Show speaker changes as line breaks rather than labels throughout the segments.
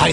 I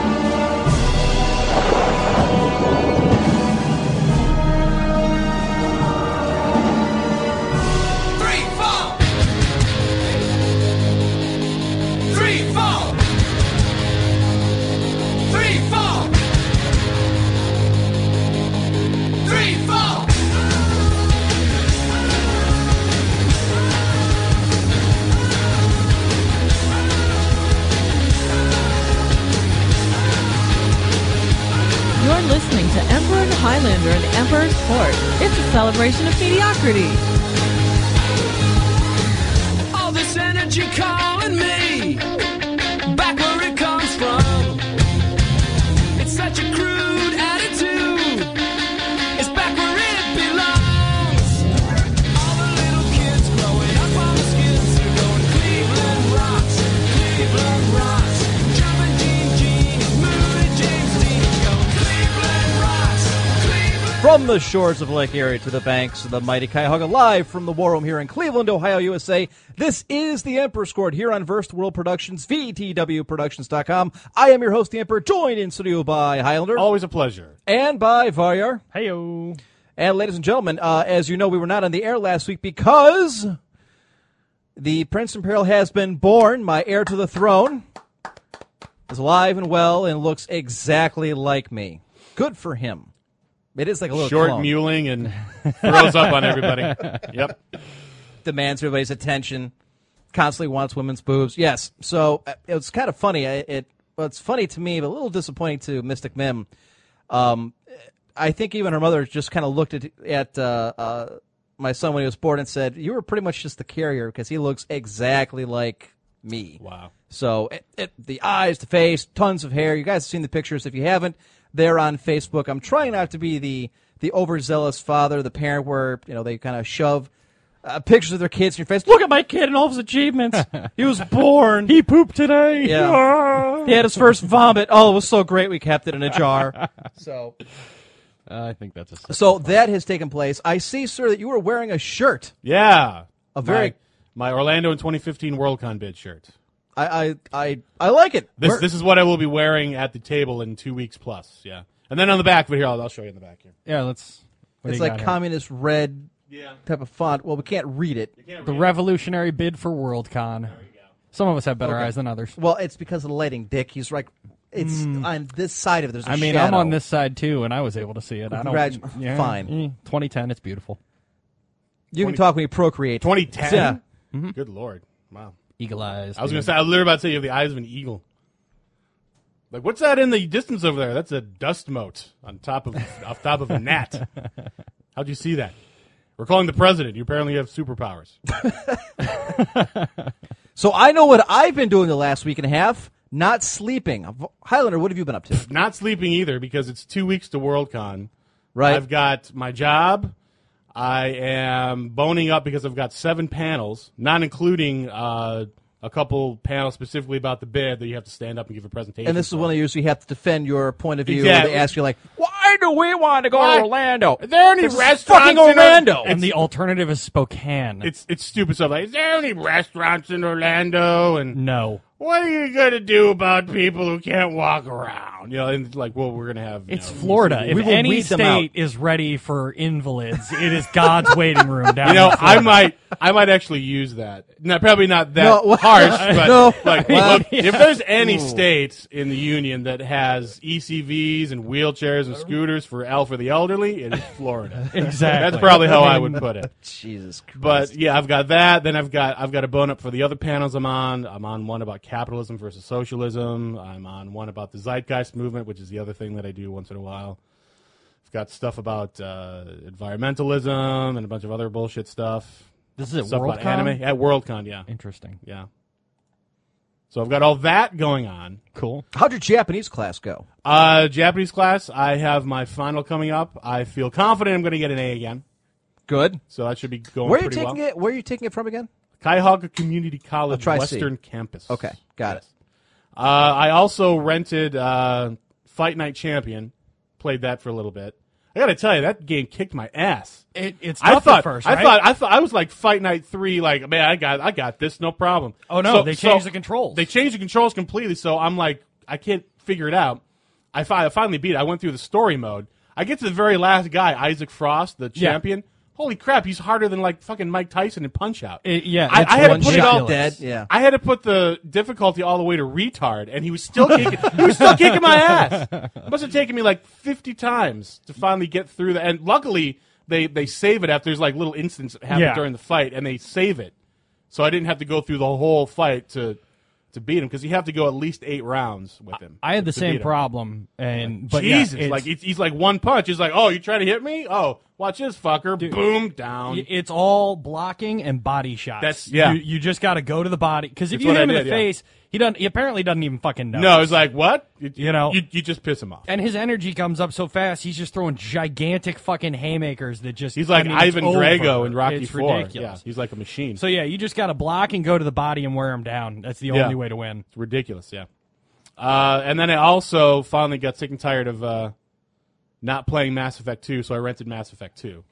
Three, four. Three, four. Three, four. Three, four.
You're listening to Emperor and Highlander and Emperor's Court. It's a celebration of mediocrity.
All this energy calling me back where it comes from. It's such a crude attitude. It's back where it belongs. All the little kids growing up on the skids are going Cleveland rocks, Cleveland rocks. Jumping Jean Jean, Moody James Dean, go Cleveland rocks, Cleveland.
From the shores of Lake Erie to the banks of the mighty Cuyahoga, live from the War Room here in Cleveland, Ohio, USA. This is the Emperor's Court here on Versed World Productions, VTWProductions.com. I am your host, the Emperor, joined in studio by Highlander
Always a pleasure.
and by Varyar.
Oh. Heyo.
And ladies and gentlemen, uh, as you know, we were not on the air last week because the Prince Imperial has been born. My heir to the throne is alive and well and looks exactly like me. Good for him. It is like a little
Short
clone.
mewling and throws up on everybody. Yep.
demands everybody's attention, constantly wants women's boobs. Yes, so uh, it was kind of funny. I- It well, it's funny to me, but a little disappointing to Mystic Mim. Um, I think even her mother just kind of looked at at uh, uh, my son when he was born and said, "You were pretty much just the carrier because he looks exactly like me."
Wow.
So it, it, the eyes, the face, tons of hair. You guys have seen the pictures. If you haven't, they're on Facebook. I'm trying not to be the the overzealous father, the parent where you know they kind of shove uh, pictures of their kids in your face. Look at my kid and all his achievements. he was born.
He pooped today. Uh,
Yeah. he had his first vomit. Oh, it was so great. We kept it in a jar. so
I think that's a.
so that has taken place. I see, sir, that you were wearing a shirt.
yeah.
A very-
My, my Orlando in 2015 WorldCon bid shirt.
I I I, I like it.
This
Where-
this is what I will be wearing at the table in two weeks plus. Yeah. And then on the back, but here, I'll, I'll show you in the back here.
Yeah, let's.
it's like communist red
Yeah.
type of font. Well, we can't read it.
the revolutionary bid for Worldcon. Some of us have better eyes than others.
Well, it's because of the lighting, Dick. He's like, it's
Hmm.
on this side of it. There's a
I mean, I'm
shadow.
on this side too, and I was able to see it. I don't.
Congratu- fine.
Mm, 2010, it's beautiful.
You can talk when you procreate.
2010.
Yeah.
Good lord. Wow.
Eagle eyes.
I was gonna
dude.
say I was literally about to say you have the eyes of an eagle. Like what's that in the distance over there? That's a dust mote on top of off top of a gnat. How'd you see that? We're calling the president. You apparently have superpowers.
So I know what I've been doing the last week and a half. Not sleeping. Highlander, what have you been up to?
Not sleeping either because it's two weeks to Worldcon.
Right.
I've got my job. I am boning up because I've got seven panels, not including uh, a couple panels specifically about the bid that you have to stand up and give a presentation.
and this is
for.
one of yours where you have to defend your point of view.
Exactly.
They ask you like, "Why do we want to go
Why?
to Orlando?
Are there any
This is
restaurants
Fucking
in Or-
Orlando."
And the alternative is Spokane.
it's it's stupid stuff. Like, is there any restaurants in Orlando? And
no.
what are you gonna do about people who can't walk around? You know, and it's like, well, we're gonna have. you
It's
know,
Florida. If
We will
any
weed them out.
state is ready for invalids, it is God's waiting room down
You know,
in
I
Florida.
might, I might actually use that. No, probably not that
No, what-
harsh, but
No.
like,
Well,
look, if there's any state in the union that has ECVs and wheelchairs and scooters for L for the elderly, it is Florida.
Exactly.
That's probably how I would put it.
Jesus Christ.
But yeah, I've got that. Then I've got I've got a bone up for the other panels I'm on. I'm on one about capitalism versus socialism. I'm on one about the Zeitgeist movement, which is the other thing that I do once in a while. I've got stuff about uh, environmentalism and a bunch of other bullshit stuff.
This is at
stuff about
WorldCon.
anime at Worldcon. Yeah,
Interesting.
yeah. So I've got all that going on.
Cool.
How'd your Japanese class go?
Uh, Japanese class. I have my final coming up. I feel confident I'm going to get an A again.
Good.
So that should be going
Where are you
pretty
taking
well.
it? Where are you taking it from again?
Cuyahoga Community College
try C.
Western Campus.
Okay, got it.
Uh, I also rented uh, Fight Night Champion. Played that for a little bit. I got to tell you, that game kicked my ass.
It, it's
I
tough
thought,
at first,
I
right?
thought, I thought, I was like Fight Night Three. Like, man, I got, I got this, no problem.
Oh, no, they changed the controls.
They changed the controls completely. So I'm like, I can't figure it out. I, fi- I finally beat. it. I went through the story mode. I get to the very last guy, Isaac Frost, the
Yeah.
champion. Holy crap, he's harder than like fucking Mike Tyson in Punch Out.
It- yeah,
I,
it's
I had to
one
put it
shot.
all
Dead, yeah.
I had to put the difficulty all the way to retard, and he was still kicking. he was still kicking my ass. It must have taken me like fifty times to finally get through that. And luckily, they they save it after there's like little incidents that happen
Yeah.
during the fight, and they save it, so I didn't have to go through the whole fight to to beat him because you have to go at least eight rounds with him.
I had the
to
same
beat him.
problem, and but yeah,
Jesus,
it's-
like it's, he's like one punch. He's like, oh, you trying to hit me? Oh, watch this fucker! Boom down.
Y- It's all blocking and body shots.
That's- yeah.
You, you just got to go to the body because if
It's
you
what
hit
I
him in
did,
the
yeah.
face, he doesn't. He apparently doesn't even fucking know.
no, it's like what? You,
You know.
you, you just piss him off.
And his energy comes up so fast. He's just throwing gigantic fucking haymakers that just.
He's like
I mean, it's
Ivan Drago
over.
in Rocky
It's
Four.
ridiculous.
Yeah, he's like a machine.
So yeah, you just got to block and go to the body and wear him down. That's the
Yeah.
only way to win.
it's ridiculous. Yeah. Uh, and then I also finally got sick and tired of uh, not playing Mass Effect Two, so I rented Mass Effect Two.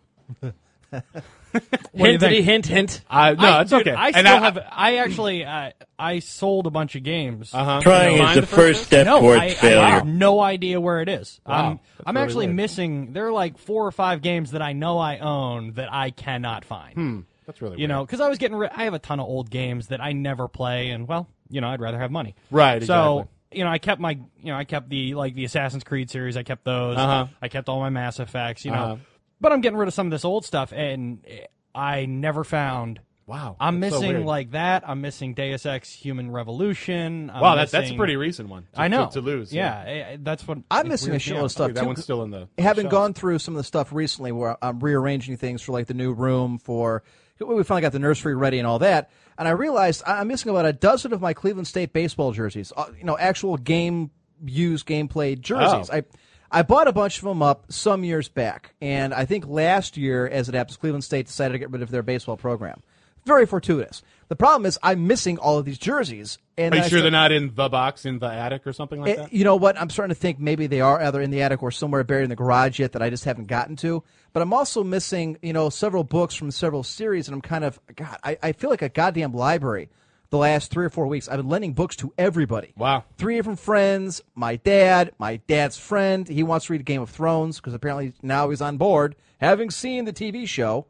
do you think?
Hintity, hint, hint.
I no,
I,
it's
dude,
okay.
I
And
still have. I actually. I, I sold a bunch of games.
uh-huh.
Trying is the first step
No,
towards
I, I
failure.
have no idea where it is. I'm,
Wow. That's
I'm
really
actually
weird.
missing. There are like four or five games that I know I own that I cannot find.
That's really
You know, because I was getting. Ri- I have a ton of old games that I never play, and well, you know, I'd rather have money.
Right,
So
exactly.
you know, I kept my. You know, I kept the like the Assassin's Creed series. I kept those.
Uh-huh.
I kept all my Mass Effects. You know,
Uh-huh.
but I'm getting rid of some of this old stuff, and eh, I never found.
Wow,
I'm
that's so
missing
weird.
like that. I'm missing Deus Ex Human Revolution. I'm
wow, that, that's a
missing-
pretty recent one. To,
I know
to, to lose.
Yeah, eh, eh, that's what
I'm
it
missing a
weirds me
shitload
out.
of stuff
that
too.
one's still in the.
having
shelf.
gone through some of the stuff recently where I'm rearranging things for like the new room for we finally got the nursery ready and all that, and I realized I- I'm missing about a dozen of my Cleveland State baseball jerseys. uh, You know, actual game used gameplay jerseys.
Oh.
I I bought a bunch of them up some years back, and I think last year, as it happens, Cleveland State decided to get rid of their baseball program. Very fortuitous. The problem is I'm missing all of these jerseys. And
Are you
I
sure
start-
they're not in the box in the attic or something like
Eh,
that?
you know what? I'm starting to think maybe they are either in the attic or somewhere buried in the garage yet that I just haven't gotten to. But I'm also missing, you know, several books from several series, and I'm kind of, God, I, I feel like a goddamn library the last three or four weeks. I've been lending books to everybody.
Wow.
Three different friends, my dad, my dad's friend. He wants to read Game of Thrones because apparently now he's on board, having seen the TV show.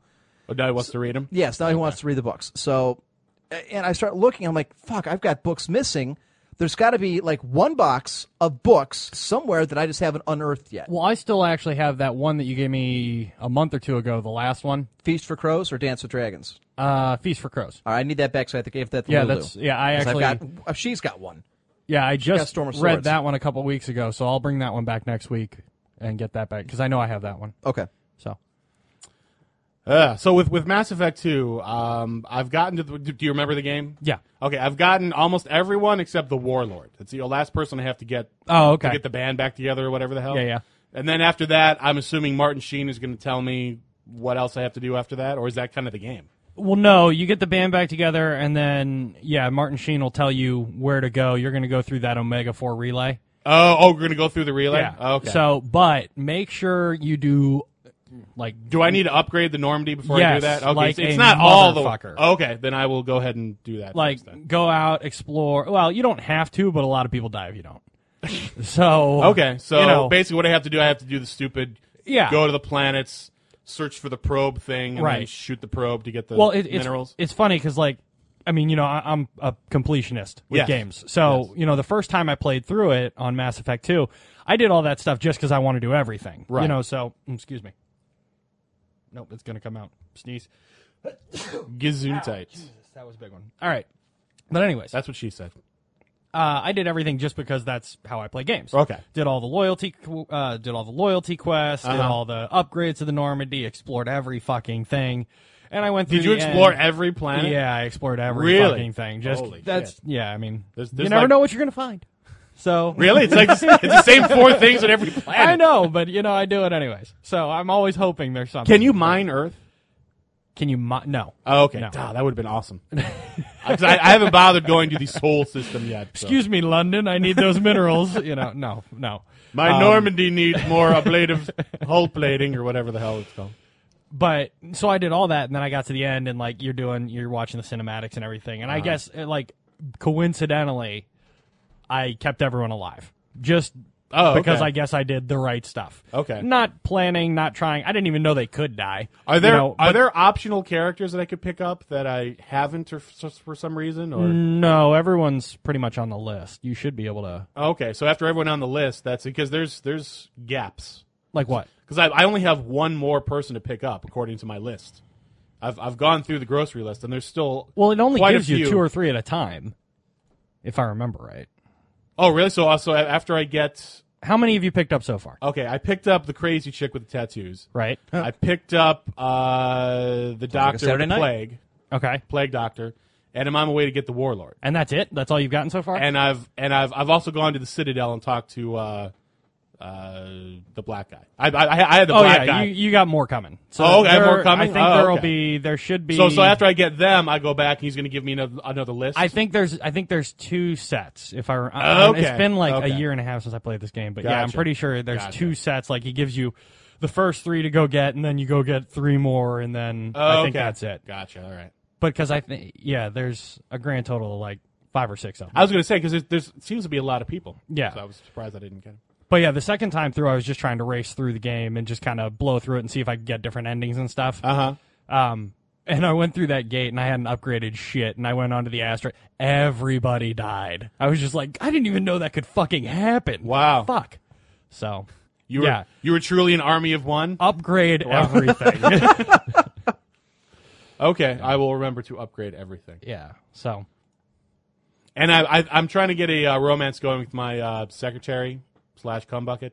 Oh, no, he wants to read them.
Yes, now he wants to read the books. So, a- and I start looking. I'm like, fuck, I've got books missing. There's got to be like one box of books somewhere that I just haven't unearthed yet.
Well, I still actually have that one that you gave me a month or two ago, the last one,
Feast for Crows or Dance with Dragons.
uh, Feast for Crows.
All right, I need that back, so I have to give that. To
Yeah,
Lulu.
that's- yeah, I
'Cause I've
actually-
got- uh, she's got one.
Yeah, I
got
just
Storm of
read
Swords.
that one a couple weeks ago, so I'll bring that one back next week and get that back because I know I have that one.
Okay.
So
Uh, so with with Mass Effect Two, um, I've gotten to. The, do do you remember the game?
Yeah.
Okay, I've gotten almost everyone except the Warlord. It's the last person I have to get.
Oh,
To
okay.
get the band back together or whatever the hell.
Yeah, yeah.
And then after that, I'm assuming Martin Sheen is going to tell me what else I have to do after that, or is that kind of the game?
Well, no, you get the band back together, and then yeah, Martin Sheen will tell you where to go. You're going to go through that Omega Four relay.
Oh, oh, we're going to go through the relay.
Yeah.
Okay.
So, but make sure you do like
do I need to upgrade the Normandy before I do
Yes,
that? Okay,
like
so it's
a
not all the.
motherfucker.
Okay, then I will go ahead and do that.
like
first then.
go out explore. Well, you don't have to, but a lot of people die if you don't. So uh,
Okay, so
you know,
basically, what I have to do, I have to do the stupid.
Yeah.
Go to the planets, search for the probe thing, and then
Right.
shoot the probe to get the
well, it, it's
minerals.
it's funny because like I mean, you know, I, I'm a completionist with
Yes.
games. So you know, the first time I played through it on Mass Effect Two, I did all that stuff just because I want to do everything.
Right.
You know, so mm, excuse me. Nope, it's gonna come out. Sneeze.
Gesundheit.
That was a big one. All right. But anyways,
That's what she said.
uh, I did everything just because that's how I play games.
Okay.
Did all the loyalty, qu- uh,
Uh-huh.
did all the loyalty quests, did all the upgrades to the Normandy, explored every fucking thing, And I went through.
Did you
the
explore
end.
every planet?
Yeah, I explored every
Really?
fucking thing. Just
Holy
That's-
shit.
yeah, I mean,
There's-
you
there's
never
like-
know what you're gonna find. So
Really? It's like it's the same four things on every planet.
I know, but you know, I do it anyways. So I'm always hoping there's something.
Can you mine Earth?
Can you? Mo- no.
Oh, okay.
No.
Duh, that would have been awesome. 'Cause I, I haven't bothered going to the Soul System yet. so.
Excuse me, London. I need those minerals. You know, no, no.
My
Um,
Normandy needs more ablative hull plating or whatever the hell it's called.
but so I did all that, and then I got to the end, and like you're doing, you're watching the cinematics and everything,
Uh-huh.
and I guess uh, like coincidentally, I kept everyone alive just
Oh, okay.
because I guess I did the right stuff.
Okay.
not planning, not trying. I didn't even know they could die.
Are
you
there
know,
are
but-
there optional characters that I could pick up that I haven't or f- for some reason or
Mm. No, everyone's pretty much on the list. You should be able to
okay so after everyone on the list that's because there's there's gaps
like what?
because I, I only have one more person to pick up according to my list. I've I've gone through the grocery list and there's still
Well, it only
quite a
gives you
few.
two or three at a time, if I remember right.
oh really so uh, so a- after I get
How many have you picked up so far?
okay I picked up the crazy chick with the tattoos
Right.
I picked up uh, the doctor with
Saturday
the
Night.
plague
Okay.
plague doctor and I'm on my way to get the warlord.
And that's it. That's all you've gotten so far.
and I've and I've I've also gone to the Citadel and talked to uh, uh, the black guy. I I, I had the
oh
black
yeah,
guy.
you, you got more coming. So
Oh, okay, I have
there-
more coming?
I think
Oh,
there'll
okay.
be there should be.
so so after I get them, I go back and he's going to give me another, another list.
I think there's I think there's two sets. If I, re- I mean, it's
Okay,
been like
okay.
a year and a half since I played this game, but yeah, I'm
Gotcha.
pretty sure there's
Gotcha.
two sets. Like he gives you the first three to go get, and then you go get three more, and then I think
Okay.
that's it.
Gotcha. All right.
But because I think yeah, there's a grand total of like five or six of them.
I was going to say because there's, there's seems to be a lot of people.
Yeah.
So I was surprised I didn't get him.
But yeah, the second time through, I was just trying to race through the game and just kind of blow through it and see if I could get different endings and stuff.
Uh huh.
Um, and I went through that gate and I hadn't upgraded shit and I went onto the asteroid. Everybody died. I was just like, I didn't even know that could fucking happen.
Wow.
Fuck. So
You were
Yeah.
you were truly an army of one.
upgrade everything.
Okay, I will remember to upgrade everything.
yeah. So
And I, I I'm trying to get a uh, romance going with my uh, secretary slash cum bucket.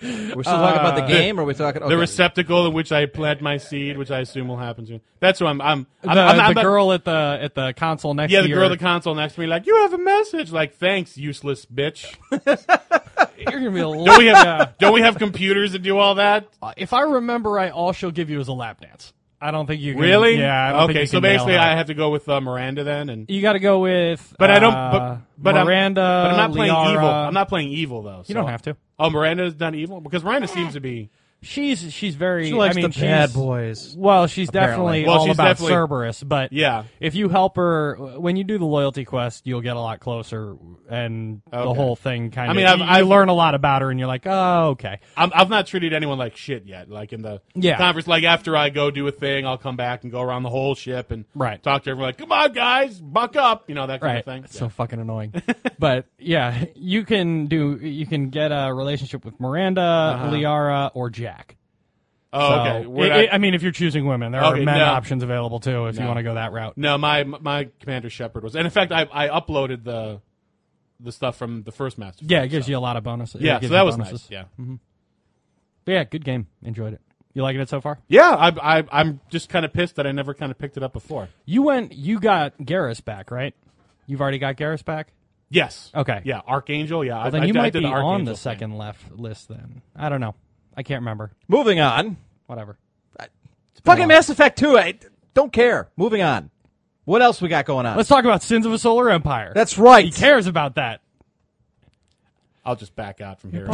We're still talking about the game, or we're talking okay.
The receptacle in which I plant my seed, which I assume will happen soon. That's who I'm. I'm, I'm,
the,
I'm
the
not- I'm not-
girl at the at the console next
Yeah,
to
the
you.
girl at the console next to me, like, you have a message. Like, thanks, useless bitch.
you're gonna be a
Don't
lap,
we have, don't we have computers that do all that?
If I remember right, all she'll give you is a lap dance. I don't think you can,
Really?
Yeah. I don't think
okay,
you
so
can nail
basically,
her.
I have to go with uh, Miranda then, and
You got to go with.
but I don't.
uh,
But, but I'm-
Miranda.
but I'm not playing
Liara.
evil. I'm not playing evil though.
You
so-
don't have to.
Oh, Miranda's done evil because Miranda seems to be.
She's she's very.
she likes
I mean,
the bad
she's-
boys.
Well, she's
Apparently.
definitely
Well,
all
she's
about
definitely-
Cerberus, but
Yeah.
if you help her when you do the loyalty quest, you'll get a lot closer, and the
Okay.
whole thing kind
I
of.
mean,
you,
I've- I've-
you learn a lot about her, and you're like, oh, okay.
I'm, I've not treated anyone like shit yet. Like in the
Yeah.
conference, like after I go do a thing, I'll come back and go around the whole ship and
Right.
talk to everyone. Like, come on, guys, buck up. You know that kind
Right,
of thing.
It's so fucking annoying. but yeah, you can do. You can get a relationship with Miranda, Liara, or Jack.
oh,
So,
Uh-huh. okay. We're
it-
not-
it- I mean, if you're choosing women, there
Okay,
are men
no.
options available too. If you want to go that route,
No, my my commander Shepard was, and in fact, I I uploaded the the stuff from the first master.
yeah, it gives you a lot of bonuses.
yeah.
It
So
gives
that
you
was
bonuses. Mm-hmm.
nice. Yeah,
But yeah, good game. Enjoyed it. You liking it so far?
yeah. I, I I'm just kind of pissed that I never kind of picked it up before.
You went. You got Garrus back, right? You've already got Garrus back.
Yes.
Okay.
Yeah, Archangel. Yeah, I,
Then
I,
you
I
might
did
be
the Archangel
on the
thing.
second left list. Then I don't know. I can't remember.
Moving on.
Whatever.
Fucking Mass Effect 2. I don't care. Moving on. What else we got going on?
Let's talk about Sins of a Solar Empire.
That's right.
he cares about that.
I'll just back out from here.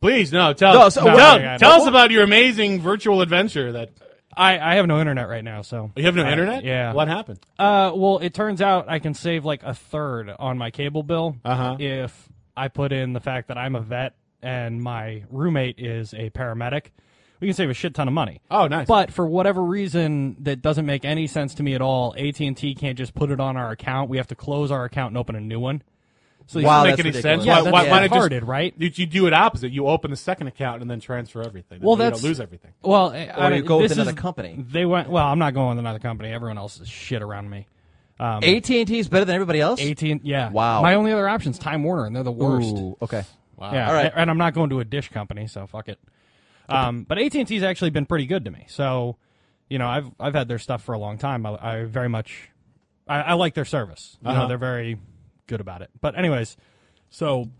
Please, no. Tell
No, so-
tell,
no, no,
tell
no.
us about your amazing virtual adventure. That
I, I have no internet right now, so
you have no
I-
internet.
Uh, Yeah.
What happened?
Uh, well, it turns out I can save like a third on my cable bill
Uh-huh.
if I put in the fact that I'm a vet and my roommate is a paramedic. We can save a shit ton of money.
Oh, nice.
But for whatever reason that doesn't make any sense to me at all, AT and T can't just put it on our account. We have to close our account and open a new one. So
Wow,
Oh,
Doesn't
that's
make any
ridiculous.
sense.
Yeah,
why, why,
that's
why not
retarded,
just,
right?
You, you do it opposite. You open the second account and then transfer everything.
Well,
you don't
that's-
lose everything.
Well, I- I
Or you
don't-
go with
this
another
is-
company.
They went. Well, I'm not going with another company. Everyone else is shit around me.
AT&T is better than everybody else?
AT. and Yeah.
Wow.
My only other option is Time Warner, and they're the worst.
Ooh, okay.
Yeah,
All right.
and- and I'm not going to a dish company, so fuck it. Um, but AT and T's actually been pretty good to me. So, you know, I've I've had their stuff for a long time. I, I very much, I, I like their service. You
Uh-huh.
know, they're very good about it. But anyways, so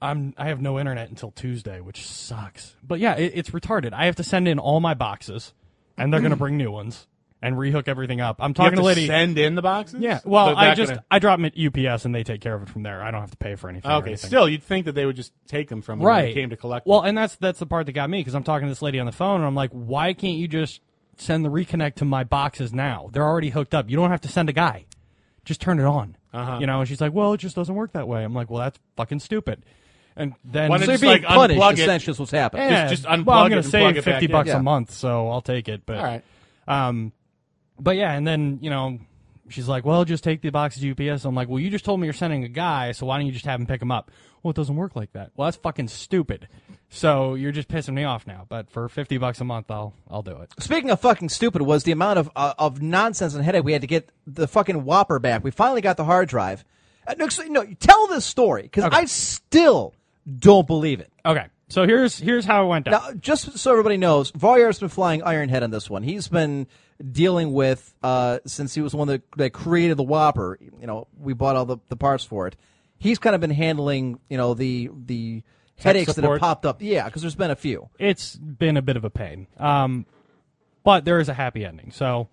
I'm I have no internet until Tuesday, which sucks. But yeah, it, it's retarded. I have to send in all my boxes, and they're gonna bring new ones and rehook everything up. I'm
You have to
talking to lady.
send in the boxes.
yeah, well,
They're
I
not
just
gonna-
I drop them at UPS and they take care of it from there. I don't have to pay for anything. or
okay.
anything.
Still, you'd think that they would just take them from you when
right.
they came to collect.
Well,
them.
and that's that's the part that got me because I'm talking to this lady on the phone and I'm like, why can't you just send the reconnect to my boxes now? They're already hooked up. You don't have to send a guy. Just turn it on.
Uh-huh.
You know, and she's like, well, it just doesn't work that way. I'm like, well, that's fucking stupid. And then
Why
So
don't
you're
just,
being
like,
punished.
unplug it.
Essentially, is what's happening.
Yeah,
Just- just unplug
well,
it
I'm gonna
and
save
plug it back
fifty
in.
bucks
Yeah.
a month, so I'll take it. But
all right.
um, but yeah, and then you know, she's like, "Well, just take the boxes to UPS." I'm like, "Well, you just told me you're sending a guy, so why don't you just have him pick them up?" Well, it doesn't work like that. Well, that's fucking stupid. So you're just pissing me off now. But for fifty bucks a month, I'll I'll do it.
Speaking of fucking stupid, was the amount of uh, of nonsense and headache we had to get the fucking Whopper back. We finally got the hard drive. Uh, no, ex- no, tell this story because I still don't believe it.
Okay, so here's here's how it went down.
Now, just so everybody knows, Voyar's been flying Ironhead on this one. He's been dealing with uh, since he was the one that, that created the Whopper. You know, we bought all the, the parts for it. He's kind of been handling, you know, the the headaches that have
support.
popped up. Yeah, because there's been a few.
it's been a bit of a pain. Um, but there is a happy ending. So,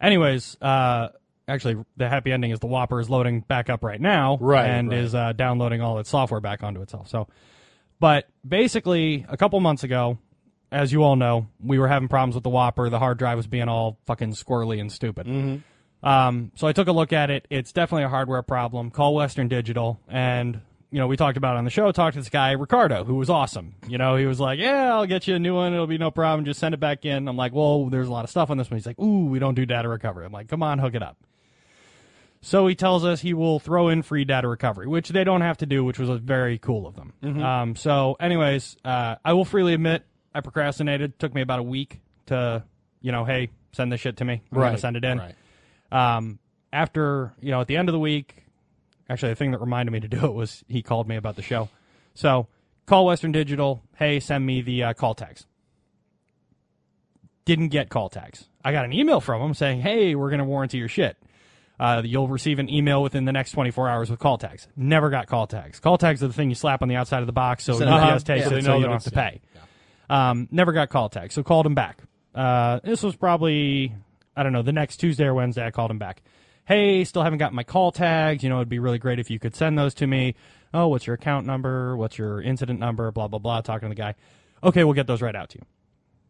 anyways, uh, actually, the happy ending is the Whopper is loading back up right now,
Right,
and
right.
is uh, downloading all its software back onto itself. So, but basically, a couple months ago, as you all know, we were having problems with the Whopper. The hard drive was being all fucking squirrely and stupid. Um, so I took a look at it. It's definitely a hardware problem. Call Western Digital, and you know we talked about it on the show. Talked to this guy Ricardo, who was awesome. You know, he was like, "Yeah, I'll get you a new one. It'll be no problem. Just send it back in." I'm like, "Well, there's a lot of stuff on this one." He's like, "Ooh, we don't do data recovery." I'm like, "Come on, hook it up." So he tells us he will throw in free data recovery, which they don't have to do, which was very cool of them.
Mm-hmm.
Um, so, anyways, uh, I will freely admit I procrastinated. Took me about a week to, you know, hey, send this shit to me. I'm gonna
Right,
send it in
right.
um, after you know at the end of the week actually the thing that reminded me to do it was he called me about the show so call western digital hey send me the uh, call tags didn't get call tags i got an email from him saying hey we're going to warranty your shit uh, you'll receive an email within the next 24 hours with call tags never got call tags call tags are the thing you slap on the outside of the box so
Send it
UPS
out.
Yeah.
takes it
So
so
they
you
know
don't
that
have to
it's- yeah.
pay um, never got call tag, so called him back. Uh, this was probably, I don't know, the next Tuesday or Wednesday, I called him back. Hey, still haven't got my call tags. You know, it'd be really great if you could send those to me. Oh, what's your account number? What's your incident number? Blah, blah, blah. Talking to the guy. Okay, we'll get those right out to you.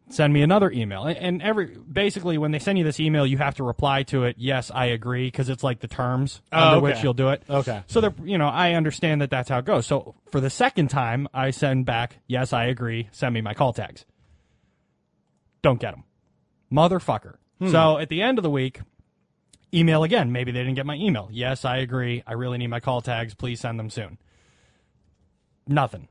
Send me another email. And- And every, basically, when they send you this email, you have to reply to it, yes, I agree, because it's like the terms under
Oh, okay.
which you'll do it.
Okay.
So they're, you know, I understand that that's how it goes. So for the second time, I send back, yes, I agree. Send me my call tags. Don't get them, motherfucker.
Hmm.
So at the end of the week, email again. Maybe they didn't get my email. Yes, I agree. I really need my call tags. Please send them soon. Nothing.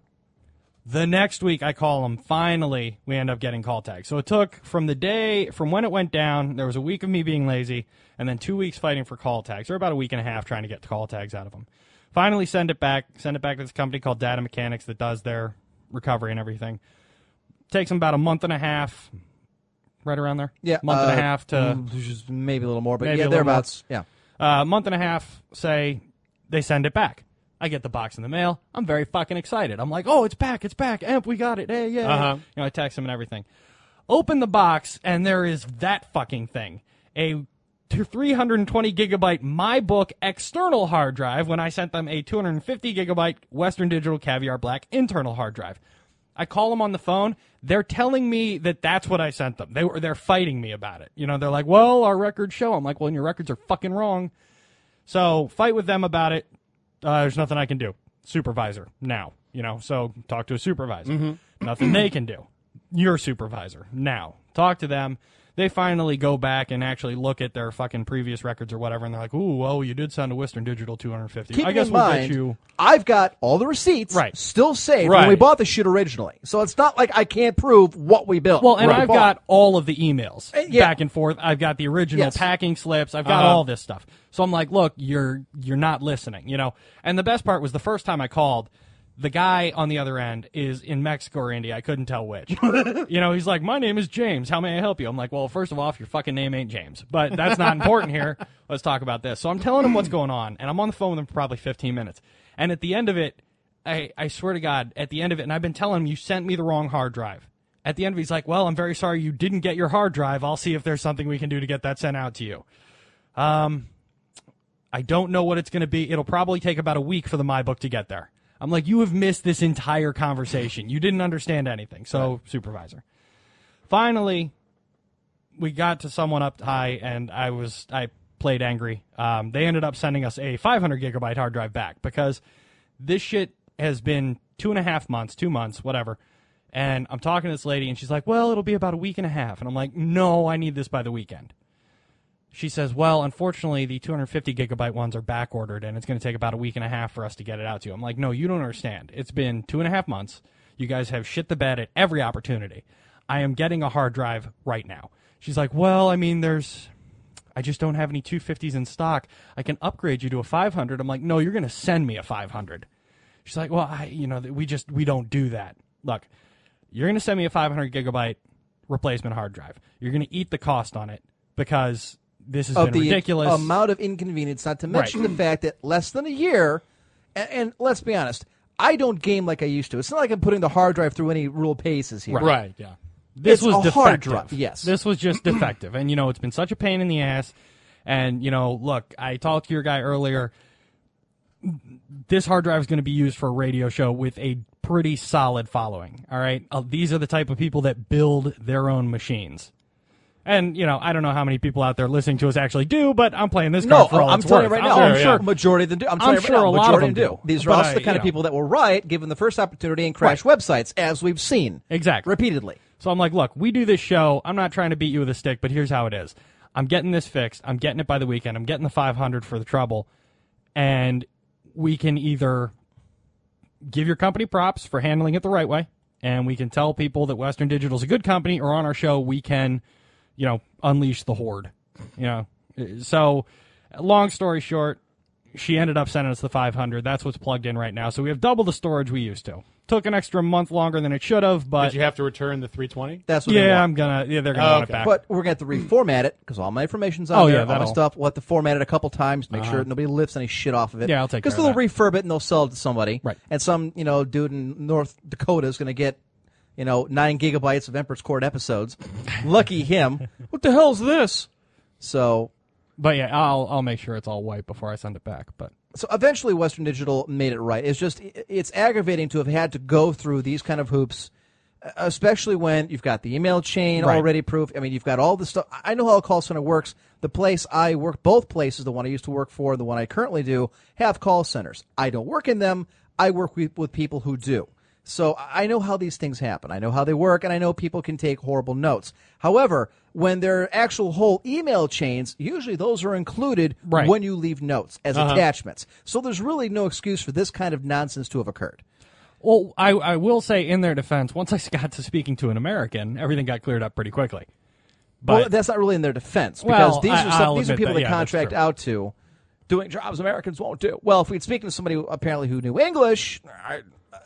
The next week, I call them. Finally, we end up getting call tags. So it took from the day, from when it went down, there was a week of me being lazy, and then two weeks fighting for call tags, or about a week and a half trying to get call tags out of them. Finally, send it back. Send it back to this company called Data Mechanics that does their recovery and everything. Takes them about a month and a half, right around there.
Yeah,
month and
uh,
a half to
mm, maybe a little more, but
maybe
yeah,
a little more.
thereabouts. Yeah.
a Uh, month and a half, say, they send it back. I get the box in the mail. I'm very fucking excited. I'm like, oh, it's back, it's back. Amp, we got it. Hey, yeah.
Uh-huh.
You know, I text him and everything. Open the box, and there is that fucking thing. A 320 gigabyte MyBook external hard drive when I sent them a 250 gigabyte Western Digital Caviar Black internal hard drive. I call them on the phone. They're telling me that that's what I sent them. They were they're fighting me about it. You know, they're like, "Well, our records show." I'm like, "Well, your records are fucking wrong." So fight with them about it. Uh, there's nothing I can do. Supervisor now, you know. So talk to a supervisor.
Mm-hmm.
Nothing they can do. Your supervisor now. Talk to them. They finally go back and actually look at their fucking previous records or whatever, and they're like, "Ooh, oh, you did send a Western Digital 250.
Keeping
I guess
in
we'll
mind,
get you."
I've got all the receipts
Right.
still saved when
Right.
we bought the shit originally. So it's not like I can't prove what we built.
Well, and
what we
I've
bought.
got all of the emails
yeah.
back and forth. I've got the original
Yes.
packing slips. I've got
Uh-huh.
all this stuff. So I'm like, look, you're you're not listening, you know. And the best part was the first time I called, The guy on the other end is in Mexico or India. I couldn't tell which. you know, he's like, "My name is James. How may I help you?" I'm like, "Well, first of all, if your fucking name ain't James, but that's not important here. Let's talk about this." So I'm telling him what's going on, and I'm on the phone with him for probably 15 minutes. And at the end of it, I, I swear to God, at the end of it, and I've been telling him, you sent me the wrong hard drive. At the end of it, he's like, well, I'm very sorry you didn't get your hard drive. I'll see if there's something we can do to get that sent out to you. Um, I don't know what it's going to be. It'll probably take about a week for the MyBook to get there. I'm like, you have missed this entire conversation. You didn't understand anything. So, supervisor. Finally, we got to someone up high and I was I played angry. Um, they ended up sending us a 500 gigabyte hard drive back because this shit has been two and a half months, two months, whatever. And I'm talking to this lady and she's like, "Well, it'll be about a week and a half." And I'm like, "No, I need this by the weekend." She says, "Well, unfortunately, the 250 gigabyte ones are back ordered, and it's going to take about a week and a half for us to get it out to you." I'm like, "No, you don't understand. It's been two and a half months. You guys have shit the bed at every opportunity. I am getting a hard drive right now." She's like, "Well, I mean, there's I just don't have any 250s in stock. I can upgrade you to a 500. I'm like, no, you're going to send me a 500. She's like, well, I, you know, th- we just, we don't do that. Look, you're going to send me a 500 gigabyte replacement hard drive. You're going to eat the cost on it because this has
of
been
the
ridiculous.
amount of inconvenience, not to mention the fact that less than a year, and, and let's be honest, I don't game like I used to. It's not like I'm putting the hard drive through any real paces here.
Right. Yeah.
this
It's
was
a
defective.
hard drive, yes.
this was just defective, and you know it's been such a pain in the ass. And you know, look, I talked to your guy earlier. This hard drive is going to be used for a radio show with a pretty solid following. All right, uh, these are the type of people that build their own machines. And you know, I don't know how many people out there listening to us actually do, but I'm playing this
No,
card for all
I'm
it's
telling you
worth.
right now. I'm
yeah.
sure majority of them do. I'm, telling you right
sure
now,
a lot of
majority
them do.
These are
But
also
I-
the kind
you
of
know.
people that will riot given the first opportunity and crash websites, as we've seen.
Exactly.
Repeatedly.
So I'm like, look, we do this show. I'm not trying to beat you with a stick, but here's how it is. I'm getting this fixed. I'm getting it by the weekend. I'm getting the 500 for the trouble. And we can either give your company props for handling it the right way, and we can tell people that Western Digital's a good company, or on our show, we can, you know, unleash the horde. You know, so long story short, she ended up sending us the 500. That's what's plugged in right now. So we have double the storage we used to. Took an extra month longer than it should have, but
Did you have to return the 320?
That's what they
yeah,
want.
I'm gonna. Yeah, they're gonna want
okay.
it back.
But we're going to have to reformat it because all my information's on
Oh,
there.
yeah,
all my
that'll- Uh-huh.
stuff. We'll have to format it a couple times, make sure nobody lifts any shit off of it.
Yeah, I'll take
Because
care
they'll
of
refurb it and they'll sell it to somebody.
Right.
And some you know dude in North Dakota is going to get you know nine gigabytes of Emperor's Court episodes. Lucky him. What the hell's this? So
but yeah, I'll I'll make sure it's all white before I send it back. But
so eventually Western Digital made it right. It's just it's aggravating to have had to go through these kind of hoops, especially when you've got the email chain
Right.
already proof. I mean, you've got all the stuff. I know how a call center works. The place I work, both places, the one I used to work for, and the one I currently do, have call centers. I don't work in them. I work with, with people who do. So I I know how these things happen. I know how they work, and I know people can take horrible notes. However, when there are actual whole email chains, usually those are included
Right. Uh-huh.
when you leave notes as attachments. So there's really no excuse for this kind of nonsense to have occurred.
well, I I will say in their defense, once I got to speaking to an American, everything got cleared up pretty quickly. But
well, that's not really in their defense because
Well,
these
I-
are
I'll
some, these are
admit
people
that.
they
Yeah, that's
contract
true.
out to doing jobs Americans won't do. Well, if we'd spoken to somebody who- apparently who knew English, I,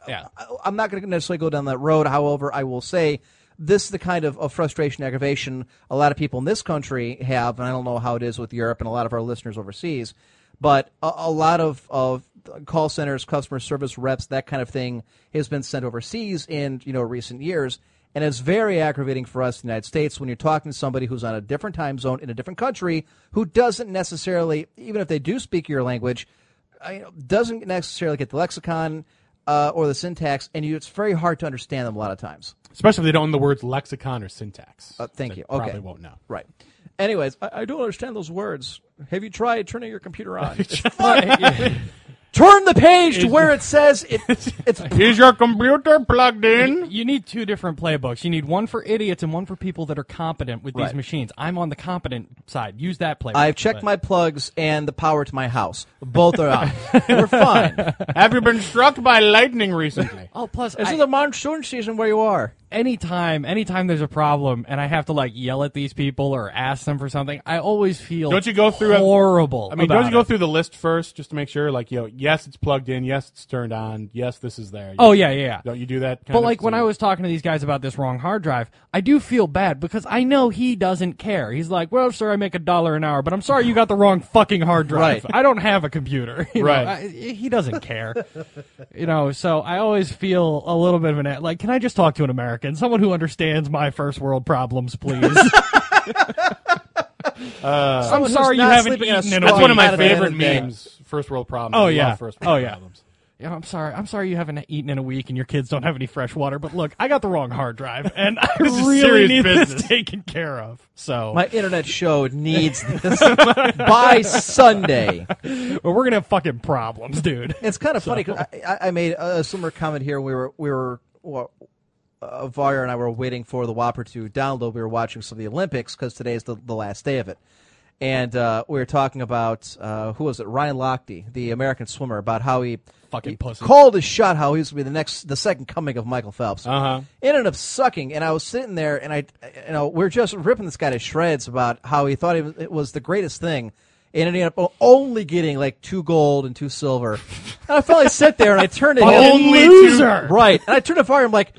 yeah,
I- I'm not going to necessarily go down that road. However, I will say this is the kind of, of frustration, aggravation a lot of people in this country have, and I don't know how it is with Europe and a lot of our listeners overseas, but a, a lot of, of call centers, customer service reps, that kind of thing has been sent overseas in you know recent years. And it's very aggravating for us in the United States when you're talking to somebody who's on a different time zone in a different country who doesn't necessarily, even if they do speak your language, I- you know, doesn't necessarily get the lexicon uh, or the syntax, and you, it's very hard to understand them a lot of times.
Especially if they don't know the words lexicon or syntax.
Uh, thank
They
you. Okay.
Probably won't know.
Right. Anyways, I, I don't understand those words. Have you tried turning your computer on? Turn the page to where it says it, it's.
Is your computer plugged in?
you need two different playbooks. You need one for idiots and one for people that are competent with
Right.
these machines. I'm on the competent side. Use that playbook.
I've checked
But-
my plugs and the power to my house. Both are on. We're fine.
Have you been struck by lightning recently?
Oh, plus
This
I-
is the monsoon season where you are.
anytime, anytime there's a problem and I have to like yell at these people or ask them for something, I always feel
Don't you go through a-
horrible.
I mean,
about
don't you go
it.
through the list first just to make sure? Like, you know, yes, it's plugged in. Yes, it's turned on. Yes, this is there.
Oh yeah, yeah, yeah.
Don't you do that? Kind
But
of
like when
thing?
I was talking to these guys about this wrong hard drive, I do feel bad because I know he doesn't care. He's like, "Well, sir, I make a dollar an hour, but I'm sorry you got the wrong fucking hard drive.
Right.
I don't have a computer." You know,
Right.
I- he doesn't care. you know, so I always feel a little bit of an like, "Can I just talk to an American, someone who understands my first world problems, please?"
Uh,
I'm
who's
sorry you
not
haven't
sleeping
eaten
in a
in a
straw
week.
That's one of
out
my
of the end
favorite
of the day.
memes. First world problems. I
Oh,
love
yeah.
First
Oh,
world
yeah.
problems.
Yeah, I'm sorry. I'm sorry you haven't eaten in a week and your kids don't have any fresh water. But look, I got the wrong hard drive, and I
This is
really
serious
need
business.
this taken care of. So,
My internet show needs this by Sunday.
but we're gonna have fucking problems, dude.
It's kind of funny 'cause funny I, I- I made a similar comment here. We were we were well, uh, Varya and I were waiting for the Whopper to download. We were watching some of the Olympics because today is the, the last day of it, and uh, we were talking about uh, who was it? Ryan Lochte, the American swimmer, about how he
Fucking
he
pussy.
called his shot. How he was going to be the next, the second coming of Michael Phelps.
Uh-huh.
Ended up sucking, and I was sitting there, and I, you know, we're just ripping this guy to shreds about how he thought it was, it was the greatest thing, and ended up o- only getting like two gold and two silver. And I finally sit there and I turned it
Only two-
loser.
right, and I turned to fire. I'm like.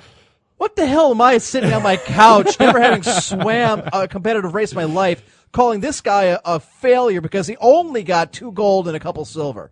What the hell am I sitting on my couch, never having swam a competitive race in my life, calling this guy a, a failure because he only got two gold and a couple silver?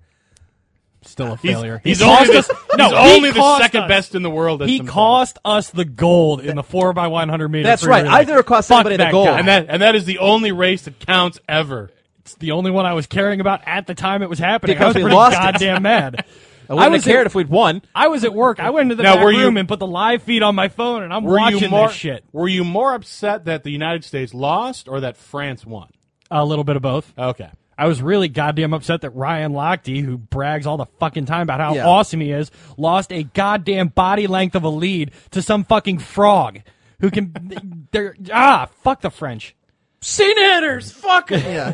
Still a
He's,
failure.
he's
He
only,
cost
the,
us- no,
he's
he
only the
cost
second
us-
best in the world. at
He
some things.
cost us the gold in the four by one hundred meter.
That's
free
right.
relay.
I never cost
Fuck
anybody the
that
gold.
guy.
And that, and that is the only race that counts ever.
It's the only one I was caring about at the time it was happening.
Because
I was
we
pretty
lost it.
goddamn mad.
I wouldn't have
was
cared
at-
if we'd won.
I was at work. I went into the
Now,
back
were you-
room and put the live feed on my phone, and I'm
Were
watching
you more
this shit.
Were you more upset that the United States lost or that France won?
A little bit of both.
Okay.
I was really goddamn upset that Ryan Lochte, who brags all the fucking time about how
Yeah.
awesome he is, lost a goddamn body length of a lead to some fucking frog who can. they're ah fuck the French.
Sin hitters, fuck it. Yeah.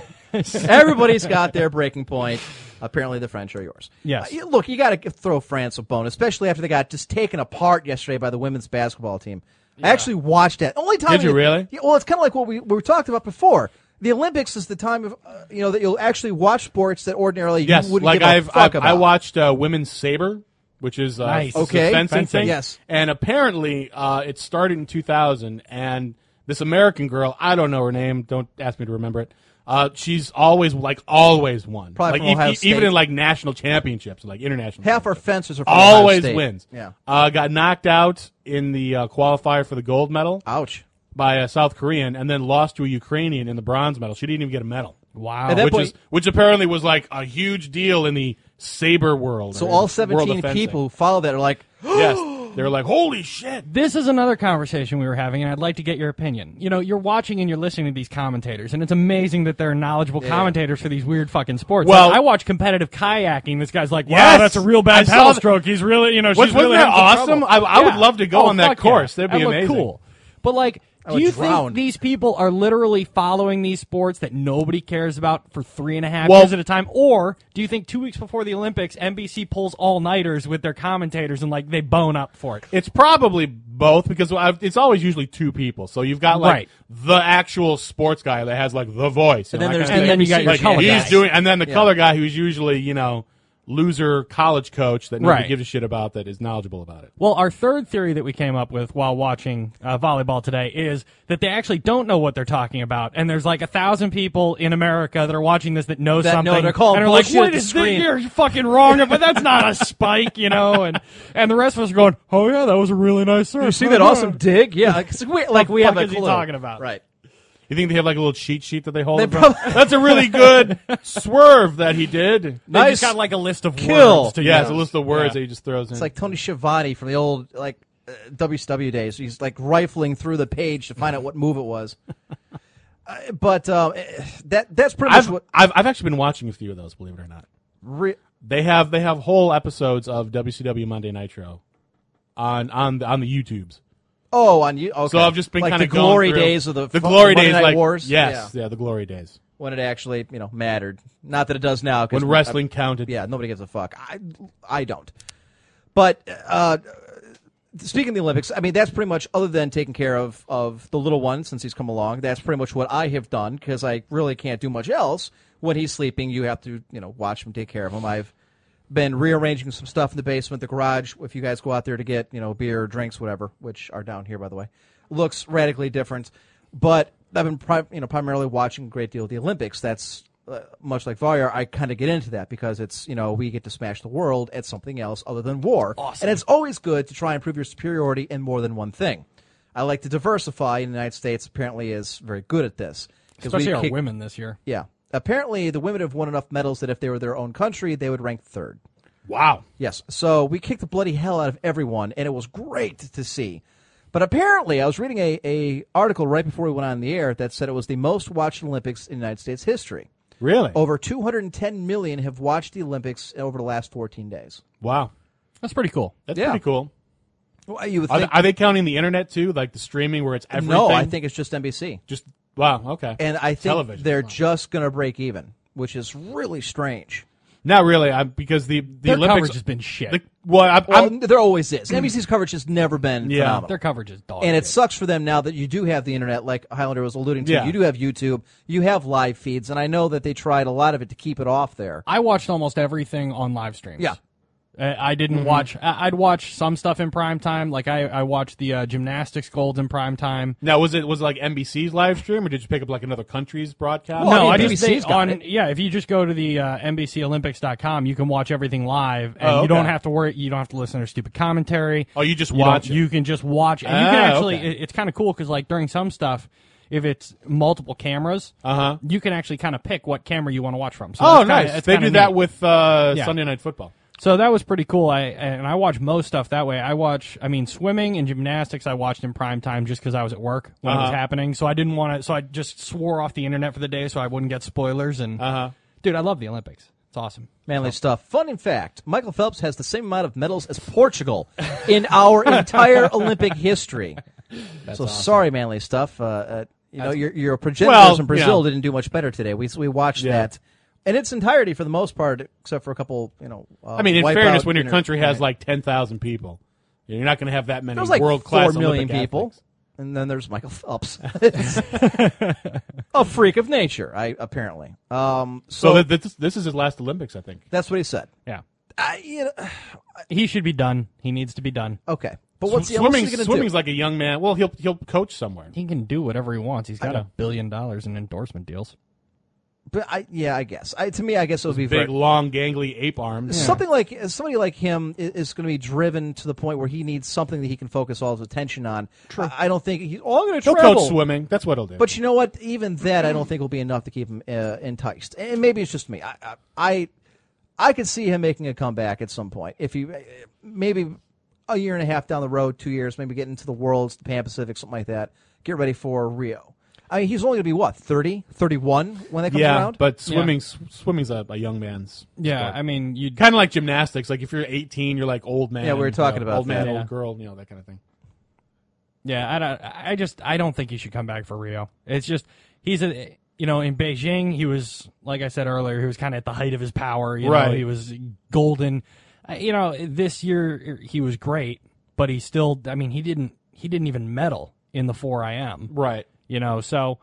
Everybody's got their breaking point. Apparently, the French are yours.
Yes.
Uh, you- look, you got to throw France a bone, especially after they got just taken apart yesterday by the women's basketball team. I actually watched that. Only time
Did you
it-
really?
Yeah, well, it's kind of like what we, we talked about before. The Olympics is the time of uh, you know that you'll actually watch sports that ordinarily
Yes,
you wouldn't
like
give a
I've,
fuck
I've
about.
I watched uh, women's saber, which is uh,
Nice.
s-
Okay.
fencing,
Fencing.
thing.
Yes.
and apparently uh, it started in 2000, and this American girl, I don't know her name, don't ask me to remember it. Uh, she's always like always won,
Probably
like e-,
from Ohio State.
even in like national championships, like international.
half our
championships.
fencers are from Ohio
always
State.
wins.
Yeah.
uh, got knocked out in the uh, qualifier for the gold medal
Ouch.
by a South Korean, and then lost to a Ukrainian in the bronze medal. She didn't even get a medal.
Wow.
And that-
which
point-
is which apparently was like a huge deal in the saber world.
So
or
all
world
seventeen
of fencing.
people who follow that are like,
yes, they were like, "Holy shit!"
this is another conversation we were having, and I'd like to get your opinion. You know, you're watching and you're listening to these commentators, and it's amazing that they're knowledgeable commentators for these weird fucking sports.
Well-
Like, I watch competitive kayaking. This guy's like, wow,
Yes!
that's a real bad
I saw
paddle
that-
stroke. He's really, you know, she's
Wasn't
really
that
having some
awesome?
trouble." Oh,
I- I would love to go on that
fuck
course. That'd be
That looked
amazing.
cool. But like, do
would
you
drown.
think these people are literally following these sports that nobody cares about for three and a half
Well-
years at a time, or do you think two weeks before the Olympics, NBC pulls all nighters with their commentators and like they bone up for it?
It's probably both because I've, it's always usually two people. So you've got like
Right.
the actual sports guy that has like the voice, you
And
know,
then
that
there's
kinda
the
thing.
NBC And then you got your color
he's
guy.
doing, and then the color guy who's usually you know loser college coach that nobody
Right.
gives a shit about that is knowledgeable about it.
Well, our third theory that we came up with while watching uh, volleyball today is that they actually don't know what they're talking about, and there's like a thousand people in America that are watching this that know
That know,
something.
they're calling
and are like,
bullshit at
"What
the
is
screen."
this? You're fucking wrong, but that's not a spike, you know." And and the rest of us are going, "Oh yeah, that was a really nice serve."
"You see that awesome dig? Yeah, like, we, like we
fuck
have a
is he
clue.
talking about?
right?
You think they have like a little cheat sheet that they hold?
They
in front?
probably-
That's a really good swerve that he did.
They
Nice
just got like a list of
kill.
words. To
Yeah, it's
use.
a list of words
Yeah.
that he just throws in.
It's like Tony Schiavone from the old like uh, WCW days. He's like rifling through the page to find out what move it was. Uh, but um, eh, that that's pretty much
I've,
what.
I've I've actually been watching a few of those, believe it or not.
Re-
They have they have whole episodes of WCW Monday Nitro on on the, on the YouTubes.
oh, on you. Okay.
So I've just been
like
kind
the
of
glory days of the
the
fu-
glory
Monday
days
Night
like
wars.
Yes,
Yeah.
yeah. the glory days
when it actually you know mattered. Not that it does now. 'cause
when
we-
wrestling counted.
yeah, nobody gives a fuck. I I don't. But uh, speaking of the Olympics, I mean that's pretty much other than taking care of of the little one since he's come along. That's pretty much what I have done because I really can't do much else. When he's sleeping, you have to you know watch him, take care of him. I've been rearranging some stuff in the basement, the garage. If you guys go out there to get you know beer, drinks, whatever, which are down here by the way, looks radically different. But I've been pri- you know primarily watching a great deal of the Olympics. That's uh, much like Varyar, I kind of get into that because it's you know we get to smash the world at something else other than war, awesome. and it's always good to try and prove your superiority in more than one thing. I like to diversify, and the United States apparently is very good at this. 'Cause we
Especially our
kick-
women this year.
Yeah, apparently the women have won enough medals that if they were their own country, they would rank third.
Wow.
Yes. So we kicked the bloody hell out of everyone, and it was great to see. But apparently, I was reading a, a article right before we went on the air that said it was the most watched Olympics in United States history.
Really?
Over 210 million have watched the Olympics over the last 14 days.
Wow.
That's pretty cool.
That's
Yeah.
pretty cool.
Well, you would
Are,
think,
are they counting the internet too, like the streaming where it's everything?
no, I think it's just NBC.
just wow. Okay,
And I think
Television.
they're just going to break even, which is really strange.
not really. I, because the the
Their
Olympics
coverage has been shit.
The, well, I,
Well,
I'm,
Um,
Mm.
there always is. NBC's coverage has never been
Yeah.
phenomenal.
Their coverage is dog.
and it
shit.
sucks for them now that you do have the internet, like Highlander was alluding to.
Yeah.
You do have YouTube, you have live feeds, and I know that they tried a lot of it to keep it off there.
I watched almost everything on live streams. Uh,
Yeah.
I, I didn't
Mm-hmm.
watch. I, I'd watch some stuff in prime time. Like I, I watched the uh, gymnastics golds in prime time.
now was it was it like NBC's live stream, or did you pick up like another country's broadcast?
Well,
no,
I
I
mean,
just
NBC's
they,
got
on.
it.
Yeah, if you just go to the uh, NBCOlympics.com, you can watch everything live, and
Oh,
you don't
okay.
have to worry. You don't have to listen to stupid commentary.
Oh, you just
don't-
watch it.
You can just watch. And you
Ah,
can actually.
okay.
It, it's kind of cool because like during some stuff. If it's multiple cameras, uh-huh. you can actually kind of pick what camera you want to watch from. So
oh,
it's kinda-
nice.
it's
they
kinda
do that
neat.
with uh,
Yeah.
Sunday Night Football.
Oh,
So that was pretty cool. I and I watch most stuff that way. I watch, I mean, swimming and gymnastics. I watched in prime time just because I was at work when it was happening. So I didn't want to. So I just swore off the internet for the day so I wouldn't get spoilers. And dude, I love the Olympics. It's awesome.
Manly stuff. Fun in fact, Michael Phelps has the same amount of medals as Portugal in our entire Olympic history. so sorry, Manly stuff. Uh, uh, you know, your, your progenitors
Well,
in Brazil
you know.
didn't do much better today. We, we watched
Yeah.
that in its entirety for the most part, except for a couple, you know. Uh,
I mean, in
wipeout
fairness, when your
dinner-
country has
right.
like ten thousand people, you're not going to have that many
There was like
world class
four million people, and then there's Michael Phelps, a freak of nature, I apparently. Um, so
So th- th- this, this is his last Olympics, I think.
that's what he said.
Yeah,
I, you know,
he should be done. He needs to be done.
okay, but what's the
swimming?
what's he gonna
Swimming's
do?
like a young man. Well, he'll he'll coach somewhere.
He can do whatever he wants. He's got a billion dollars in endorsement deals.
But I, yeah, I guess. I, to me, I guess it would be
Big,
very-
long, gangly ape arms.
Something like somebody like him i- is going to be driven to the point where he needs something that he can focus all his attention on. I, I don't think he's all going to
He'll
travel.
coach swimming. That's what he'll do.
But you know what? Even that, I don't think will be enough to keep him uh, enticed. And maybe it's just me. I, I, I, I could see him making a comeback at some point. If he, uh, maybe a year and a half down the road, two years, maybe get into the Worlds, the Pan Pacific, something like that. Get ready for Rio. I mean, he's only going to be what 30, 31 when that comes
yeah,
around.
but swimming swimming's a, a young man's
Yeah, I mean, you
kind of like gymnastics. Like if you're 18, you're like old man.
Yeah, we were
you
talking
know,
about
old man,
that.
old girl, you know that kind of thing.
Yeah, I don't. I just I don't think he should come back for Rio. It's just he's a you know in Beijing he was like I said earlier he was kind of at the height of his power. You know
Right.
he was golden. I- You know this year he was great, but he still. I mean he didn't he didn't even medal in the four I am.
Right.
You know so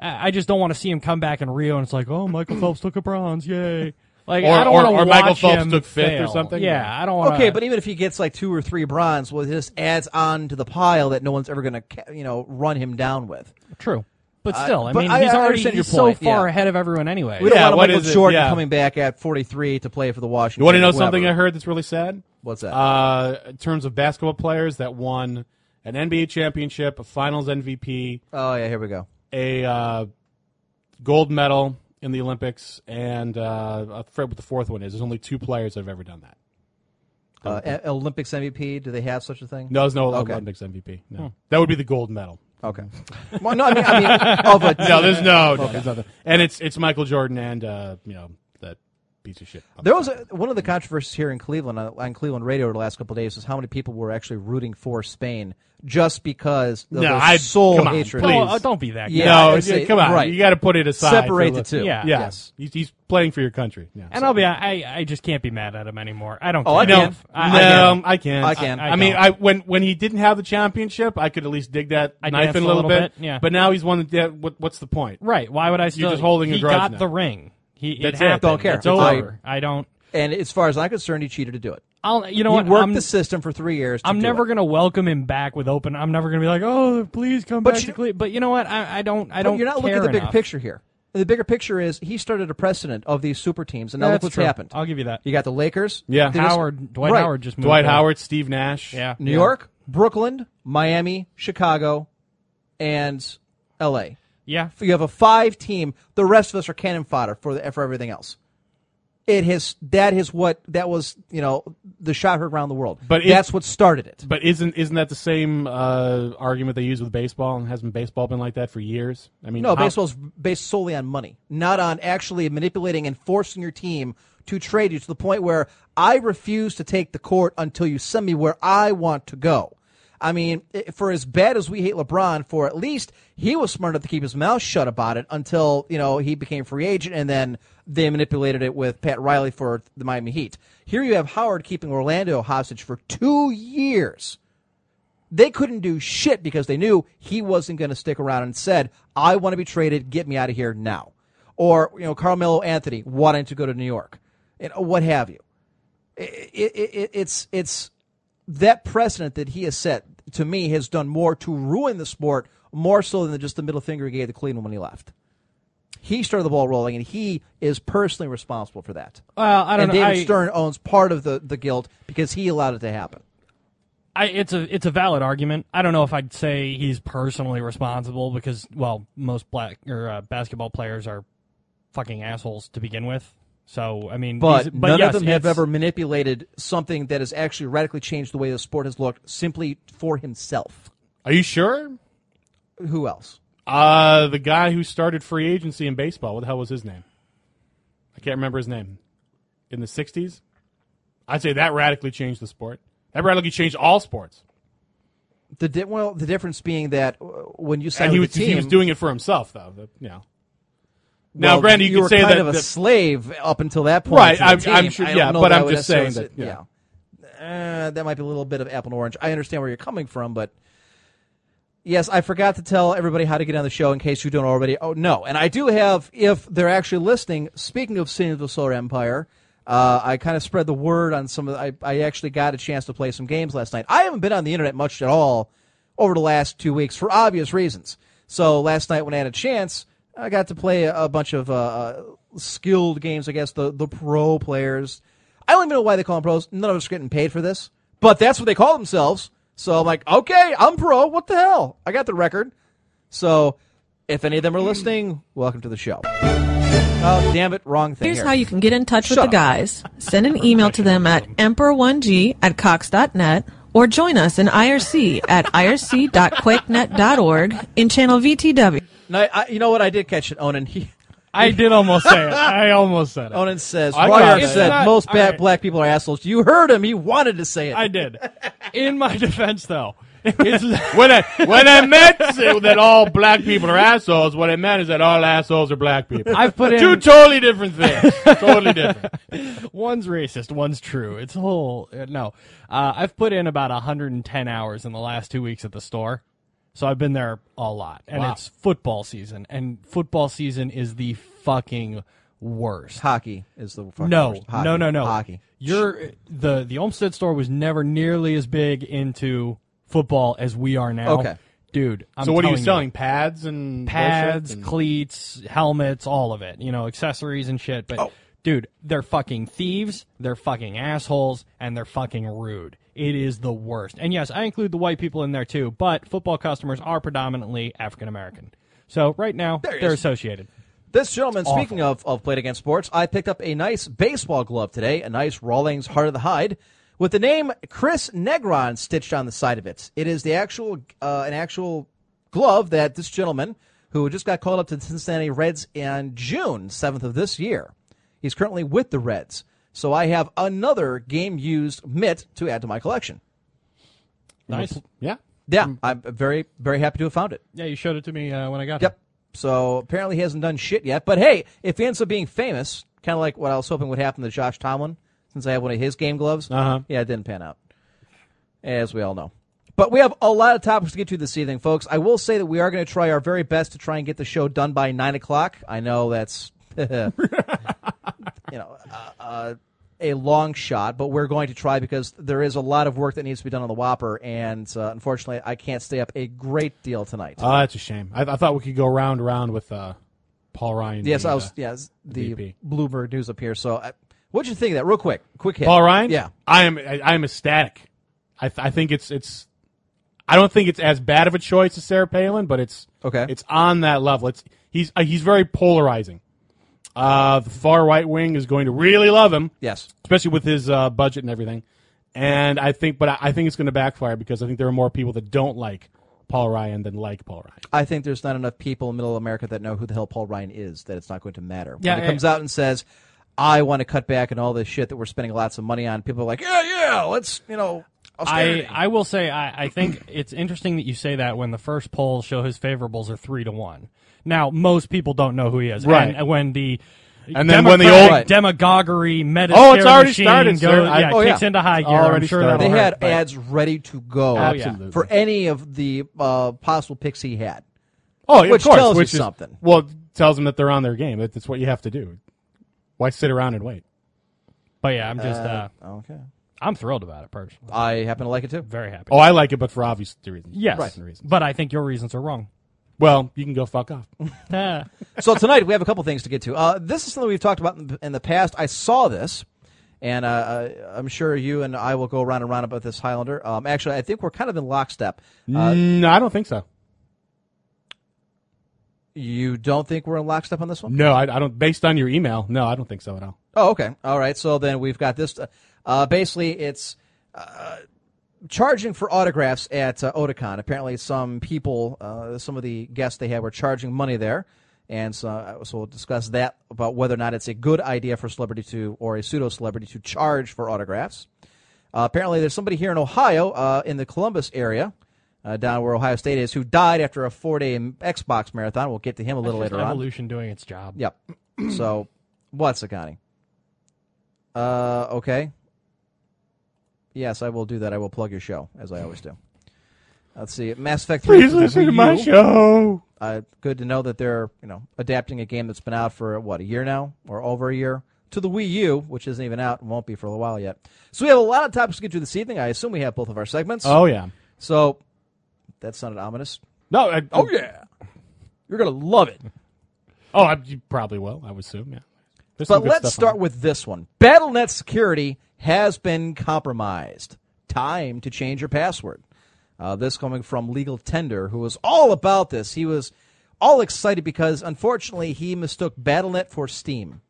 I I just don't want to see him come back in Rio and it's like oh Michael Phelps took a bronze yay. Like
Or-
I don't
or-
want to
or Michael
watch
Phelps
him
took fifth or
fail.
something?
Yeah, I don't want.
Okay, but even if he gets like two or three bronze, well, this adds on to the pile that no one's ever going to, you know, run him down with.
true. But still, I
but
mean,
I-
he's
I
already
understand your
he's so
point,
far
yeah.
ahead of everyone anyway.
We don't
Yeah,
want
what
Michael
is it?
Jordan
Yeah.
coming back at 43 to play for the Washington.
You want to know
whoever.
something I heard that's really sad?
What's that?
Uh, in terms of basketball players that won an NBA championship, a Finals MVP,
oh yeah, here we go.
a uh, gold medal in the Olympics, and uh, I forget what the fourth one is. There's only two players that have ever done that.
Uh, A- Olympics MVP? Do they have such a thing?
No, there's no
Okay. Hmm.
Olympics MVP. No, that would be the gold medal.
Okay. Well, no, I mean, I mean of a
No, there's no, no, there's nothing. And it's it's Michael Jordan and uh, you know that piece of shit.
There was a, one of the controversies here in Cleveland on, on Cleveland radio over the last couple of days was how many people were actually rooting for Spain just because of
No,
their
I-
soul
come on,
hatred.
please.
Oh, uh, don't be that.
Yeah.
guy.
no,
I'd say-
come on,
right.
you got to put it aside.
Separate
for
the two.
Yeah.
yeah.
Yes.
He's, he's playing for your country. Yeah,
And
so-
I'll be. I I just can't be mad at him anymore. I don't.
Oh, I
care.
can't.
I,
no,
I can't.
I
I can't.
can.
I,
I
mean,
don't.
I when when he didn't have the championship, I could at least dig that
I
knife
danced
in
a
a little,
little
bit.
bit, yeah.
But now he's won. The, yeah, what, what's the point?
Right? Why would I still?
just holding a
He
grudge
got
now.
the ring. He
That's it.
it. happened.
Don't care. It's
It's over. I don't.
and as far as I'm concerned, he cheated to do it.
I'll. You know
He
what?
worked
I'm,
the system for three years. to
I'm
do
never
it.
gonna welcome him back with open. I'm never gonna be like, oh, please come
But
back
you-
to Cleveland. But you know what? I, I don't. I
But
don't.
you're not looking at
care
the bigger
enough.
picture here. The bigger picture is he started a precedent of these super teams, and now
That's
look what's
true.
happened.
I'll give you that.
You got the Lakers.
Yeah.
They just-
Howard, Dwight
right.
Howard just moved
Dwight
on.
Howard, Steve Nash.
Yeah.
New York, Brooklyn, Miami, Chicago, and L.A.
Yeah.
You have a five team. The rest of us are cannon fodder for the, for everything else. It has that is what that was you know the shot heard around the world.
But it-
that's what started it.
But isn't isn't that the same uh, argument they use with baseball? And hasn't baseball been like that for years? I mean,
No,
how-
baseball's based solely on money, not on actually manipulating and forcing your team to trade you to the point where I refuse to take the court until you send me where I want to go. I mean, i- for as bad as we hate LeBron, for at least he was smart enough to keep his mouth shut about it until you know he became free agent, and then they manipulated it with Pat Riley for the Miami Heat. Here you have Howard keeping Orlando hostage for two years they couldn't do shit because they knew he wasn't going to stick around and said, I want to be traded. Get me out of here now. Or, you know, Carmelo Anthony wanting to go to New York and what have you. I- I- I- it's, it's that precedent that he has set to me has done more to ruin the sport more so than just the middle finger he gave to Cleveland when he left. He started the ball rolling, and he is personally responsible for that.
Well, I don't
and
know.
David
I-
Stern owns part of the, the guilt because he allowed it to happen.
I, it's a it's a valid argument. I don't know if I'd say he's personally responsible because well, most black or uh, basketball players are fucking assholes to begin with. So I mean,
but,
these-
none
yes,
of them have
it's-
ever manipulated something that has actually radically changed the way the sport has looked simply for himself.
are you sure?
Who else?
Uh, the guy who started free agency in baseball. What the hell was his name? I can't remember his name. In the '60s, I'd say that radically changed the sport. That radically changed all sports.
The di- well, the difference being that uh, when you signed
and he
with
was
the team,
he was doing it for himself though. That, you know. Now,
well,
granted, you,
were
could say
kind
that
of a
the-
slave up until that point.
Right,
to the
I'm-
team.
I'm sure-
I don't
yeah,
know
but
that I
I'm
would
just saying
necessarily
that,
say- yeah. Uh, that might be a little bit of apple and orange. I understand where you're coming from, but Yes, I forgot to tell everybody how to get on the show in case you don't already. Oh no, and I do have if they're actually listening. Speaking of Sin of the Solar Empire, uh, I kind of spread the word on some of. The, I I actually got a chance to play some games last night. I haven't been on the internet much at all over the last two weeks for obvious reasons. So last night when I had a chance, I got to play a, a bunch of uh, uh, skilled games. I guess the the pro players. I don't even know why they call them pros. None of us are getting paid for this, but that's what they call themselves. So I'm like, okay, I'm pro. What the hell? I got the record. So if any of
Hmm.
them are listening, welcome to the show. Oh, damn it. Wrong thing.
Here's
here.
how you can get in touch with
Shut
the
up.
guys. Send an email to them at emperor1g at cox.net or join us in IRC at irc.quakenet.org in channel VTW.
And I, I, you know what? I did catch it. Onan, he,
I did almost say it. I almost said it.
Onan says,
I
Roger
got
it.
said
It's not-
most
all
bad
right.
black people are assholes. You heard him. He wanted to say it.
I did. In my defense, though,
It's- when I when I meant to- that all black people are assholes, what I meant is that all assholes are black people.
I've put in
Two totally different things. totally different.
one's racist, one's true. It's a whole uh, no. Uh, I've put in about 110 hours in the last two weeks at the store, so I've been there a lot. And
Wow.
it's football season, and football season is the fucking worst.
Hockey is the fucking
No,
worst. Hockey.
no, no, no.
Hockey.
You're the the Olmsted store was never nearly as big into football as we are now.
Okay.
dude. I'm
so what are you
telling
selling? Pads and
pads,
bullshit? And-
cleats, helmets, all of it. You know, accessories and shit.
Oh.
But dude, they're fucking thieves. They're fucking assholes, and they're fucking rude. It is the worst. And yes, I include the white people in there too. But football customers are predominantly African American. So right now they're associated.
This gentleman, speaking of, of Played Against Sports, I picked up a nice baseball glove today, a nice Rawlings Heart of the Hide, with the name Chris Negron stitched on the side of it. It is the actual uh, an actual glove that this gentleman, who just got called up to the Cincinnati Reds in June 7th of this year, He's currently with the Reds. So I have another game used mitt to add to my collection.
Nice.
Yeah.
Yeah, I'm very, very happy to have found it.
Yeah, you showed it to me uh, when I got
Yep. So apparently he hasn't done shit yet. But hey, if he ends up being famous, kind of like what I was hoping would happen to Josh Tomlin, since I had one of his game gloves.
Uh-huh.
Yeah, it didn't pan out, as we all know. But we have a lot of topics to get to this evening, folks. I will say that we are going to try our very best to try and get the show done by nine o'clock. I know that's, you know, uh, uh, a long shot, but we're going to try because there is a lot of work that needs to be done on the Whopper, and uh, unfortunately, I can't stay up a great deal tonight.
Oh, that's a shame. I, I thought we could go round round with uh, Paul Ryan.
Yes,
the,
I
uh,
was. Yes, the
VP.
Bloomberg news up here. So, I, what'd you think of that? Real quick, quick hit.
Paul Ryan.
Yeah,
I am. I, I am ecstatic. I, th- I think it's it's. I don't think it's as bad of a choice as Sarah Palin, but it's
Okay.
It's on that level. It's he's uh, he's very polarizing. Uh, the far right wing is going to really love him.
yes,
especially with his uh, budget and everything. And I think, but I, I think it's going to backfire because I think there are more people that don't like Paul Ryan than like Paul Ryan.
I think there's not enough people in Middle America that know who the hell Paul Ryan is. That it's not going to matter.
Yeah,
when
eh.
he
yeah.
comes out and says, "I want to cut back and all this shit that we're spending lots of money on," people are like, "Yeah, yeah, let's you know."
I,
austerity."
I will say I, I think it's interesting that you say that when the first polls show his favorables are three to one. Now most people don't know who he is,
Right.
And when the
And then when the
Democratic
old-
demagoguery meta
Oh, it's already
machine
started,
goes,
sir. I-
yeah,
oh,
kicks
yeah.
into high
It's
gear. I'm
already
sure
started.
they
that'll hurt,
had
but-
ads ready to go
Oh, Absolutely.
for any of the uh, possible picks he had.
Oh, of
Which
course,
tells you
which is-
something.
Well, it tells them that they're on their game. That- That's what you have to do. Why sit around and wait?
But yeah, I'm just uh,
Okay,
I'm thrilled about it personally.
I happen to like it too.
Very happy.
Oh, I like it, but for obvious reasons.
yes,
Obvious reasons.
but I think your reasons are wrong.
Well, you can go fuck off. Uh,
Ah.
so tonight we have a couple things to get to. Uh, this is something we've talked about in the, in the past. I saw this, and uh, uh, I'm sure you and I will go round and round about this Highlander. Um, actually, I think we're kind of in lockstep. Uh,
no, I don't think so.
you don't think we're in lockstep on this one?
No, I, I don't. Based on your email, no, I don't think so at all.
Oh, okay. All right. So then we've got this. uh, Uh, basically, it's uh, charging for autographs at uh, Otakon. Apparently, some people, uh, some of the guests they had, were charging money there. And so, uh, so we'll discuss that about whether or not it's a good idea for a celebrity to, or a pseudo celebrity to charge for autographs. Uh, apparently, there's somebody here in Ohio, uh, in the Columbus area, uh, down where Ohio State is, who died after a four day Xbox marathon. We'll get to him a little
Just
later on.
evolution doing its job.
Yep. so, what's Sakani? Uh, okay. Yes, I will do that. I will plug your show as I always do. Let's see. Mass Effect Three.
Please listen to my show.
Uh, good to know that they're you know adapting a game that's been out for what a year now or over a year to the Wii U, which isn't even out and won't be for a while yet. So we have a lot of topics to get to this evening. I assume we have both of our segments.
Oh yeah.
So that sounded ominous.
No. I, oh yeah.
You're gonna love it.
Oh, I, you probably will. I would assume. Yeah. There's
But
some good
let's
stuff on
start with this one. BattleNet security has been compromised. Time to change your password. Uh, this coming from Legal Tender, who was all about this. He was all excited because, unfortunately, he mistook BattleNet for Steam.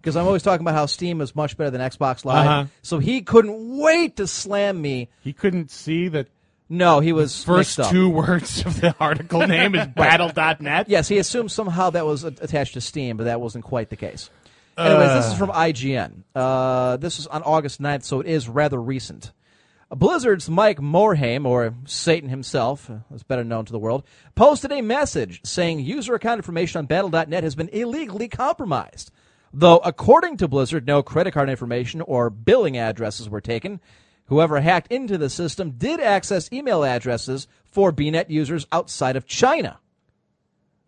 Because I'm always talking about how Steam is much better than Xbox Live.
Uh-huh.
So he couldn't wait to slam me.
He couldn't see that
No, he was
first
mixed up.
two words of the article name is battle.net.
Yes, he assumed somehow that was a- attached to Steam, but that wasn't quite the case. Anyways, this is from IGN. Uh, this is on August 9th, so it is rather recent. Blizzard's Mike Morhaime, or Satan himself, uh, is better known to the world, posted a message saying user account information on Battle.net has been illegally compromised. Though, according to Blizzard, no credit card information or billing addresses were taken, whoever hacked into the system did access email addresses for BNet users outside of China.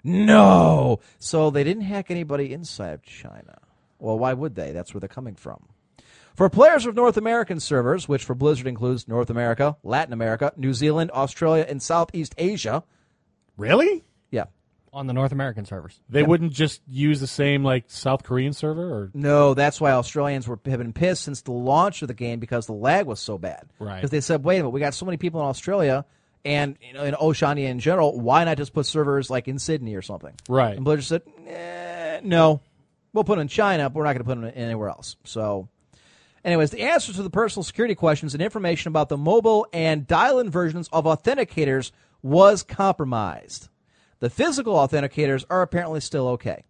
No. So they didn't hack anybody inside of China. Well, why would they? That's where they're coming from. For players of North American servers, which for Blizzard includes North America, Latin America, New Zealand, Australia, and Southeast Asia,
Really?
yeah.
On the North American servers.
They wouldn't just use the same like South Korean server or
No, that's why Australians were, have been pissed since the launch of the game because the lag was so bad.
Right.
Because they said, wait a minute, we got so many people in Australia and you know, in Oceania in general, why not just put servers like in Sydney or something?
Right.
And Blizzard said, eh, no, we'll put it in China, but we're not going to put it anywhere else. So, anyways, the answers to the personal security questions and information about the mobile and dial in versions of authenticators was compromised. The physical authenticators are apparently still okay.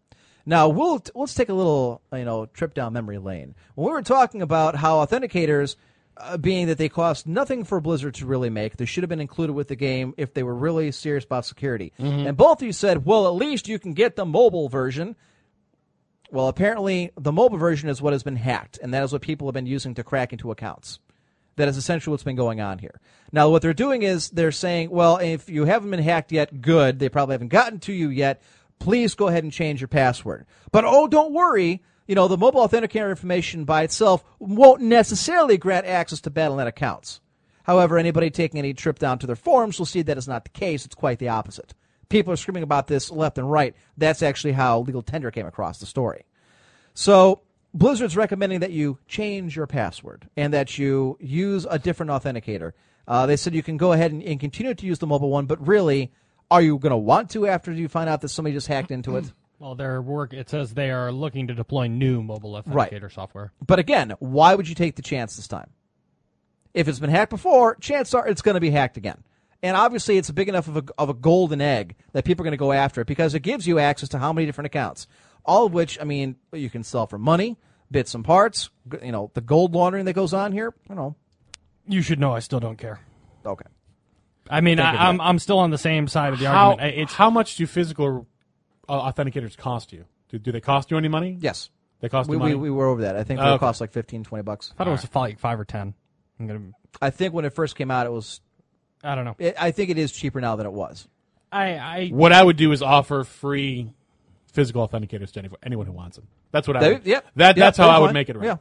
Now we'll t- let's take a little you know trip down memory lane. When we were talking about how authenticators, uh, being that they cost nothing for Blizzard to really make, they should have been included with the game if they were really serious about security. And both of you said, well, at least you can get the mobile version. Well, apparently the mobile version is what has been hacked, and that is what people have been using to crack into accounts. That is essentially what's been going on here. Now, what they're doing is they're saying, well, if you haven't been hacked yet, good. They probably haven't gotten to you yet. Please go ahead and change your password. But oh, don't worry. You know, the mobile authenticator information by itself won't necessarily grant access to BattleNet accounts. However, anybody taking any trip down to their forums will see that is not the case. It's quite the opposite. People are screaming about this left and right. That's actually how Legal Tender came across the story. So Blizzard's recommending that you change your password and that you use a different authenticator. Uh, they said you can go ahead and, and continue to use the mobile one, but really, are you going to want to after you find out that somebody just hacked into it?
Well, their work it says they are looking to deploy new mobile authenticator software.
But again, why would you take the chance this time? If it's been hacked before, chance are it's going to be hacked again. And obviously, it's big enough of a, of a golden egg that people are going to go after it because it gives you access to how many different accounts, all of which, I mean, you can sell for money, bits and parts, g- you know, the gold laundering that goes on here, you know.
You should know I still don't care.
Okay.
I mean, I, I'm I'm still on the same side of the
How,
argument. I- It's
how much do physical uh, authenticators cost you? Do, do they cost you any money?
Yes.
They cost
We,
you
we,
money.
we were over that. I think it
Oh, okay.
cost like 15, 20 bucks.
I thought it was like five or ten. I'm gonna.
I think when it first came out, it was,
I don't know.
it, I think it is cheaper now than it was.
I I
what I would do is offer free physical authenticators to any- anyone who wants them. That's what I.
They-
Would,
yep. Yep,
That that's how
they're
I would
fine.
make it. Right.
Yeah.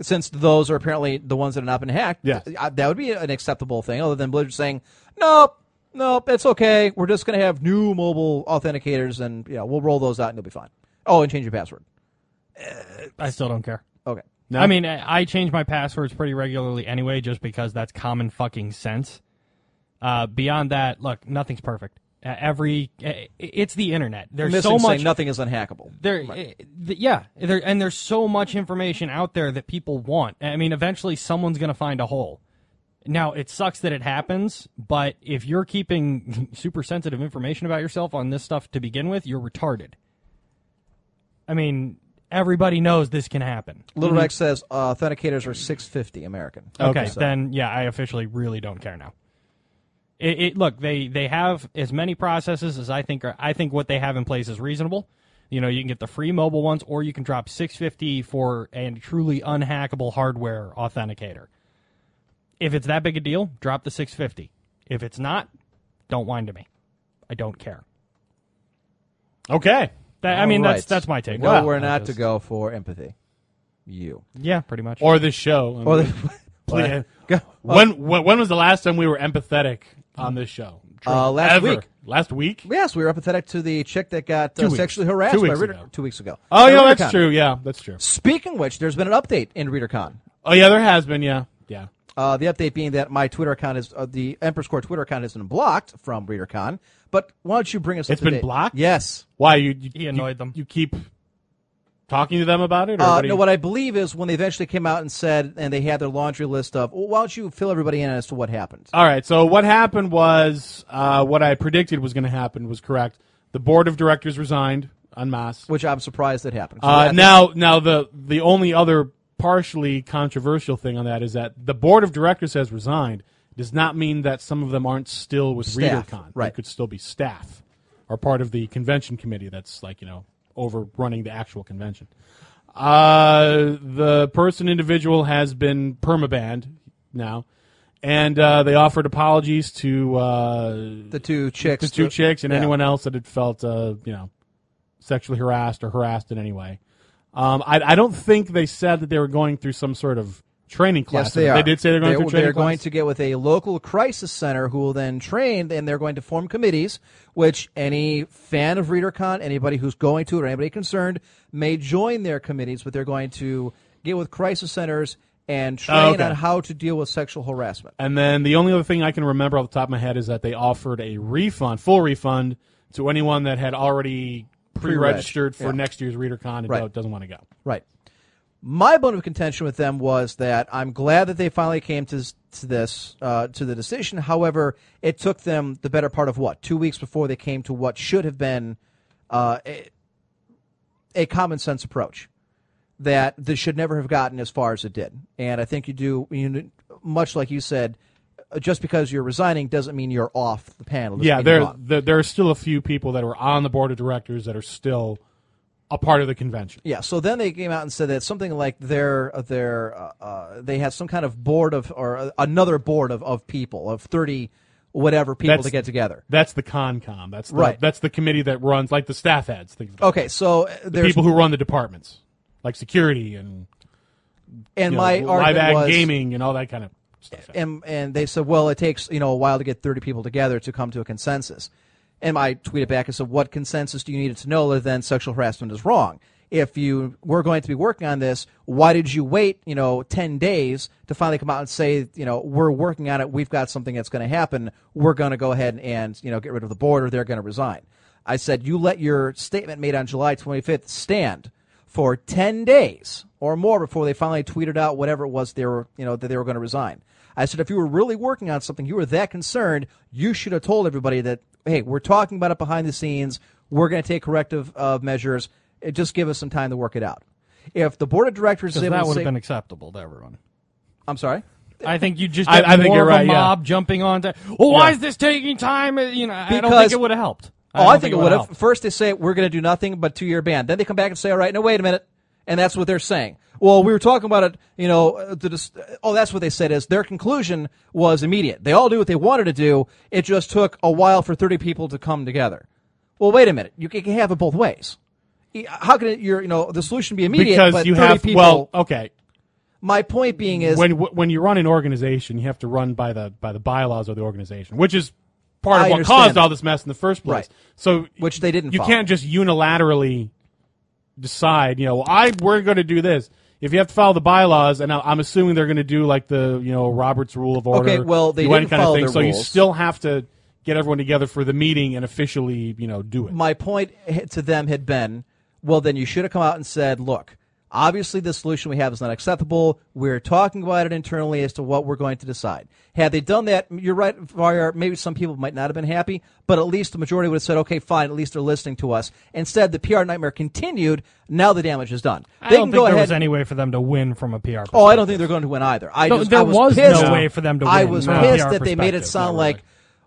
Since those are apparently the ones that have not been hacked,
Yes.
th- uh, that would be an acceptable thing. Other than Blizzard saying, "Nope, nope, it's okay. We're just going to have new mobile authenticators, and you know, we'll roll those out, and you'll be fine." Oh, and change your password.
I still don't care.
Okay.
I mean, I, I change my passwords pretty regularly anyway, just because that's common fucking sense. Uh, beyond that, look, nothing's perfect. Uh, every uh, it's the internet. There's
Missing
so much.
saying nothing is unhackable.
there, uh, th- yeah, there, and there's so much information out there that people want. I mean, eventually someone's gonna find a hole. Now it sucks that it happens, but if you're keeping super sensitive information about yourself on this stuff to begin with, you're retarded. I mean, everybody knows this can happen.
Mm-hmm.
Little Rex says authenticators are six fifty American.
Okay, then yeah, I officially really don't care now. It, it look they they have as many processes as I think are I think what they have in place is reasonable. You know, you can get the free mobile ones, or you can drop six fifty for a truly unhackable hardware authenticator. If it's that big a deal, drop the six fifty. If it's not, don't whine to me. I don't care.
Okay.
That, I mean,
All right.
that's that's my take.
Know
Wow.
where
I
not
just-
to go for empathy. You.
Yeah, pretty much.
Or this show.
Or
Please- when wh- when was the last time we were empathetic on this show?
Uh, last
Ever.
week.
Last week.
Yes, we were empathetic to the chick that got uh,
weeks.
sexually harassed
Two
by
weeks
Reader-
ago.
two weeks ago.
Oh,
At
yeah,
ReaderCon.
that's true. Yeah, that's true.
Speaking of which, there's been an update in ReaderCon.
Oh yeah, there has been. Yeah, yeah.
Uh, the update being that my Twitter account is uh, the Emperor's Core Twitter account has been blocked from ReaderCon. But why don't you bring us?
It's
up to
been
date?
blocked?
Yes.
Why you? you
He annoyed
you-
them.
You keep talking to them about it, or
Uh,
what do
no,
you-
what I believe is when they eventually came out and said, and they had their laundry list of, well, why don't you fill everybody in as to what happened?
All right. So what happened was uh, what I predicted was going to happen was correct. The board of directors resigned en masse.
which I'm surprised that happened. So I
Uh,
think-
now, now the the only other partially controversial thing on that is that the board of directors has resigned. Does not mean that some of them aren't still with
Staff,
ReaderCon.
right.
They could still be staff or part of the convention committee that's like you know overrunning the actual convention. Uh, the person individual has been permabanned now, and uh, they offered apologies to uh,
the two chicks,
the two
the-
chicks and
yeah.
anyone else that had felt uh, you know sexually harassed or harassed in any way. Um, I, I don't think they said that they were going through some sort of training class.
Yes, they are.
did say they're going through training
They're
class.
going to get with a local crisis center who will then train, and they're going to form committees, which any fan of ReaderCon, anybody who's going to it, or anybody concerned, may join their committees. But they're going to get with crisis centers and train
Oh, okay.
on how to deal with sexual harassment.
And then the only other thing I can remember off the top of my head is that they offered a refund, full refund, to anyone that had already pre-registered for
yeah.
next year's ReaderCon and
Right.
don't- doesn't want to go.
Right. My bone of contention with them was that I'm glad that they finally came to, to this uh, to the decision. However, it took them the better part of what two weeks before they came to what should have been uh, eh, a common sense approach that this should never have gotten as far as it did. And I think you do, you, much like you said, uh, just because you're resigning doesn't mean you're off the panel. doesn't
yeah,
mean
there,
you're on.
there there are still a few people that were on the board of directors that are still a part of the convention.
Yeah, so then they came out and said that something like their their uh, uh, they had some kind of board of or uh, another board of, of people of thirty whatever people
That's-
to get together.
That's the CONCOM. That's the,
Right.
That's the committee that runs like the staff heads, things like
Okay, so uh,
that.
there's
people who run the departments, like security and
and
you know,
my
live
argument
ad
was
gaming and all that kind of stuff.
and and they said, well, it takes you know a while to get thirty people together to come to a consensus. And I tweeted back and said, what consensus do you need to know other than sexual harassment is wrong? If you were going to be working on this, why did you wait you know ten days to finally come out and say you know we're working on it, we've got something that's going to happen, we're going to go ahead and you know get rid of the board or they're going to resign. I said, you let your statement made on July 25th stand for 10 days or more before they finally tweeted out whatever it was they were, you know, that they were going to resign. I said, if you were really working on something, you were that concerned, you should have told everybody that, hey, we're talking about it behind the scenes. We're going to take corrective uh, measures. It just give us some time to work it out. If the board of directors is
Because
able
that
to
would
say,
have been acceptable to everyone.
I'm sorry.
I think you just
I-
had
I think
more
you're
of a
right, yeah.
mob jumping on to. Well, why
Yeah.
is this taking time? Uh, You know, I don't think
Because-
it would have helped.
Oh,
don't
I think, it would
would've
have.
helped.
First, they say we're going to do nothing but two-year ban. Then they come back and say, "All right, no, wait a minute," and that's what they're saying. Well, we were talking about it, you know. uh, The, dis- oh, that's what they said is their conclusion was immediate. They all do what they wanted to do. It just took a while for thirty people to come together. Well, wait a minute. You can, you can have it both ways. Y- How can it, your you know the solution be immediate?
because
but
you
30
have
people,
well, okay.
my point being is
When when you run an organization, you have to run by the by the bylaws of the organization, which is part
I
of what
understand
caused
that.
all this mess in the first
Right.
place. So
Which they didn't
You
follow.
can't just unilaterally decide. You know, well, I we're going to do this. If you have to follow the bylaws, and I- I'm assuming they're going to do like the you know Robert's Rule of Order,
Okay, well, they
you know, any
didn't
kind of
follow
thing.
their
so you
rules.
still have to get everyone together for the meeting and officially you know do it.
my point h- to them had been, well, then you should have come out and said, look, obviously the solution we have is not acceptable. We're talking about it internally as to what we're going to decide. Had they done that, you're right, Varyar, maybe some people might not have been happy, but at least the majority would have said, okay, fine, at least they're listening to us. Instead, the PR nightmare continued. Now the damage is done.
I
They
don't
can
think
go
there
ahead
was any way for them to win from a PR.
Oh, I
perspective.
don't think they're going to win either. I
No,
just,
there
I was
was
pissed.
no way for them to
I
win
was
from a
pissed
PR
that they made it
perspective.
sound
No,
like,
really.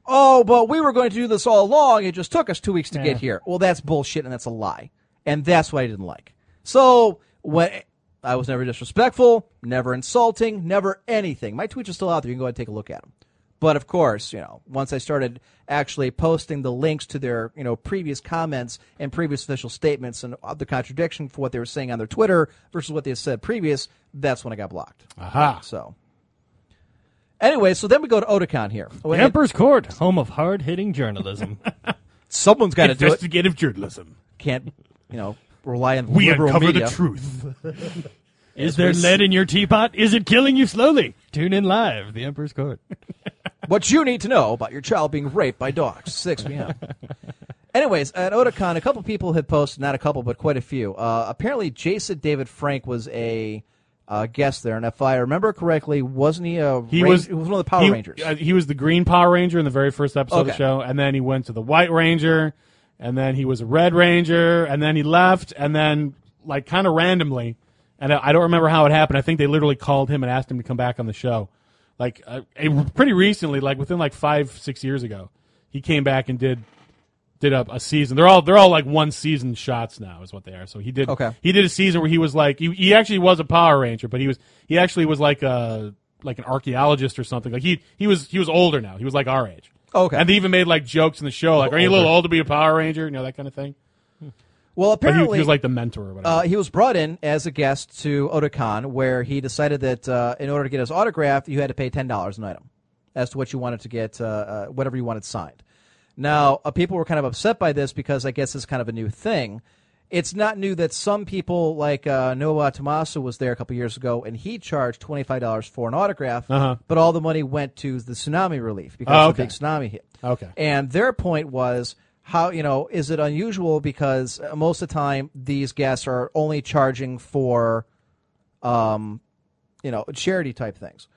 oh, but we were going to do this all along. It just took us two weeks to get here. Well, that's bullshit and that's a lie, and that's what I didn't like. So when I was never disrespectful, never insulting, never anything. My tweets are still out there. You can go ahead and take a look at them. But of course, you know, once I started actually posting the links to their, you know, previous comments and previous official statements and the contradiction for what they were saying on their Twitter versus what they said previous, that's when I got blocked.
Aha.
So, anyway, so then we go to Otakon here.
Oh,
The Emperor's Court, home of hard hitting journalism.
Someone's got to do it.
Investigative journalism.
Can't you know rely on
We
liberal
uncover
media.
the truth.
Is there lead in your teapot? Is it killing you slowly? Tune in live, The Emperor's Court.
What you need to know about your child being raped by dogs. 6 p.m. Anyways, at Otakon, a couple people had posted, not a couple, but quite a few. Uh, apparently, Jason David Frank was a uh, guest there, and if I remember correctly, wasn't he a
He
Ran-
was
he was one of the Power
he-
Rangers?
uh, he was the Green Power Ranger in the very first episode of
Okay.
the show, and then he went to the White Ranger, and then he was a Red Ranger, and then he left, and then like kind of randomly, and I, I don't remember how it happened. I think they literally called him and asked him to come back on the show, like uh, eh, pretty recently, like within like five six years ago, he came back and did did a, a season. They're all they're all like one season shots now is what they are. So he did
Okay.
he did a season where he was like he, he actually was a Power Ranger, but he was he actually was like a like an archaeologist or something. Like he he was he was older now. He was like our age.
Oh, Okay.
And they even made like jokes in the show like are you a little old to be a Power Ranger, you know that kind of thing.
well,
But he,
apparently
he was like the mentor or whatever.
Uh, he was brought in as a guest to Otakon, where he decided that uh, in order to get his autograph, you had to pay ten dollars an item, as to what you wanted to get, uh, uh, whatever you wanted signed. Now, uh, people were kind of upset by this because I guess it's kind of a new thing. It's not new that some people, like uh, Noah Tomasa, was there a couple years ago, and he charged twenty five dollars for an autograph, but all the money went to the tsunami relief because
Uh-huh. Oh,
the
okay.
big tsunami hit.
Okay.
And their point was how, you know, is it unusual because uh, most of the time these guests are only charging for, um, you know, charity type things.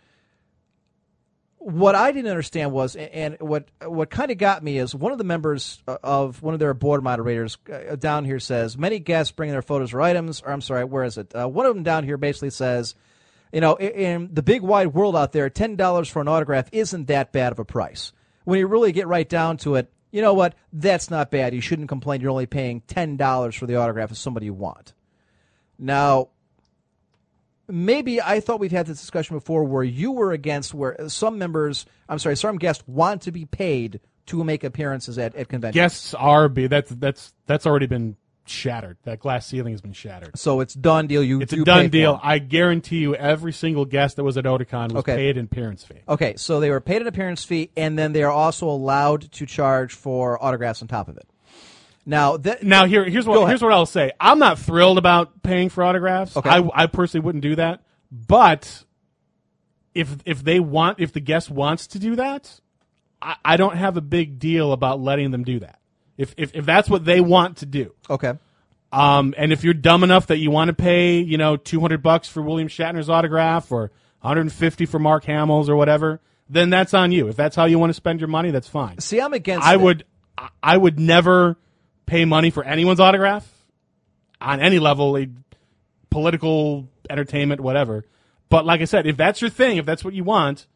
what I didn't understand was, a- and what what kind of got me is one of the members uh, of one of their board moderators uh, down here says many guests bring their photos or items, or I'm sorry, where is it? Uh, one of them down here basically says, you know, i- in the big wide world out there, ten dollars for an autograph isn't that bad of a price. When you really get right down to it, you know what? That's not bad. You shouldn't complain. You're only paying ten dollars for the autograph of somebody you want. Now, maybe I thought we've had this discussion before where you were against where some members, I'm sorry, some guests want to be paid to make appearances at, at conventions.
Guests are be that's that's that's already been shattered. That glass ceiling has been shattered.
So it's done deal. You
It's
you
a done
pay for
deal.
them.
I guarantee you, every single guest that was at Otakon was
Okay.
paid an appearance fee.
Okay, so they were paid an appearance fee, and then they are also allowed to charge for autographs on top of it. Now, that,
Now here here's
Go
what
ahead.
here's what I'll say. I'm not thrilled about paying for autographs.
Okay.
I I personally wouldn't do that. But if if they want if the guest wants to do that, I, I don't have a big deal about letting them do that. If if if that's what they want to do.
okay,
Um and if you're dumb enough that you want to pay, you know, 200 bucks for William Shatner's autograph or 150 for Mark Hamill's or whatever, then that's on you. If that's how you want to spend your money, that's fine.
see, I'm against.
I
it.
would I- I would never pay money for anyone's autograph on any level, a political, entertainment, whatever. But like I said, if that's your thing, if that's what you want,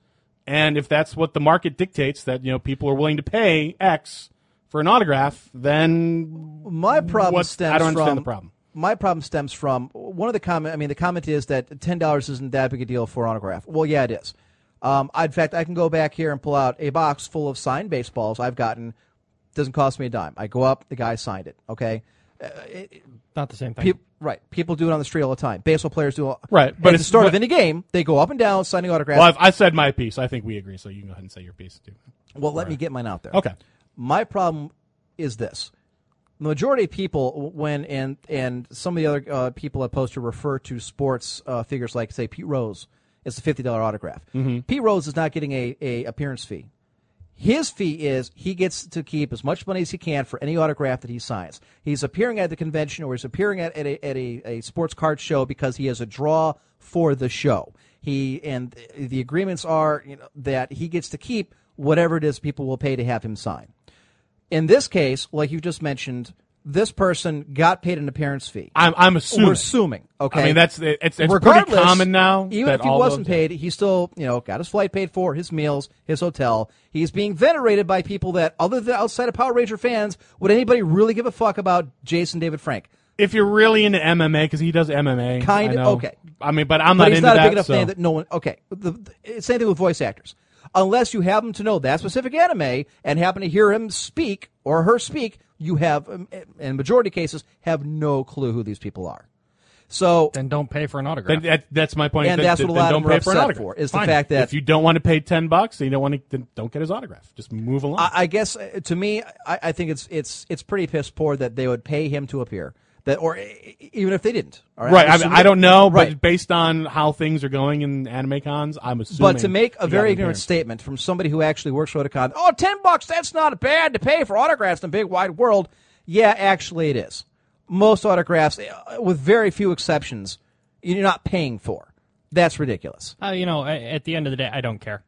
and if that's what the market dictates that you know people are willing to pay X for an autograph, then
My problem
what's-
stems
I don't understand
from
the problem.
My problem stems from one of the comment. I mean, the comment is that ten dollars isn't that big a deal for an autograph. Well, yeah, it is. Um, I- in fact, I can go back here and pull out a box full of signed baseballs I've gotten. Doesn't cost me a dime. I go up, the guy signed it. Okay,
Not the same thing.
Peop right? People do it on the street all the time. Baseball players do it.
Right, but
at the
it's-
start of
but-
any game, they go up and down signing autographs.
well, I've, I said my piece. I think we agree, so you can go ahead and say your piece too.
Well, let me get mine out there.
Okay.
My problem is this: the majority of people, when and and some of the other uh, people at Poster refer to sports uh, figures like, say, Pete Rose as a fifty dollar autograph. Pete Rose is not getting a, a appearance fee. His fee is he gets to keep as much money as he can for any autograph that he signs. He's appearing at the convention or he's appearing at, at, a, at a, a sports card show because he is a draw for the show. He and the agreements are you know, that he gets to keep whatever it is people will pay to have him sign. In this case, like you just mentioned, this person got paid an appearance fee.
I'm I'm assuming.
We're assuming. Okay.
I mean, that's it's, it's pretty
Regardless,
common now.
Even
that
if he
all
wasn't
those-
paid, he still, you know, got his flight paid for, his meals, his hotel. He's being venerated by people that, other than outside of Power Ranger fans, would anybody really give a fuck about Jason David Frank?
if you're really into MMA, because he does MMA,
Kind
I
of-
know.
okay.
I mean, but I'm
but
not
he's
into
not a
that.
big enough
so.
name that no one. Okay, the, the- same thing with voice actors. Unless you happen to know that specific anime and happen to hear him speak or her speak, you have, um, in majority of cases, have no clue who these people are. So
then don't pay for an autograph.
Then that, that's my point.
And
Then-
that's what a
then
lot of
don't
them are
pay for an
upset
autograph.
for, is the
Fine.
fact that-
if you don't want to pay ten bucks, and you don't want to, then don't get his autograph. Just move along.
I, I guess uh, to me, I, I think it's it's it's pretty piss poor that they would pay him to appear that, or e- e- even if they didn't. All right,
right.
I'm
I, mean,
assuming-
I don't know, but
Right.
based on how things are going in anime cons, I'm assuming.
But to make a
he got
very
an
ignorant
appearance.
statement from somebody who actually works for Otakon, oh, 10 bucks, that's not bad to pay for autographs in the big wide world. Yeah, actually it is. Most autographs, uh, with very few exceptions, you're not paying for. That's ridiculous.
Uh, you know, a- at the end of the day, I don't care.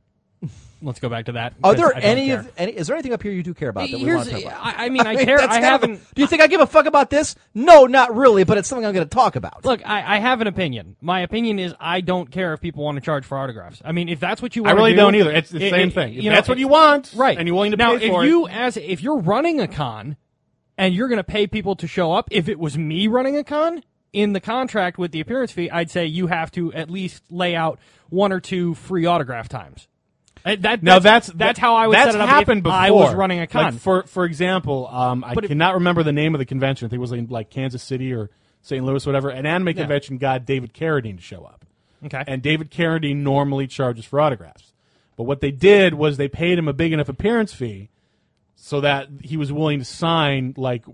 Let's go back to that.
Are
because
there
I don't
any,
care.
of, any? Is there anything up here you do care about that we
Here's-
want to talk about?
I- I mean, I care-
that's
I
kind of a-
haven't-
do you think I give a fuck about this? No, not really. But it's something I'm going to talk about.
Look, I, I have an opinion. My opinion is I don't care if people want to charge for autographs. I mean, if that's what you
I
want,
really
do,
don't either. It's the
it-
same
it-
thing. If
you know,
that's what
it-
you want,
right?
and you're willing to
now,
pay
if
for
you
it.
as if you're running a con, and you're going to pay people to show up, if it was me running a con in the contract with the appearance fee, I'd say you have to at least lay out one or two free autograph times. Uh, That,
Now that's
that's how I would
that's
set it up. if
happened before.
I was running a con.
Like, for for example, um, I
But if-
cannot remember the name of the convention. I think it was in like Kansas City or St. Louis, whatever. An anime convention got David Carradine to show up.
okay,
and David Carradine normally charges for autographs. But what they did was they paid him a big enough appearance fee so that he was willing to sign like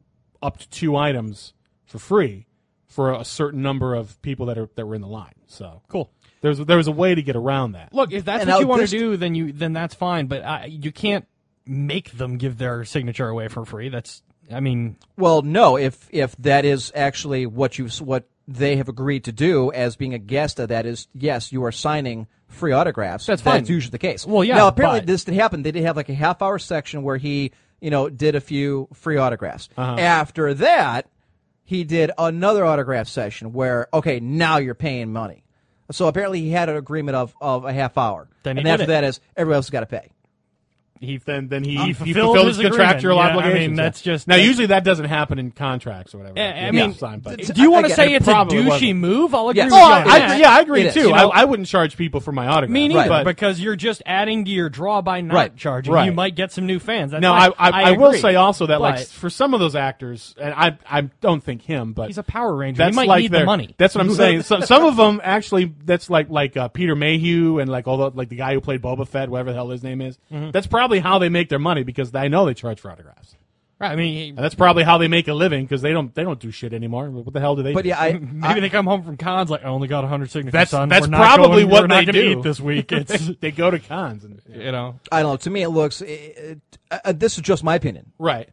up to two items for free for a certain number of people that are that were in the line. So
cool.
there's there was a way to get around that.
Look, if that's
And
what
now
you want
this-
to do, then you then that's fine. But I, you can't make them give their signature away for free. That's I mean,
Well, no. If if that is actually what you what they have agreed to do as being a guest of that is yes, you are signing free autographs.
That's fine.
That's usually the case.
Well, yeah,
Now apparently
but-
this did happen. They did have like a half hour section where he, you know, did a few free autographs.
Uh-huh.
After that, he did another autograph session where okay, now you're paying money. So apparently he had an agreement of, of a half hour.
Then he
and
did
after
it.
that is everybody else has got to pay.
He
Then, then he,
Um,
he
fulfilled
fulfilled,
his
his, contractual
agreement. Yeah, I mean,
obligations.
that's just-
now.
that's-
usually that doesn't happen in contracts or whatever.
I, I
Yeah.
mean,
Signed, but-
do you want to
Again,
say
it
it's a
probably
douchey
wasn't.
move? I'll agree
Yes.
with
Oh,
you
I,
on that.
I- yeah, I agree
It is.
too.
You
know-
I, I wouldn't charge people for my autograph.
Me neither,
but
because you're just adding to your draw by not
Right.
charging.
Right.
You might get some new fans. That's
now I,
fine.
I, I, will
agree.
say also that like
But-
for some of those actors, and I I don't think him, but
He's a Power Ranger.
That's
he might
like
need
their-
the money.
That's what I'm saying. Some some of them actually. That's like like uh, Peter Mayhew and like all the like the guy who played Boba Fett, whatever the hell his name is.
Mm-hmm.
That's probably how they make their money because I know they charge for autographs,
right. I mean,
and that's probably how they make a living because they don't they don't do shit anymore. What the hell do they?
But
do?
yeah, I,
maybe
I
they come home from cons like I only got 100 signatures.
That's-
son.
that's
We're not
probably
going-
what
we're not
they
gonna
do.
eat this week. It's
they go to cons and
you know.
I don't know. To me, it looks. It, uh, uh, this is just my opinion.
right.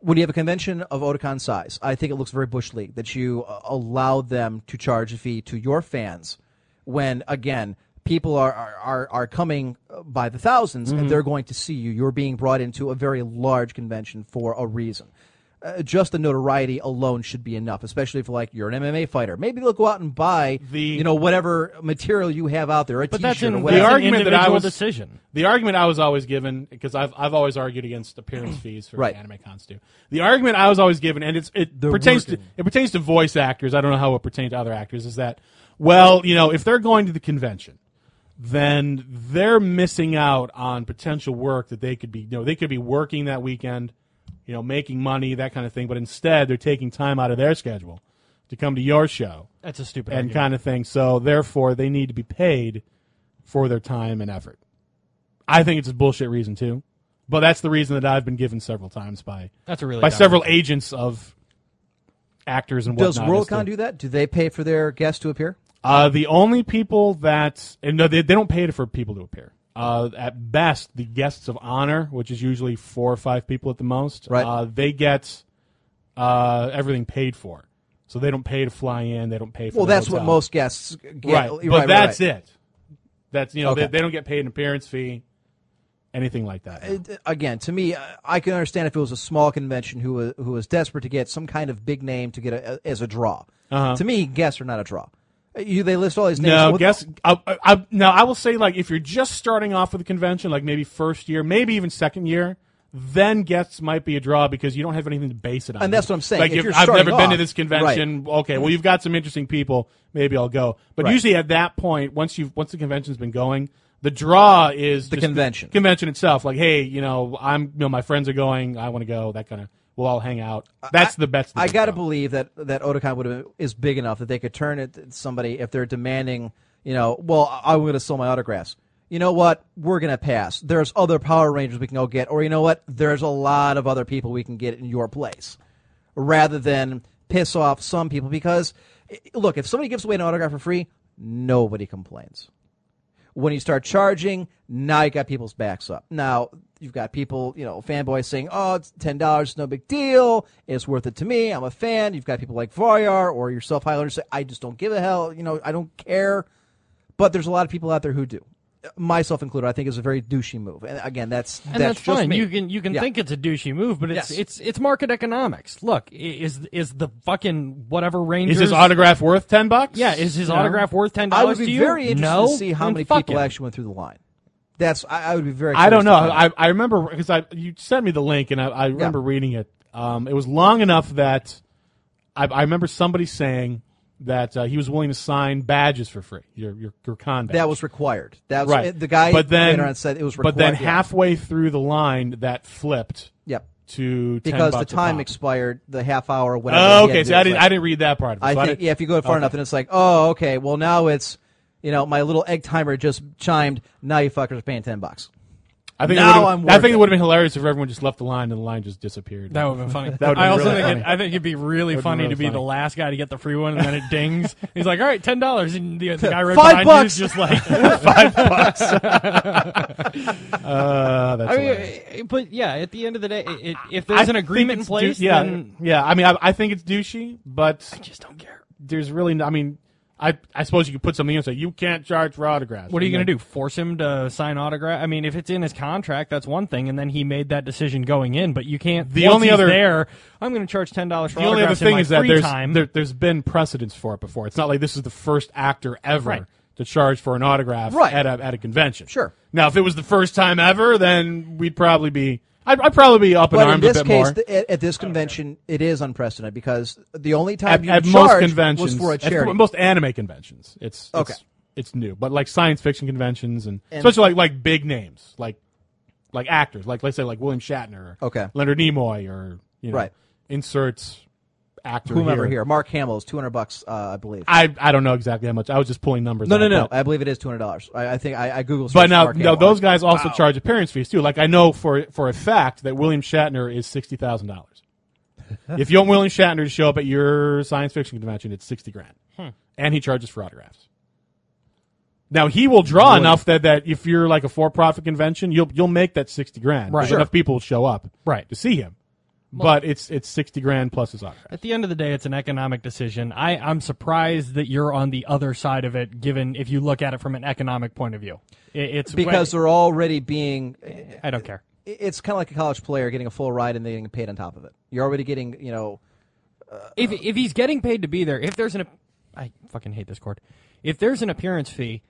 When you have a convention of Otakon size, I think it looks very bush league that you uh, allow them to charge a fee to your fans when, again, people are, are, are, are coming uh, by the 1000s
Mm-hmm.
and they're going to see you. You're being brought into a very large convention for a reason. Uh, just the notoriety alone should be enough, especially if like you're an MMA fighter. Maybe they'll go out and buy
The-
you know whatever material you have out there, a
But
shirt
that's in
or
The
whatever.
that's an
argument that I
individual
was-
decision.
The argument I was always given, because I've I've always argued against appearance fees for
Right.
anime cons too. The argument I was always given, and it's it pertains to it pertains to voice actors. I don't know how it pertains to other actors. Is that well, you know, if they're going to the convention, then they're missing out on potential work that they could be. You know, they could be working that weekend, you know, making money that kind of thing. But instead, they're taking time out of their schedule to come to your show
That's a stupid
and
argument.
kind of thing. So therefore, they need to be paid for their time and effort. I think it's a bullshit reason too, but that's the reason that I've been given several times by
that's a really
by
dumb-
several agents of actors and
Does
whatnot. as
WorldCon
to-
do that? Do they pay for their guests to appear?
Uh, the only people that and no, they, they don't pay for people to appear. Uh, at best, the guests of honor, which is usually four or five people at the most,
Right.
uh, they get uh, everything paid for. So they don't pay to fly in. They don't pay for.
Well,
the
that's what
hotel.
most guests get.
right. But that's it. That's you know
Okay.
they, they don't get paid an appearance fee, anything like that.
it. Again, to me, I- I can understand if it was a small convention who was, who was desperate to get some kind of big name to get a, as a draw. To me, guests are not a draw. You they list all these names.
Uh-huh. no,
What-
guess I, I, I, now I will say like if you're just starting off with a convention, like maybe first year, maybe even second year, then guests might be a draw because you don't have anything to base it on.
And that's what I'm saying.
Like
If
if,
you're
I've never
starting
been to
off-
this convention, okay, well you've got some interesting people, maybe I'll go. But
Right.
usually at that point, once you've once the convention's been going. The draw is the
convention.
convention itself. Like, hey, you know, I'm, you know, my friends are going. I want to go. That kind of. We'll all hang out. That's the best.
I gotta believe
believe.
that that Otakon would have, is big enough that they could turn it to somebody if they're demanding. You know, well, I- I'm gonna sell my autographs. You know what? We're gonna pass. There's other Power Rangers we can go get, or you know what? There's a lot of other people we can get in your place, rather than piss off some people. Because i- look, if somebody gives away an autograph for free, nobody complains when you start charging, now you got people's backs up. Now you've got people, you know, fanboys saying, "Oh, it's ten dollars, no big deal. It's worth it to me. I'm a fan." You've got people like Voyar or yourself, Highlander, say, "I just don't give a hell. You know, I don't care." But there's a lot of people out there who do, myself included. I think is a very douchey move. And again, that's
and that's,
just
fine.
me.
You can you can
Yeah.
think it's a douchey move, but it's
Yes.
it's it's market economics. Look, i- is is the fucking whatever
Is
Rangers
his autograph worth ten bucks?
Yeah, is his
No.
autograph worth ten
I
dollars
would
to
be
you?
very interested
no?
to see how
Then
many
fuck
people
it.
actually went through the line. That's I, I would be very.
I don't know.
curious to find out.
I, I remember because I you sent me the link and I, I remember reading it. Um, it was long enough that I, I remember somebody saying that uh, he was willing to sign badges for free. Your your your con badge.
that was required. That was
right.
the guy.
but then
later on said it was required.
But then
yeah.
halfway through the line, that flipped
Yep.
to 10
because the
bucks a
time
pop.
expired, the half hour, or whatever.
Oh,
he had to
okay. See,
do.
I didn't
Like,
I didn't read that part. Of it,
I
so
think
didn't-
yeah, if you go far
okay.
enough, and it's like, oh, okay, well now it's, you know, my little egg timer just chimed. Now you fuckers are paying ten bucks.
I think it
Now
would've-
I'm
I think it
working.
would have been hilarious if everyone just left the line and the line just disappeared.
That would have been funny.
That would've
I
been
also
really
think
funny.
It, I think it'd be really
been
funny
really
to be the
funny.
last guy to get the free one, and then it dings. He's like, "All right, ten dollars," and the, the guy right
Five
behind you is
bucks.
just like,
Uh, that's
I mean,
hilarious.
uh, but yeah, at the end of the day, it, it, if there's
I
an
think
agreement in
it's
place,
dou- yeah,
then
yeah. I mean, I, I think it's douchey, but
just don't care.
there's really, no, I mean, I I suppose you could put something in and say you can't charge for autographs.
What are you going to do? Force him to sign autograph? I mean, if it's in his contract, that's one thing, and then he made that decision going in. But you can't.
The
once
only
he's
other-
there, I'm going to charge ten dollars for
The only other
autographs in
thing
my
is that
free
there's
time.
there, there's been precedents for it before. It's not like this is the first actor ever
Right.
to charge for an autograph
Right.
at a at a convention.
Sure.
Now, if it was the first time ever, then we'd probably be I'd, I'd probably be up in
But in
arms
this
a bit
case,
more.
th- at, at this convention, it is unprecedented because the only time
at,
you
at
charged
most conventions,
was for a
at
charity.
most anime conventions, it's, it's
Okay.
it's new. But like science fiction conventions and, especially like like big names, like like actors, like let's say like William Shatner, or
Okay.
Leonard Nimoy, or you know,
Right.
inserts actor
Whomever
here.
here, Mark Hamill is two hundred bucks, uh, I believe.
I I don't know exactly how much. I was just pulling numbers.
no,
out,
no, no.
but-
I believe it is two hundred dollars. I, I think I, I Google.
But now, now those guys also charge appearance fees too. Like I know for for a fact that William Shatner is sixty thousand dollars. if you want William Shatner to show up at your science fiction convention, it's sixty grand,
Hmm.
and he charges for autographs. Now he will draw enough that, that if you're like a for profit convention, you'll you'll make that sixty grand.
Right.
because
Sure.
Enough people will show up
Right.
to see him. but it's it's sixty grand plus his autograph.
At the end of the day, it's an economic decision. I, I'm surprised that you're on the other side of it, given if you look at it from an economic point of view. It, it's
because they're already being.
I don't care.
It's kind of like a college player getting a full ride and then getting paid on top of it. You're already getting, you know,
if if he's getting paid to be there, if there's an ap- I fucking hate this chord. If there's an appearance fee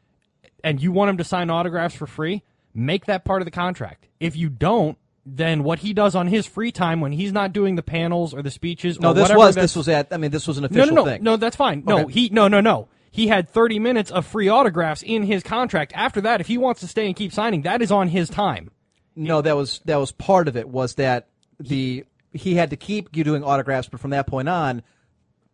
and you want him to sign autographs for free, make that part of the contract. If you don't, then what he does on his free time when he's not doing the panels or the speeches
no.
or
This
whatever
was
that's-
this was at. I mean, this was an
no,
official
no, no,
thing.
no. That's fine. No,
Okay.
he no no no. He had 30 minutes of free autographs in his contract. After that, if he wants to stay and keep signing, that is on his time.
No, that was that was part of it. Was that the he had to keep you doing autographs, but from that point on,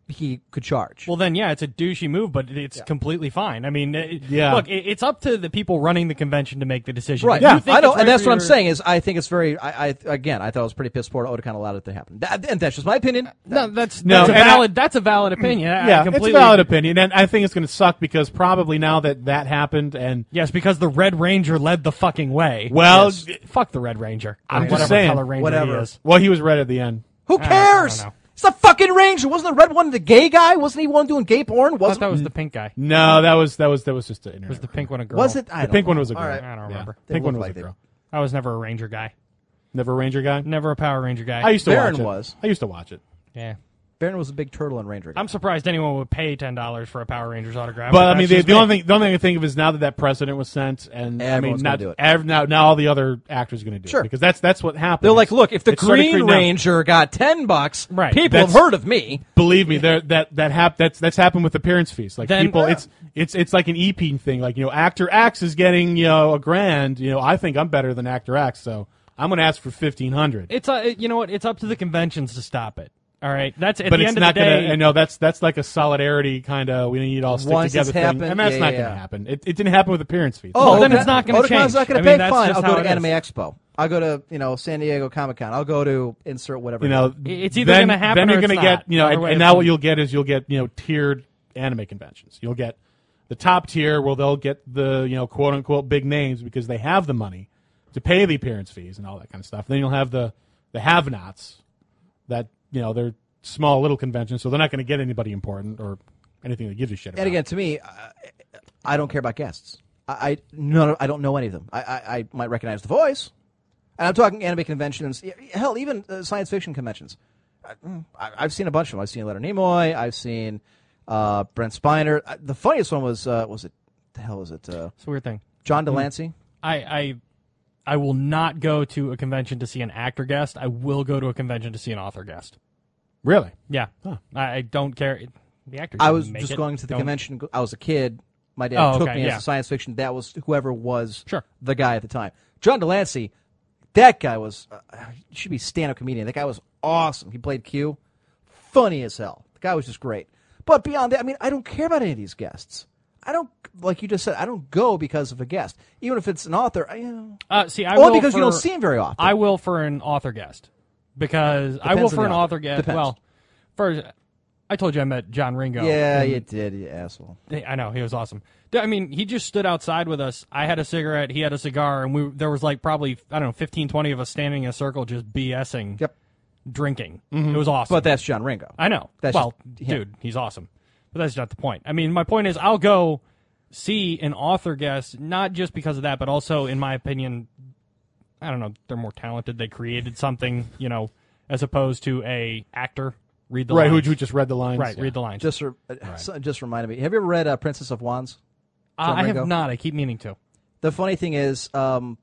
he could charge.
Well, then, yeah, it's a douchey move, but it's completely fine. I mean, it,
Yeah.
look, it, it's up to the people running the convention to make the decision.
right?
If you
Yeah,
think
I
it's
don't,
right
and that's
for
what I'm
your-
saying is I think it's very. I, I again, I thought it was pretty piss poor to Otakon allowed it to happen, That- and that's just my opinion.
Uh, No, that's
No,
that's a
and I- Mm.
valid that's a valid opinion. I- I
Yeah, it's
completely
a valid
agree.
opinion, and I think it's going to suck because probably now that that happened and
Yes, because the Red Ranger led the fucking way.
Well,
Yes. fuck the Red Ranger.
I'm
Or
just
whatever
saying,
color Ranger
whatever.
he is.
well, he was red at the end.
Who
I don't
cares?
know.
It's the fucking Ranger. Wasn't the red one the gay guy? Wasn't he one doing gay porn?
I thought
Wasn't
that was
Mm.
the pink guy. It
No, that was that was that was just an internet.
was the pink one a girl?
was it? I
the
don't
pink
know.
one was a girl.
All right.
I don't
Yeah.
remember.
They
Pink one
look
was
like
a
they-
girl.
I was never a Ranger guy.
Never a Ranger guy.
Never a Power Ranger guy.
I used to
Baron
watch it.
was.
I used to watch it.
yeah.
Baron was a big turtle and Ranger. Guy.
I'm surprised anyone would pay ten dollars for a Power Rangers autograph.
But I mean, the,
that's
the
just
only thing the only thing I think of is now that that precedent was sent, and
Everyone's
I mean,
gonna
not,
do it.
ev- now now all the other actors are going to do
Sure.
it because that's that's what happened.
They're like, look, if the
It's starting to
Green
creep now.
Ranger got ten bucks,
Right.
people have
That's-
heard of me.
believe me, there that that hap- that's that's happened with appearance fees. Like
Then-
people,
uh,
Yeah.
it's it's it's like an EP thing. Like you know, actor X is getting you know a grand. You know, I think I'm better than actor X, so I'm going to ask for fifteen hundred.
It's uh, you know what? It's up to the conventions to stop it. All right, that's at
but
the
it's
end
not
of the day.
gonna. I know that's that's like a solidarity kind of. We need to all stick
Once it's
together thing,
happened,
and that's
yeah,
not
yeah,
gonna
yeah.
happen. It, it didn't happen with appearance fees.
Oh, then it's not gonna
Otakon's
change.
not going
I
to
mean,
pay.
that's
Fine,
just
I'll
how
go
it
to
is.
Anime Expo. I'll go to you know San Diego Comic Con. I'll go to insert whatever.
you know,
It's either
then,
gonna happen
Then
or
you're
it's
gonna
not.
get you know,
Either
and,
way,
and
it's
now what
fine.
you'll get is you'll get you know tiered anime conventions. You'll get the top tier where they'll get the you know quote unquote big names because they have the money to pay the appearance fees and all that kind of stuff. Then you'll have the the have-nots that you know they're small little conventions, so they're not going to get anybody important or anything that gives a shit. About.
And again, to me, I, I don't care about guests. I, I no, I don't know any of them. I, I, I might recognize the voice, and I'm talking anime conventions. y- Hell, even uh, science fiction conventions. I, mm, I, I've seen a bunch of them. I've seen Leonard Nimoy. I've seen uh, Brent Spiner. Uh, The funniest one was uh, was it the hell was it uh,
it's a weird thing.
Hmm.
John Delancey?
I, I I will not go to a convention to see an actor guest. I will go to a convention to see an author guest.
really,
Yeah, I, I don't care. It- The actor.
I
didn't
was
make
just
it.
going to the
Don't-
convention. I was a kid. My dad
Oh,
took
okay,
me
yeah.
as a science fiction. That was whoever was
Sure.
the guy at the time. John Delancey, that guy was uh, he should be stand up comedian. That guy was awesome. He played Q, funny as hell. The guy was just great. But beyond that, I mean, I don't care about any of these guests. I don't like you just said. I don't go because of a guest, even if it's an author. I, you know,
Uh, see, I
only
will
because you don't
for-
see him very often.
I will for an author guest because I will
Depends on
for
the
an
author.
author guest.
Depends.
Well, first, I told you I met John Ringo.
yeah, you did, you asshole.
Yeah, I know he was awesome. D- I mean, he just stood outside with us. I had a cigarette, he had a cigar, and we there was like probably I don't know 15, 20 of us standing in a circle just BSing,
Yep. Mm-hmm.
drinking. It was awesome.
But that's John Ringo.
I know.
That's
well,
just him.
dude, he's awesome. But that's not the point. I mean, my point is I'll go see an author guest not just because of that, but also in my opinion, I don't know, they're more talented. They created something, you know, as opposed to a actor read the
Right, who
lines.
who just read the lines?
right
Yeah.
read the lines.
Just, re- uh so- just reminded me. Have you ever read uh, Princess of Wands?
Uh, I
Ringo?
have not. I keep meaning to.
The funny thing is, um,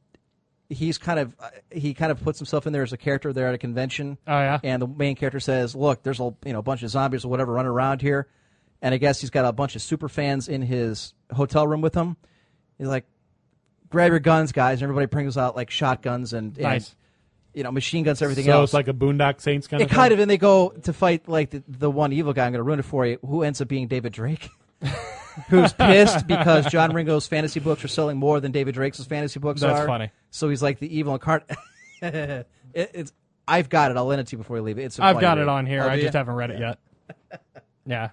he's kind of uh, he kind of puts himself in there as a character there at a convention.
Oh, yeah?
And the main character says, "Look, there's a you know a bunch of zombies or whatever running around here," and I guess he's got a bunch of super fans in his hotel room with him. He's like, "Grab your guns, guys!" And everybody brings out like shotguns and, and
Nice.
you know machine guns, everything
So
else.
it's like a Boondock Saints kind
it
of.
kind
thing?
of, and they go to fight like the, the one evil guy. I'm going to ruin it for you. Who ends up being David Drake, who's pissed because John Ringo's fantasy books are selling more than David Drake's fantasy books
That's
are.
funny.
So he's like the evil incarnate. it, it's I've got it. I'll lend it to you before you leave. It's a
I've
funny
got it
read.
on here.
Oh,
I
do
just
you?
haven't read it yet. Yeah.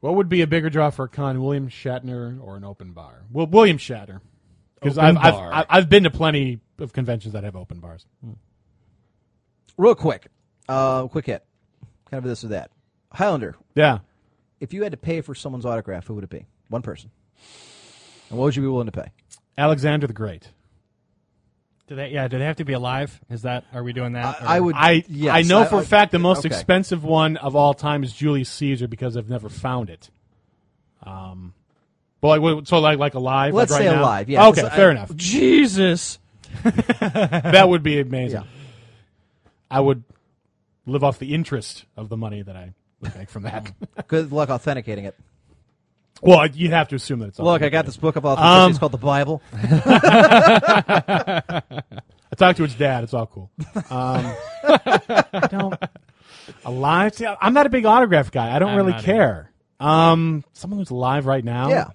What would be a bigger draw for a con, William Shatner or an open bar? Well, William Shatner, because I've, I've
bar.
I've I've been to plenty of conventions that have open bars.
real quick. Uh, quick hit, kind of this or that. Highlander.
Yeah,
If you had to pay for someone's autograph, who would it be? One person. And what would you be willing to pay?
Alexander the Great.
Do they? Yeah. Do they have to be alive? Is that? Are we doing that?
I- I
Or-
would-
I
Yes,
I know
I-
for
I-
a fact the most
okay.
expensive one of all time is Julius Caesar because I've never found it. Um, but like what- so like like alive.
Let's
like right
say
now?
alive, yeah,
Okay,
'cause
fair
I-
enough.
Jesus.
That would be amazing.
Yeah.
I would live off the interest of the money that I would make from that.
Good luck authenticating it.
well, you'd have to assume that it's all
Look, I got this book
Um,
of authenticity. it's called the Bible.
I talked to its dad. It's all cool. Um, I don't alive. See, I'm not a big autograph guy. I don't
I'm
really
not
care. Um, someone who's alive right now.
Yeah.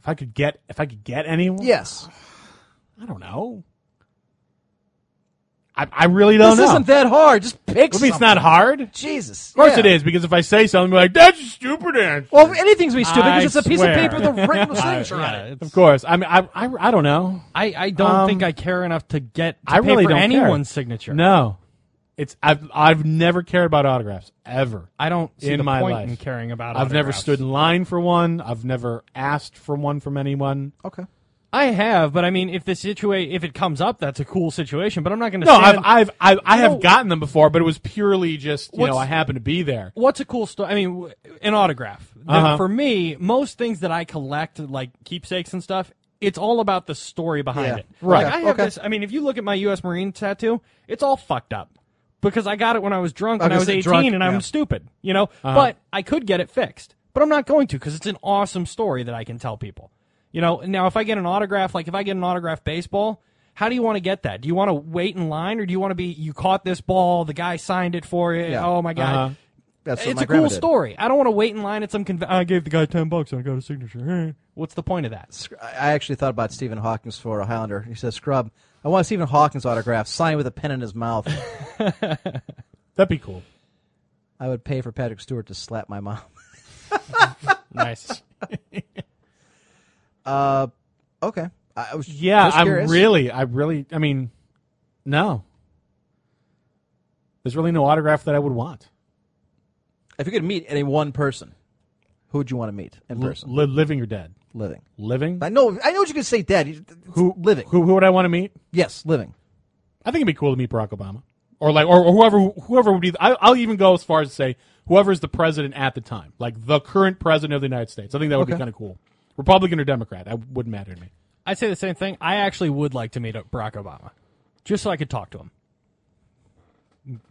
If I could get, if I could get anyone.
Yes.
I don't know. I, I really don't
this
know.
isn't that hard. Just pick.
I mean, it's
something.
not hard. Of
Jesus. Of
course it is because if I say something, they're like that's a stupid answer.
Well, anything's gonna be stupid
I
because it's a piece of
swear.
paper with a written signature on
uh, Yeah,
it.
it's-
of course. I mean, I, I, I don't know.
I, I don't
Um,
think I care enough to get. To
I
pay
really
for
don't care.
anyone's signature.
No, it's I've I've never cared about autographs ever.
I don't see
In
the
my
point
life.
in caring about.
I've never
autographs.
stood in line for one. I've never asked for one from anyone.
Okay.
I have, but I mean, if the situa- if it comes up, that's a cool situation. But I'm not going to.
No,
stand
I've, I've, I've I
Oh, No.
have gotten them before, but it was purely just you know I
What's-
happened to be there.
what's a cool story? I mean, w- an autograph. The-
Uh-huh.
For me, most things that I collect, like keepsakes and stuff, it's all about the story behind
Yeah.
it.
Right.
Like, I have
Okay.
this. I mean, if you look at my U.S. Marine tattoo, it's all fucked up because I got it when I was drunk when I
guess
was 18
Oh, drunk,
and I'm
yeah.
stupid, you know.
Uh-huh.
But I could get it fixed, but I'm not going to because it's an awesome story that I can tell people. You know. Now, if I get an autograph, like if I get an autograph baseball. How do you want to get that? Do you want to wait in line, or do you want to be? You caught this ball. The guy signed it for you.
Yeah.
Oh my god!
Uh-huh.
That's what
it's
my
a
grandma
cool
did.
story. I don't want to wait in line at some convention. I gave the guy ten bucks and I got a signature. Eh. What's the point of that?
Sc- I actually thought about Stephen Hawkins for a Highlander. He says, "Scrub, I want Stephen Hawkins autograph, signed with a pen in his mouth."
That'd be cool.
I would pay for Patrick Stewart to slap my mom.
Nice.
Uh, okay. I I was
Yeah,
just
I'm
curious.
really, I really, I mean, no. There's really no autograph that I would want.
If you could meet any one person, who would you want to meet in person,
Li- living or dead?
living?
Living.
I know. I know what you could say, Dad. It's living?
Who, who would I want to meet?
Yes, living.
I think it'd be cool to meet Barack Obama, or like, or, or whoever, whoever would be. I, I'll even go as far as to say whoever's the president at the time, like the current president of the United States. I think that would be
Okay.
kind of cool. Republican or Democrat, I wouldn't matter to me.
I'd say the same thing. I actually would like to meet up Barack Obama, just so I could talk to him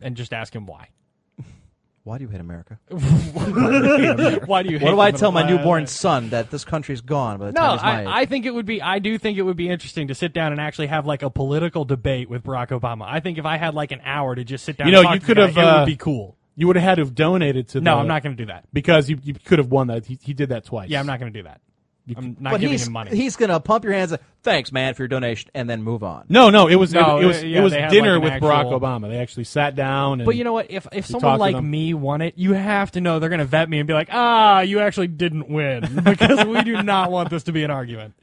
and just ask him why.
Why do you hate America?
Why do you?
What
hate
do I
him?
tell my newborn son that this country's gone by the
No,
time he's my
I, I think it would be. I do think it would be interesting to sit down and actually have like a political debate with Barack Obama. I think if I had like an hour to just sit down,
You
and
know,
talk
you
to the
could
guy,
have,
It
uh,
would be cool.
You would have had to have donated to.
No,
the,
I'm not going to do that.
because you, you could have won that. He, he did that twice.
Yeah, I'm not going to do that. I'm not
But
giving
he's
him money.
he's gonna pump your hands. Like, Thanks, man, for your donation, and then move on.
No, no, it was
No,
it, it was
uh, yeah,
it was
they had,
dinner
like, an
with
actual-
Barack Obama. They actually sat down. And,
But you know what? If if
talk
someone
to
like
them.
me won it, you have to know they're going to vet me and be like, "Ah, you actually didn't win because we do not want this to be an argument."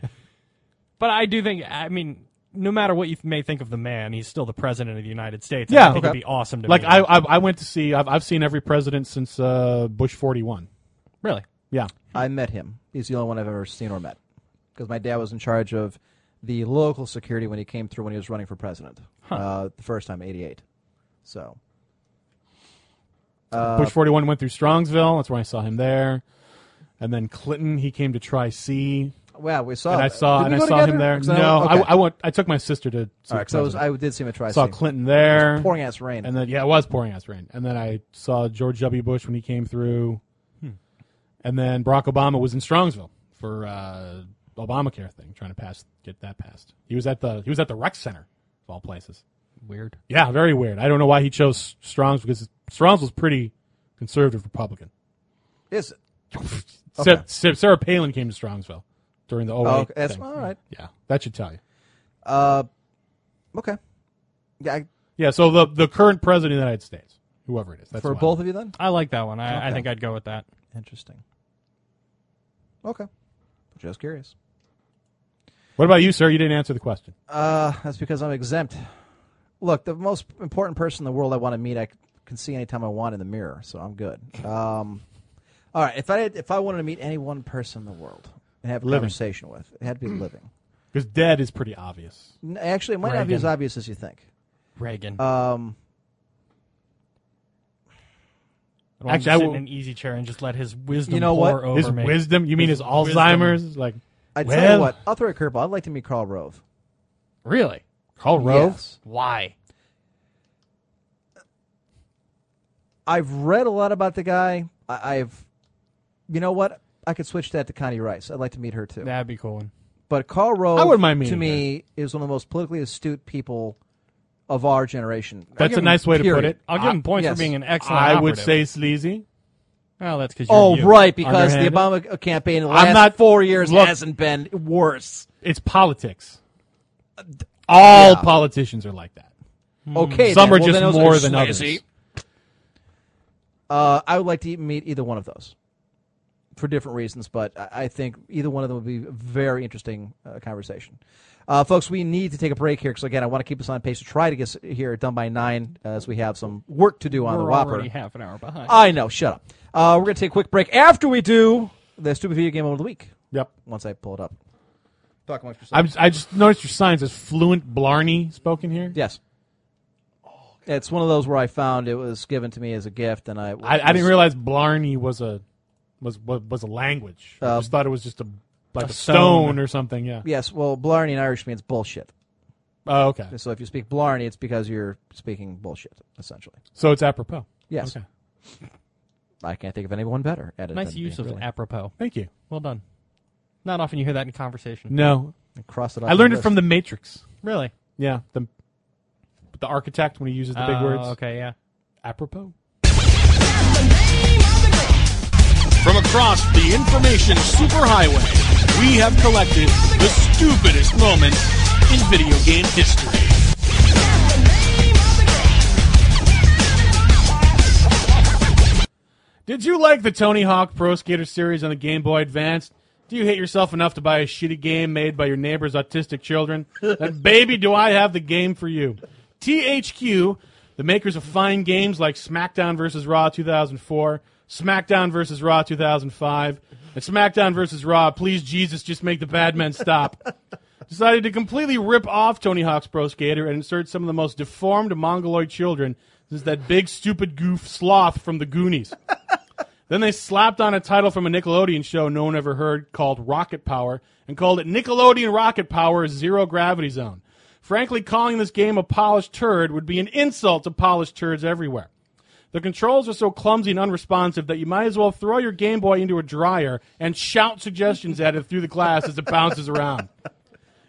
But I do think, I mean, no matter what you may think of the man, he's still the president of the United States.
Yeah,
I think
okay.
it'd be awesome to
Like
meet
I,
him.
I, I went to see. I've, I've seen every president since uh, Bush forty one.
really.
Yeah,
I met him. He's the only one I've ever seen or met because my dad was in charge of the local security when he came through when he was running for president. Uh, the first time, '88. So
Bush forty one went through Strongsville. That's when I saw him there. And then Clinton, he came to Tri C,
wow, we saw.
and I
that.
saw
Oh, Did
and
we
I
go
saw him
together?
there.
'Cause
No,
don't-
I,
okay.
I went. I took my sister to. See
All
the
right, 'cause I was.
president.
I did see him at Tri.
saw Clinton there.
pouring ass rain.
And then yeah, it was pouring ass rain. And then I saw George W. Bush when he came through.
Hmm.
And then Barack Obama was in Strongsville for uh, Obamacare thing, trying to pass get that passed. He was at the he was at the rec center of all places.
Weird.
Yeah, very weird. I don't know why he chose Strongs because Strongs was pretty conservative Republican.
Yes.
Sa- Sa- Sarah Palin came to Strongsville during the 08
Oh, okay. that's
thing.
all right.
Yeah, that should tell you.
Uh, okay. Yeah, I-
Yeah, so the the current president of the United States, whoever it is, that's
for
who I
both
want.
of you then.
I like that one. I, I
Okay.
think I'd go with that.
Interesting. Okay. Just curious.
What about you, sir? You didn't answer the question.
Uh, that's because I'm exempt. Look, the most important person in the world I want to meet, I c- can see anytime I want in the mirror, so I'm good. Um, all right, if I had, if I wanted to meet any one person in the world and have a
Living.
conversation with, it had to be living.
Because dead is pretty obvious.
N- Actually, it might not be as
Reagan.
obvious as you think.
Reagan.
Uh,
Um,
actually,
I actually,
I
sit in
will-
an easy chair and just let his wisdom
You know
pour
what?
over
His
me.
wisdom? You mean his,
His
Alzheimer's? Like,
I tell
Well-
you what, I'll throw a curveball. I'd like to meet Karl Rove.
Really?
Carl Rove?
Yes.
Why?
I've read a lot about the guy. I, I've, you know what? I could switch that to Connie Rice. I'd like to meet her too.
That'd be cool.
But Karl Rove,
I wouldn't mind
to
meeting
me, is one of the most politically astute people of our generation.
That's a nice way to put it.
I'll give him points
yes.
for being an excellent.
I would
operative.
say sleazy.
Oh, that's because.
oh, right, because the
Underhanded?
Obama uh, campaign in the
I'm
last
not-
four years
look-
hasn't been worse.
It's politics. All
yeah.
politicians are like that.
Okay,
Some
then.
are
Well,
just
then those
more than
snazzy.
others.
Uh, I would like to meet either one of those for different reasons, but I I think either one of them would be a very interesting uh, conversation. Uh, folks, we need to take a break here because, again, I want to keep us on pace to try to get s- here done by 9 uh, as we have some work to do on
We're
the Whopper.
already half an hour behind.
I know. Shut up. Uh, we're gonna take a quick break. After we do the stupid video game of the week,
Yep.
once I pull it up. Talk amongst yourselves.
I'm, just- I just noticed your sign says fluent Blarney spoken here.
yes. It's one of those where I found it was given to me as a gift, and I
I, I didn't realize Blarney was a was was, was a language. I just thought it was just a like a, stone.
stone.
or something. Yeah.
Yes, well, Blarney in Irish means bullshit.
Oh, okay.
So if you speak Blarney, it's because you're speaking bullshit, essentially.
So it's apropos.
Yes.
Okay.
I can't think of anyone better at it.
nice
than
use
me,
of
really.
apropos.
Thank you.
Well done. Not often you hear that in conversation.
No,
Cross it off
I learned
your
it from
list.
the Matrix.
Really?
Yeah. The the architect when he uses the big
Oh,
words.
Okay, yeah.
Apropos.
From across the information superhighway, we have collected the stupidest moments in video game history.
Did you like the Tony Hawk Pro Skater series on the Game Boy Advance? Do you hate yourself enough to buy a shitty game made by your neighbor's autistic children? then, baby, do I have the game for you. THQ, the makers of fine games like SmackDown vs. Raw 2004, SmackDown vs. Raw 2005, and SmackDown vs. Raw, please, Jesus, just make the bad men stop. decided to completely rip off Tony Hawk's Pro Skater and insert some of the most deformed mongoloid children since that big, stupid goof sloth from the Goonies. Then they slapped on a title from a Nickelodeon show no one ever heard called Rocket Power and called it Nickelodeon Rocket Power Zero Gravity Zone. Frankly, calling this game a polished turd would be an insult to polished turds everywhere. The controls are so clumsy and unresponsive that you might as well throw your Game Boy into a dryer and shout suggestions at it through the glass as it bounces around.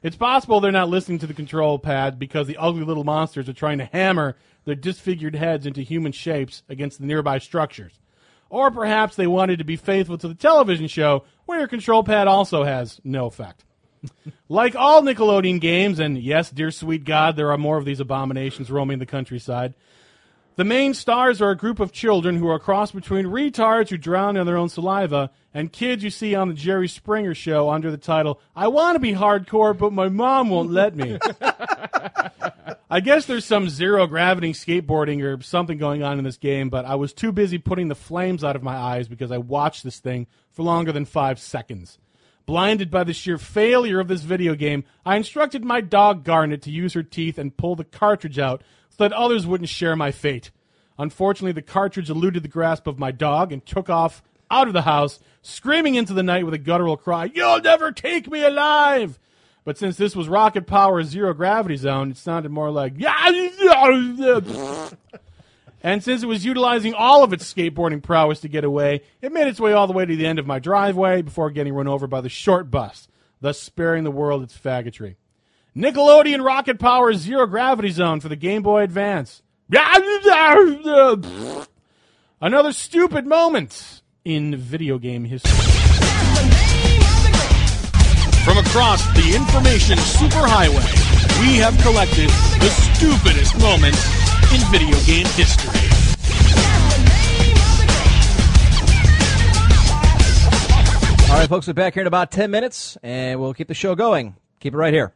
It's possible they're not listening to the control pad because the ugly little monsters are trying to hammer their disfigured heads into human shapes against the nearby structures. Or perhaps they wanted to be faithful to the television show where your control pad also has no effect. like all Nickelodeon games, and yes, dear sweet God, there are more of these abominations roaming the countryside. The main stars are a group of children who are a cross between retards who drown in their own saliva and kids you see on the Jerry Springer show under the title I want to be hardcore but my mom won't let me. I guess there's some zero gravity skateboarding or something going on in this game, but I was too busy putting the flames out of my eyes because I watched this thing for longer than 5 seconds. Blinded by the sheer failure of this video game, I instructed my dog Garnet to use her teeth and pull the cartridge out so that others wouldn't share my fate. Unfortunately, the cartridge eluded the grasp of my dog and took off out of the house, screaming into the night with a guttural cry, You'll never take me alive! But since this was Rocket Power Zero Gravity Zone, it sounded more like, And since it was utilizing all of its skateboarding prowess to get away, it made its way all the way to the end of my driveway before getting run over by the short bus, thus sparing the world its faggotry. Nickelodeon Rocket Power Zero Gravity Zone for the Game Boy Advance. Another stupid moment in video game history.
From across the information superhighway, we have collected the stupidest moments in video game history.
All right, folks, we're back here in about 10 minutes, and we'll keep the show going. Keep it right here.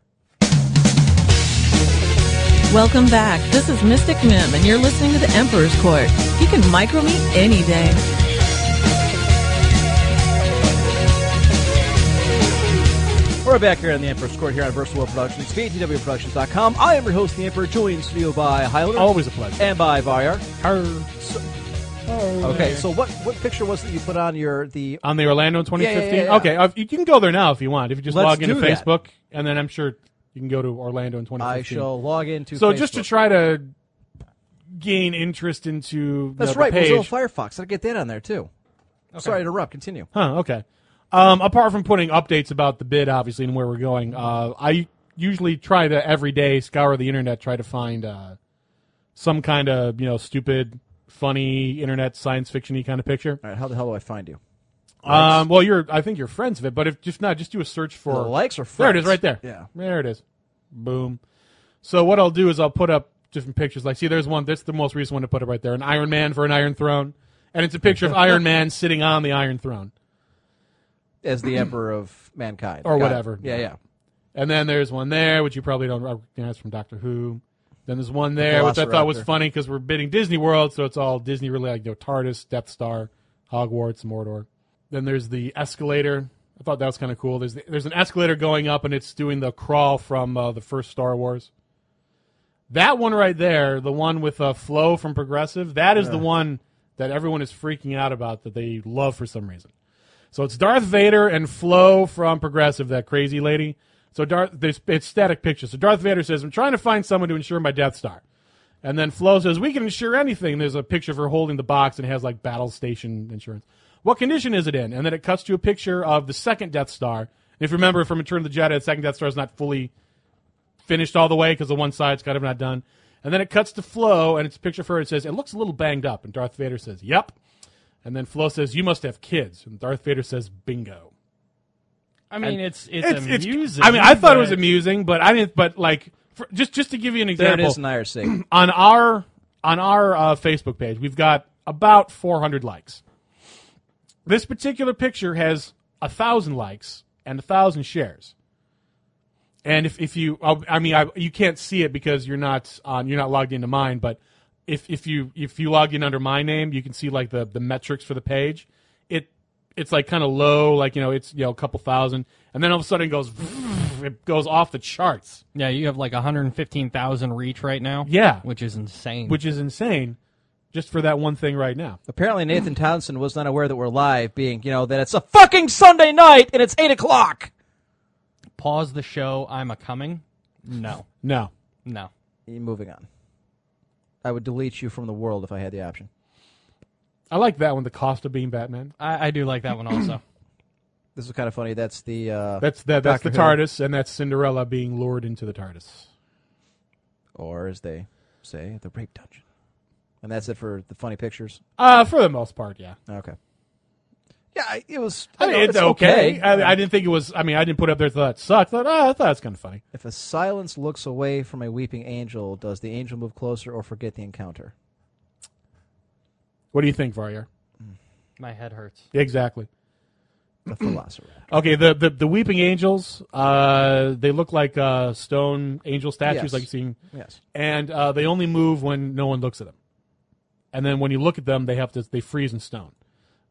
Welcome back. This is Mystic Mim, and you're listening to The Emperor's Court. You can micro me any day.
We're back here on the Emperor's Court here on Versatile World Productions, VTWProductions.com. I am your host, the Emperor, joined in studio by Highlander.
Always a pleasure.
And by Varyar.
Er,
Okay, so what, what picture was it you put on your the
On the Orlando 2015?
Yeah, yeah, yeah, yeah.
Okay, uh, you can go there now if you want. If you just
Let's
log into
do that.
Facebook, and then I'm sure you can go to Orlando in 2015.
I shall log into
So just to
Facebook.
try to gain interest into you
That's
know, the
right,
page.
Mozilla Firefox. I get that on there too. Sorry to interrupt. Continue.
Huh, okay. Um, apart from putting updates about the bid, obviously, and where we're going, uh, I usually try to every day scour the internet, try to find uh, some kind of you know stupid, funny internet science fictiony kind of picture.
All right, how the hell do I find you?
Um, well, you're I think you're friends of it, but if just not, just do a search for
The likes or
There it is,
friends?
right there.
Yeah.
there it is. Boom. So what I'll do is I'll put up different pictures. Like, see, there's one. That's the most recent one to put up right there. An Iron Man for an Iron Throne, and it's a picture of Iron Man sitting on the Iron Throne.
As the Emperor of Mankind.
Or
Got it.
whatever.
Yeah, yeah.
And then there's one there, which you probably don't recognize from Doctor Who. Then there's one there, which I thought was
Velociraptor.
funny because we're bidding Disney World, so it's all Disney related, like you know, TARDIS, Death Star, Hogwarts, Mordor. Then there's the escalator. I thought that was kind of cool. There's the, there's an escalator going up, and it's doing the crawl from uh, the first Star Wars. That one right there, the one with uh, Flo from Progressive, that is the one that everyone is freaking out about that they love for some reason. So it's Darth Vader and Flo from Progressive, that crazy lady. So Darth, there's, it's static pictures. So Darth Vader says, "I'm trying to find someone to insure my Death Star," and then Flo says, "We can insure anything." There's a picture of her holding the box and it has like battle station insurance. What condition is it in? And then it cuts to a picture of the second Death Star. If you remember from Return of the Jedi, the second Death Star is not fully finished all the way because the one side's kind of not done. And then it cuts to Flo, and it's a picture of her. It says, "It looks a little banged up," and Darth Vader says, "Yep." And then Flo says, "You must have kids," and Darth Vader says, "Bingo."
I mean, it's it's, amusing.
I mean, I thought it was
but-
amusing, but I didn't. But like, for, just just to give you an
There
example,
it is in IRC.
on our on our uh, Facebook page, we've got about 400 likes. This particular picture has a thousand likes and a thousand shares. And if, if you, I I mean, I, you can't see it because you're not on, you're not logged into mine. But if, if you if you log in under my name, you can see like the the metrics for the page. It it's like kind of low, like you know, it's you know a couple thousand, and then all of a sudden it goes, it goes off the charts.
Yeah, you have like 115,000 reach right now.
Yeah.
which is insane.
which is insane just for that one thing right now.
Apparently, Nathan Townsend was not aware that we're live, being, you know, that it's a fucking Sunday night and it's 8 o'clock.
pause the show. I'm a coming. No,
No.
no.
Moving on. I would delete you from the world if I had the option.
I like that one, the cost of being Batman.
I, I do like that one also.
This is kind of funny. That's the. Uh,
That's that, that's
Doctor
the
Who.
TARDIS, and that's Cinderella being lured into the TARDIS.
Or, as they say, the rape dungeon. And that's it for the funny pictures.
Uh, for the most part, yeah.
Okay. Yeah, I- it was.
I mean,
you know,
it's okay. I, I didn't think it was. I mean, I didn't put up there thought sucks. I thought, oh, I thought it's kind of funny.
If a silence looks away from a weeping angel, does the angel move closer or forget the encounter?
What do you think, Varyar?
My head hurts.
Exactly.
The Velociraptor.
Okay, the, the, the weeping angels, uh, they look like uh, stone angel statues,
Yes.
like you've seen,
Yes.
and uh, they only move when no one looks at them. And then when you look at them, they have to they freeze in stone.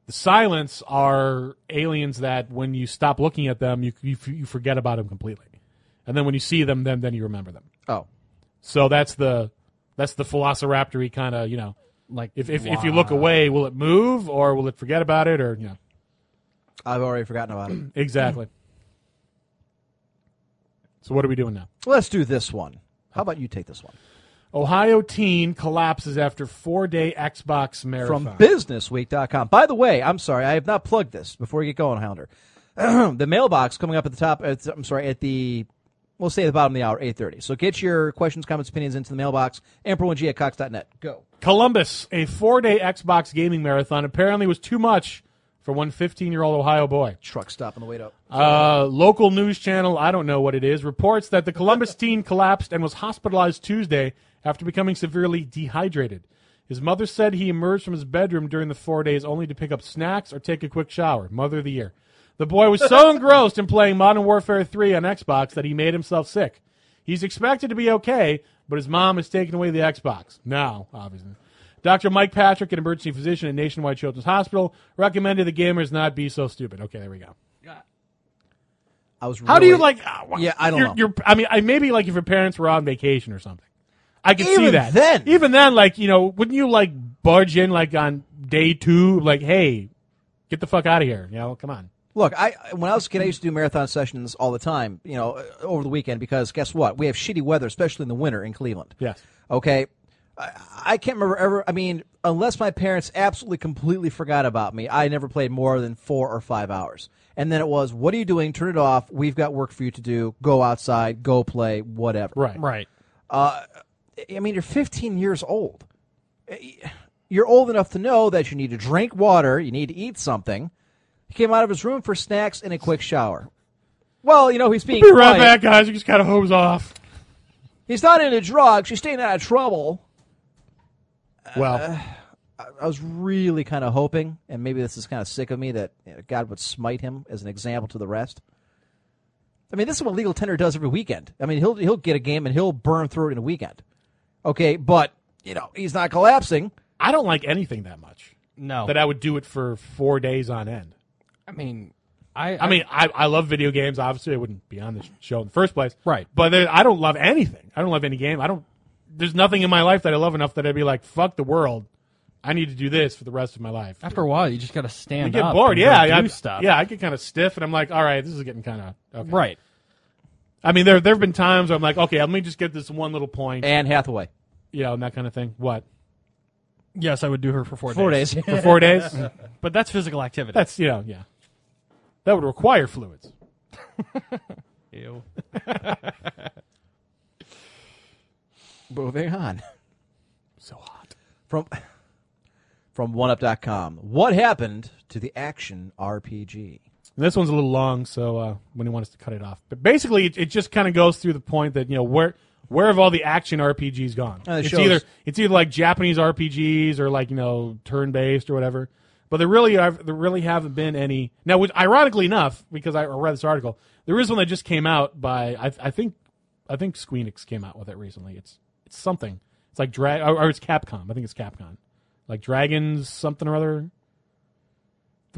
The silence are aliens that when you stop looking at them, you you, you forget about them completely, and then when you see them, then then you remember them.
Oh.
So that's the that's the Velociraptory kind of you know
Like
if if, if you look away, will it move or will it forget about it or you know
I've already forgotten about it.
exactly. So what are we doing now?
Let's do this one. How about you take this one?
Ohio teen collapses after four day Xbox marathon.
from businessweek.com. By the way, I'm sorry, I have not plugged this before we get going, Hounder. the mailbox coming up at the top, at, I'm sorry, at the, we'll say at the bottom of the hour, 8.30. So get your questions, comments, opinions into the mailbox, amper1g at cox.net. Go.
Columbus, a four day Xbox gaming marathon apparently was too much for one 15 year old Ohio boy.
Truck stop on the way up.
Uh, local news channel, I don't know what it is, reports that the Columbus teen collapsed and was hospitalized Tuesday after becoming severely dehydrated. His mother said he emerged from his bedroom during the four days only to pick up snacks or take a quick shower. Mother of the year. The boy was so engrossed in playing Modern Warfare 3 on Xbox that he made himself sick. He's expected to be okay, but his mom has taken away the Xbox. Now, obviously. Dr. Mike Patrick, an emergency physician at Nationwide Children's Hospital, recommended the gamers not be so stupid. Okay, there we go.
I was really,
How do you like? ah, wha-
Yeah, I don't
you're,
know.
You're, I mean, I maybe like if your parents were on vacation or something. I can see
Even
that.
then.
even then, like you know, wouldn't you like barge in like on day two? Like, hey, get the fuck out of here! You know, come on.
Look, I when I was a kid, I used to do marathon sessions all the time, you know, uh, over the weekend because guess what? We have shitty weather, especially in the winter in Cleveland.
Yes.
Okay. I, I can't remember ever. I mean, unless my parents absolutely completely forgot about me, I never played more than four or five hours. And then it was, what are you doing? Turn it off. We've got work for you to do. Go outside. Go play. Whatever.
Right.
Right.
I mean, you're 15 years old. Eh, You're old enough to know that you need to drink water, you need to eat something. He came out of his room for snacks and a quick shower. Well, you know, he's being
Be right
quiet.
back, guys. You just kind of hose off.
He's not into drugs. He's staying out of trouble. Uh,
Well,
I was really kind of hoping, and maybe this is kind of sick of me, that you know, God would smite him as an example to the rest. I mean, this is what legal tender does every weekend. I mean, he'll he'll get a game and he'll burn through it in a weekend. Okay, but you know he's not collapsing.
I don't like anything that much
Oh.
No.
that I would do it for four days on end.
I mean, I,
I mean, I, I love video games. Obviously, I wouldn't be on this show in the first place.
Right.
But there, I don't love anything. I don't love any game. I don't. There's nothing in my life that I love enough that I'd be like, "Fuck the world. I need to do this for the rest of my life." I
after a while, you just got to stand
get
up.
bored.
and
Yeah.
go
I,
do stuff.
Yeah. I get kind of stiff, and I'm like, "All right, this is getting kind of okay."
Right.
I mean, there there have been times where I'm like, "Okay, let me just get this one little point,"
Anne Hathaway,
you know, and that kind of thing. What
Yes, I would do her for four,
four days.
for four days?
But that's physical activity.
That's you know, yeah. That would require fluids.
Ew.
Moving on
So hot.
from from OneUp.com. What happened to the action RPG?
And this one's a little long, so uh, when you want us to cut it off. But basically, it, it just kind of goes through the point that you know where where have all the action RPGs gone?
Uh, it
it's
shows.
either it's either like Japanese RPGs or like you know turn based or whatever. But there really are there really haven't been any. Now, which, ironically enough, because I read this article, there is one that just came out by I, I think I think Squeenix came out with it recently. It's it's something. It's like drag or, or it's Capcom. I think it's Capcom, like Dragons something or other,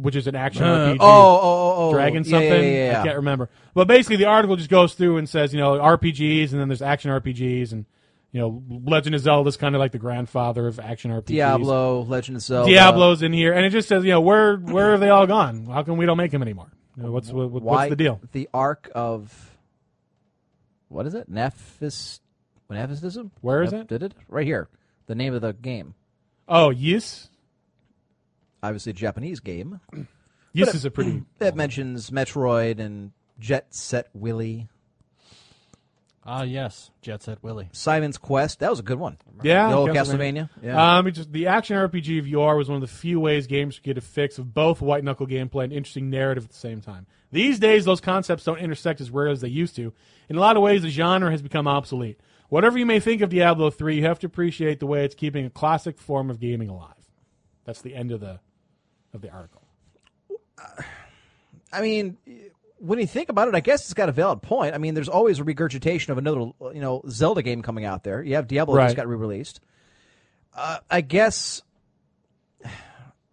which is an action RPG.
Oh, oh, oh, oh.
Dragon
Yeah,
something.
Yeah, yeah, yeah.
I can't remember. But basically, the article just goes through and says, you know, RPGs, and then there's action RPGs, and you know, Legend of Zelda is kind of like the grandfather of action RPGs.
Diablo, Legend of Zelda.
Diablo's in here, and it just says, you know, where where have they all gone? How come we don't make them anymore? You know, what's what, what-
Why
what's the deal?
The arc of what is it? Nephis, Nephistism.
Where is
Nep-
it?
Did it right here? The name of the game.
Oh, yes,
Obviously, a Japanese game
yes is a pretty.
that mentions Metroid and Jet Set Willy,
Ah,
Uh,
yes. Jet Set Willy.
Simon's Quest. That was a good one.
Yeah,
the old Castlevania. Yeah.
Um, it just, the action RPG of UR was one of the few ways games could get a fix of both white knuckle gameplay and interesting narrative at the same time. These days, those concepts don't intersect as rare as they used to. In a lot of ways, the genre has become obsolete. Whatever you may think of Diablo 3, you have to appreciate the way it's keeping a classic form of gaming alive. That's the end of the of the article.
I mean, when you think about it, I guess it's got a valid point. I mean, there's always a regurgitation of another, you know, Zelda game coming out there. You have Diablo
Right.
just got re-released. Uh, I guess.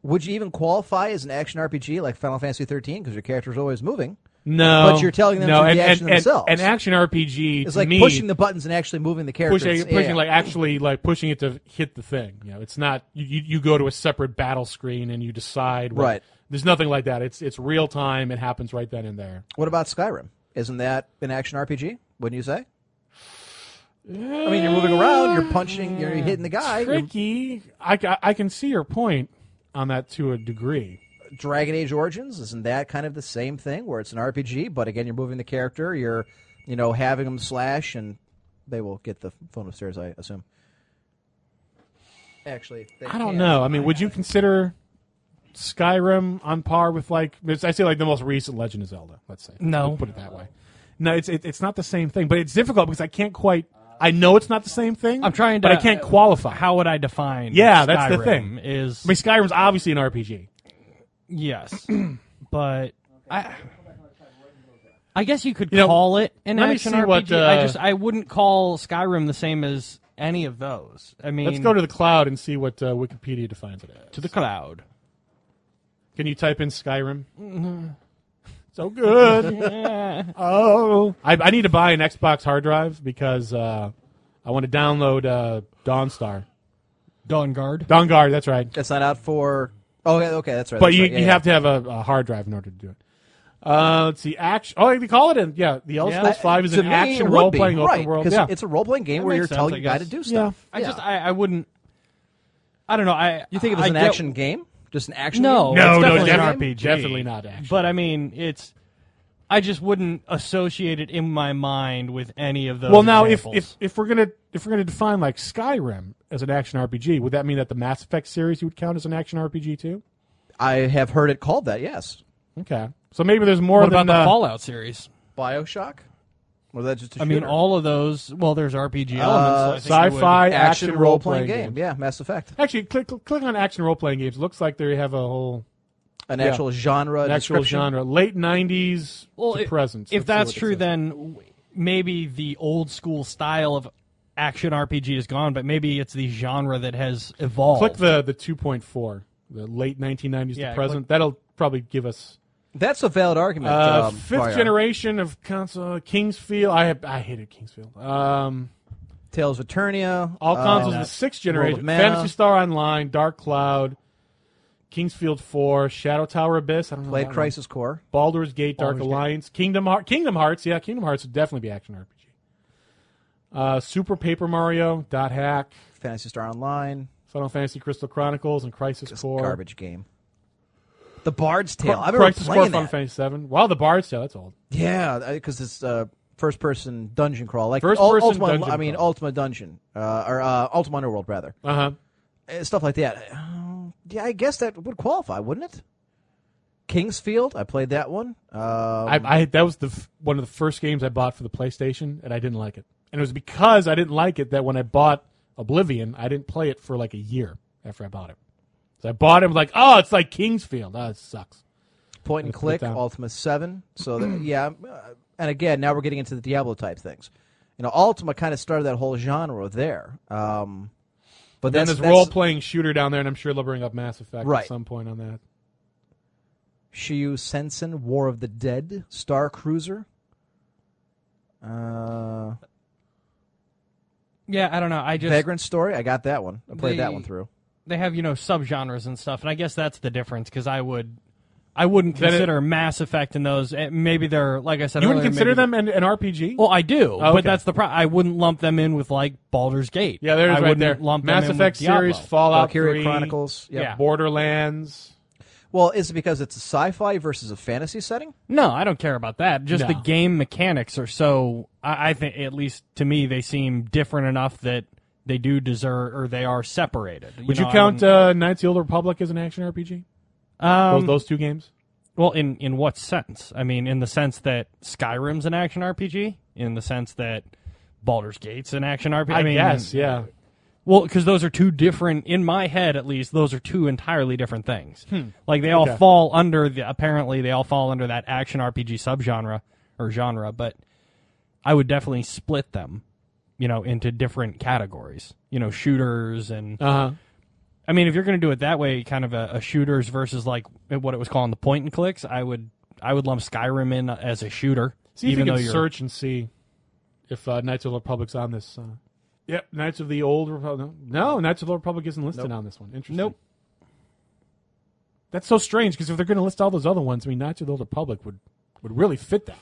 Would you even qualify as an action RPG like Final Fantasy 13 because your character's always moving?
No,
But you're telling them
no,
to be
and,
action
and, and-
themselves.
An action RPG
It's
to
like
me,
pushing the buttons and actually moving the character.
pushing,
It's- yeah,
pushing
yeah.
like actually like pushing it to hit the thing. You know, it's not you, you. you go to a separate battle screen and you decide. What,
Right.
There's nothing like that. It's it's real time. It happens right then and there.
What about Skyrim? Isn't that an action RPG? Wouldn't you say? I mean, you're moving around, you're punching, you're hitting the guy. You're
Tricky. I, ca- I can see your point on that to a degree.
Dragon Age Origins isn't that kind of the same thing where it's an RPG, but again, you're moving the character, you're, you know, having them slash, and they will get the phone upstairs, I assume. Actually, they
I don't
can.
know. I mean, would you consider Skyrim on par with like it's- I say like the most recent Legend of Zelda? Let's say
No.
Let's put it that way. No, it's it, it's not the same thing, but it's difficult because I can't quite. I know it's not the same thing.
I'm trying to-
but I can't qualify.
How would I define?
Yeah, that's the
Skyrim
thing.
Is
I mean, Skyrim's obviously an RPG.
yes, but I. I guess you could
know,
call it an
let me
action
see
RPG.
what,
I
uh,
just I wouldn't call Skyrim the same as any of those. I mean,
Let's go to the cloud and see what uh, Wikipedia defines it as.
to the cloud.
Can you type in Skyrim? so good. oh, I, I need to buy an Xbox hard drive because uh, I want to download uh, Dawnstar.
Dawn Guard.
Dawnguard, that's right.
That's not out for. Oh, okay, okay, that's right.
But
that's
you,
right, yeah,
you
yeah.
have to have a, a hard drive in order to do it. Uh, let's see. Action. Oh, they call it in. Yeah, the Elder
Yeah.
Scrolls Five is
To
an
me,
action
it would
role
be,
playing
right,
open world.
'cause
Yeah.
It's a role playing game where
makes
you're
sense,
telling
I
a guy to
guess.
do
Yeah.
stuff.
I
Yeah.
just I, I wouldn't. I don't know. I
You think it was
I
an
get-
action game? Just an action game?
No,
no, no,
it's definitely an
definitely-
RPG.
definitely not action.
But I mean, it's. I just wouldn't associate it in my mind with any of those.
well, now if,
examples.
if if we're gonna if we're gonna define like Skyrim as an action RPG, would that mean that the Mass Effect series you would count as an action RPG too?
I have heard it called that, yes.
Okay, so maybe there's more
what
than
about the
uh,
Fallout series?
Bioshock? Or was that just a
I mean,
shooter?
all of those. Well, there's RPG elements. so I think you would-
sci-fi
action,
action
role playing
role-playing
game.
games.
Yeah, Mass Effect.
Actually, click click on action role playing games. Looks like they have a whole
An
Yeah.
actual genre.
an actual
description.
genre, late '90s
Well,
to
if-
present. Let's see
If that's
what it
true,
says.
then w- maybe the old school style of action RPG is gone, but maybe it's the genre that has evolved.
click the the 2.4, the late 1990s
Yeah,
to present. That'll probably give us
That's a valid argument.
uh,
um,
fifth
Briar.
generation of console uh, Kingsfield. I have, I hated Kingsfield. Um,
Tales of Eternia.
all
uh,
consoles of the sixth generation:
of Mana.
Fantasy Star Online, Dark Cloud, Kingsfield 4, Shadow Tower Abyss. I don't know.
played
that one.
Crisis Core.
Baldur's Gate, Dark
Baldur's Gate.
Alliance, Kingdom Heart, Kingdom Hearts. Yeah, Kingdom Hearts would definitely be action RPG. Uh, Super Paper Mario, Dot Hack,
Fantasy Star Online.
Final Fantasy Crystal Chronicles, and Crisis Core.
Garbage game. The Bard's Tale. I remember
Crisis Core,
playing
Final
that.
Fantasy Seven. Wow, the Bard's Tale. That's old.
Yeah, because it's uh, first person dungeon crawl. Like
First
Ul-
person
Ultima,
dungeon
I mean
crawl.
Ultima Dungeon uh, or uh, Ultima Underworld rather.
Uh huh.
Uh, Stuff like that. Uh, yeah, I guess that would qualify, wouldn't it? Kingsfield. I played that one. Uh,
I, I that was the f- one of the first games I bought for the PlayStation, and I didn't like it. And it was because I didn't like it that when I bought Oblivion, I didn't play it for like a year after I bought it. So I bought it and was like, oh, it's like Kingsfield. Oh, it sucks.
point and
Let's put it
click
down.
Ultima Seven. So that, yeah, uh, and again, now we're getting into the Diablo type things. You know, Ultima kind of started that whole genre there. Um, but
Then
that's,
there's
that's-
role playing shooter down there, and I'm sure they'll bring up Mass Effect
Right.
at some point on that.
Shiyu Sensen, War of the Dead, Star Cruiser. Uh,
yeah, I don't know. I just
Vagrant Story. I got that one. I played that
The-
one through.
they have you know subgenres and stuff, and I guess that's the difference because I would. I wouldn't
Then it-
consider Mass Effect and those. eh, Maybe they're like I said.
You wouldn't
earlier,
consider
maybe-
them an, an RPG?
Well, I do,
okay.
but that's the problem. I wouldn't lump them in with like Baldur's Gate.
yeah, there's
I
right
wouldn't
there.
Lump them
Mass
in with
Effect series,
Diablo.
Fallout
Valkyria
3,
Chronicles. Yep.
Yeah.
Borderlands.
Well, is it because it's a sci-fi versus a fantasy setting?
No, I don't care about that. Just
No.
the game mechanics are so. I, I think, at least to me, they seem different enough that they do deserve or they are separated.
Would you,
know, I
count
wouldn't-
uh, Knights of the Old Republic as an action RPG?
um,
Those, those two games.
well, in in what sense? I mean, in the sense that Skyrim's an action RPG, in the sense that Baldur's Gate's an action RPG. I, mean,
guess, yeah.
Well, because those are two different, in my head at least, those are two entirely different things. Like they all fall under the, apparently they all fall under that action RPG subgenre or genre, but I would definitely split them, you know, into different categories, you know, shooters and,
Uh huh.
I mean, if you're going to do it that way, kind of a, a shooters versus like what it was calling the point and clicks, I would, I would lump Skyrim in as a shooter.
See if you
even
can
though you're-
search and see if uh, Knights of the Republic's on this. Uh, yep, Knights of the Old Republic. No, no, Knights of the Old Republic isn't listed on this one. Interesting.
Nope.
That's so strange because if they're going to list all those other ones, I mean, Knights of the Old Republic would would really fit that.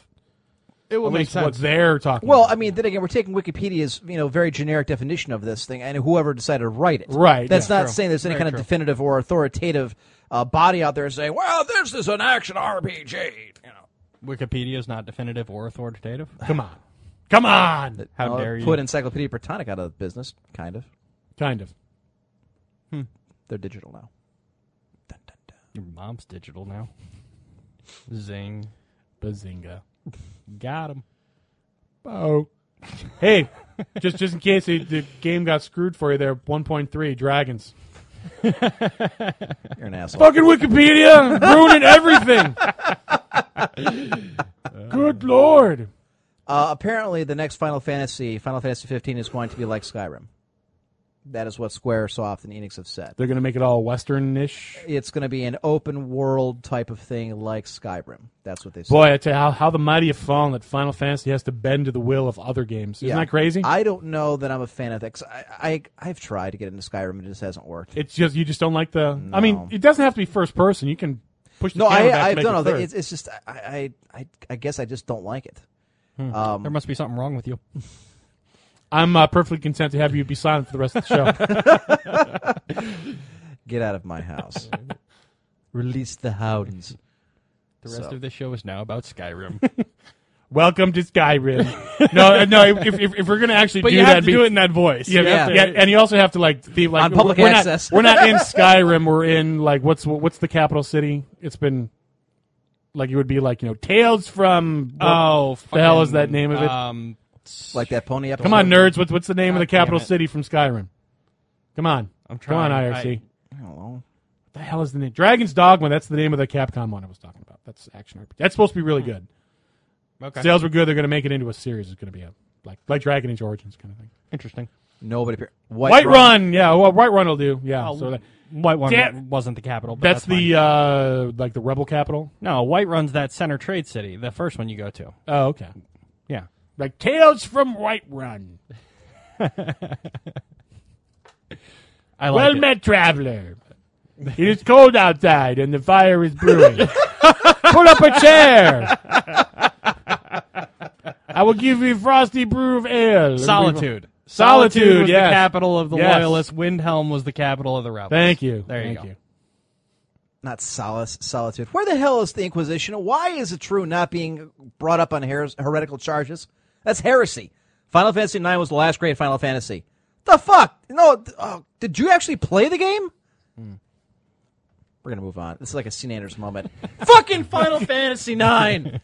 It will
At least what they're talking.
Well,
about.
I mean, then again, we're taking Wikipedia's you know very generic definition of this thing, and whoever decided to write it,
Right,
That's
yeah,
not
true.
saying there's any kind of definitive or authoritative uh, body out there saying, "Well, this is an action RPG." You know,
Wikipedia is not definitive or authoritative.
come on, come on,
How
Well,
dare you?
put Encyclopedia Britannica out of business? Kind of.
kind of.
They're digital now. Dun, dun, dun.
Your mom's digital now. Zing.
Bazinga.
Got him.
Oh, hey, just just in case the, the game got screwed for you there, 1.3 Dragons.
You're an asshole.
Fucking Wikipedia ruining everything. Good lord.
Uh, apparently, the next Final Fantasy, Final Fantasy 15, is going to be like Skyrim. That is what SquareSoft and Enix have said.
They're gonna make it all Western-ish.
It's going to be an open world type of thing like Skyrim. That's what they said.
Boy, I tell you how, how the mighty have fallen that Final Fantasy has to bend to the will of other games. Isn't
Yeah.
that crazy?
I don't know that I'm a fan of that. 'cause I, I I've tried to get into Skyrim and it just hasn't worked.
it's just you just don't like the. I mean, it doesn't have to be first person. You can push the
no,
camera back
I I
to make
don't know.
it third.
It's, it's just I, I I I guess I just don't like it.
There must be something wrong with you.
I'm uh, perfectly content to have you be silent for the rest of the show.
Get out of my house. Release the hounds.
The
rest
rest
So. of
of the show is now about Skyrim.
Welcome to Skyrim. no, uh, no. If, if, if we're gonna actually
but
do
you
that,
have to
be-
do it in that voice.
Yeah,
You have
yeah,
to-
and you also have to like be like
On public
we're not-
access.
we're not in Skyrim. We're in like what's what's the capital city? It's been like you would be like you know tales from.
Oh,
the hell
fucking,
is that name of it?
Um,
Like that pony episode.
come on, nerds! What's what's the name of the
God damn
capital
it.
city from Skyrim? Come on,
I'm
Come on,
trying.
IRC.
I-
I don't know.
what the hell is the name? Dragon's Dogma. That's the name of the Capcom one I was talking about. That's action RPG. That's supposed to be really good.
Hmm. okay.
Sales were good. They're going to make it into a series. It's going to be a like like Dragon Age Origins kind of thing.
Interesting.
Nobody. appear-
White Run, yeah. Well, White Run will do. Yeah. so that,
White one
Yeah.
wasn't the capital. But
Oh, that's
Oh, that's,
the uh
fine.
like the rebel capital.
no. White runs that center trade city, the first one you go to.
Oh, okay.
Yeah.
Like Tales from White Run.
I like
Well
it.
met, traveler. It is cold outside and the fire is brewing. Pull up a chair. I will give you frosty brew of ale.
Solitude.
Solitude,
was
yes.
the capital of the
Yes.
loyalists. Windhelm was the capital of the rebels.
Thank you.
There you
Thank
go.
you.
Not solace, solitude. Where the hell is the Inquisition? Why is it true not being brought up on her- heretical charges? That's heresy. Final Fantasy IX was the last great Final Fantasy. The fuck? No. th- Oh, did you actually play the game? We're gonna move on. This is like a Sean Anders moment.
Fucking Final Fantasy Nine.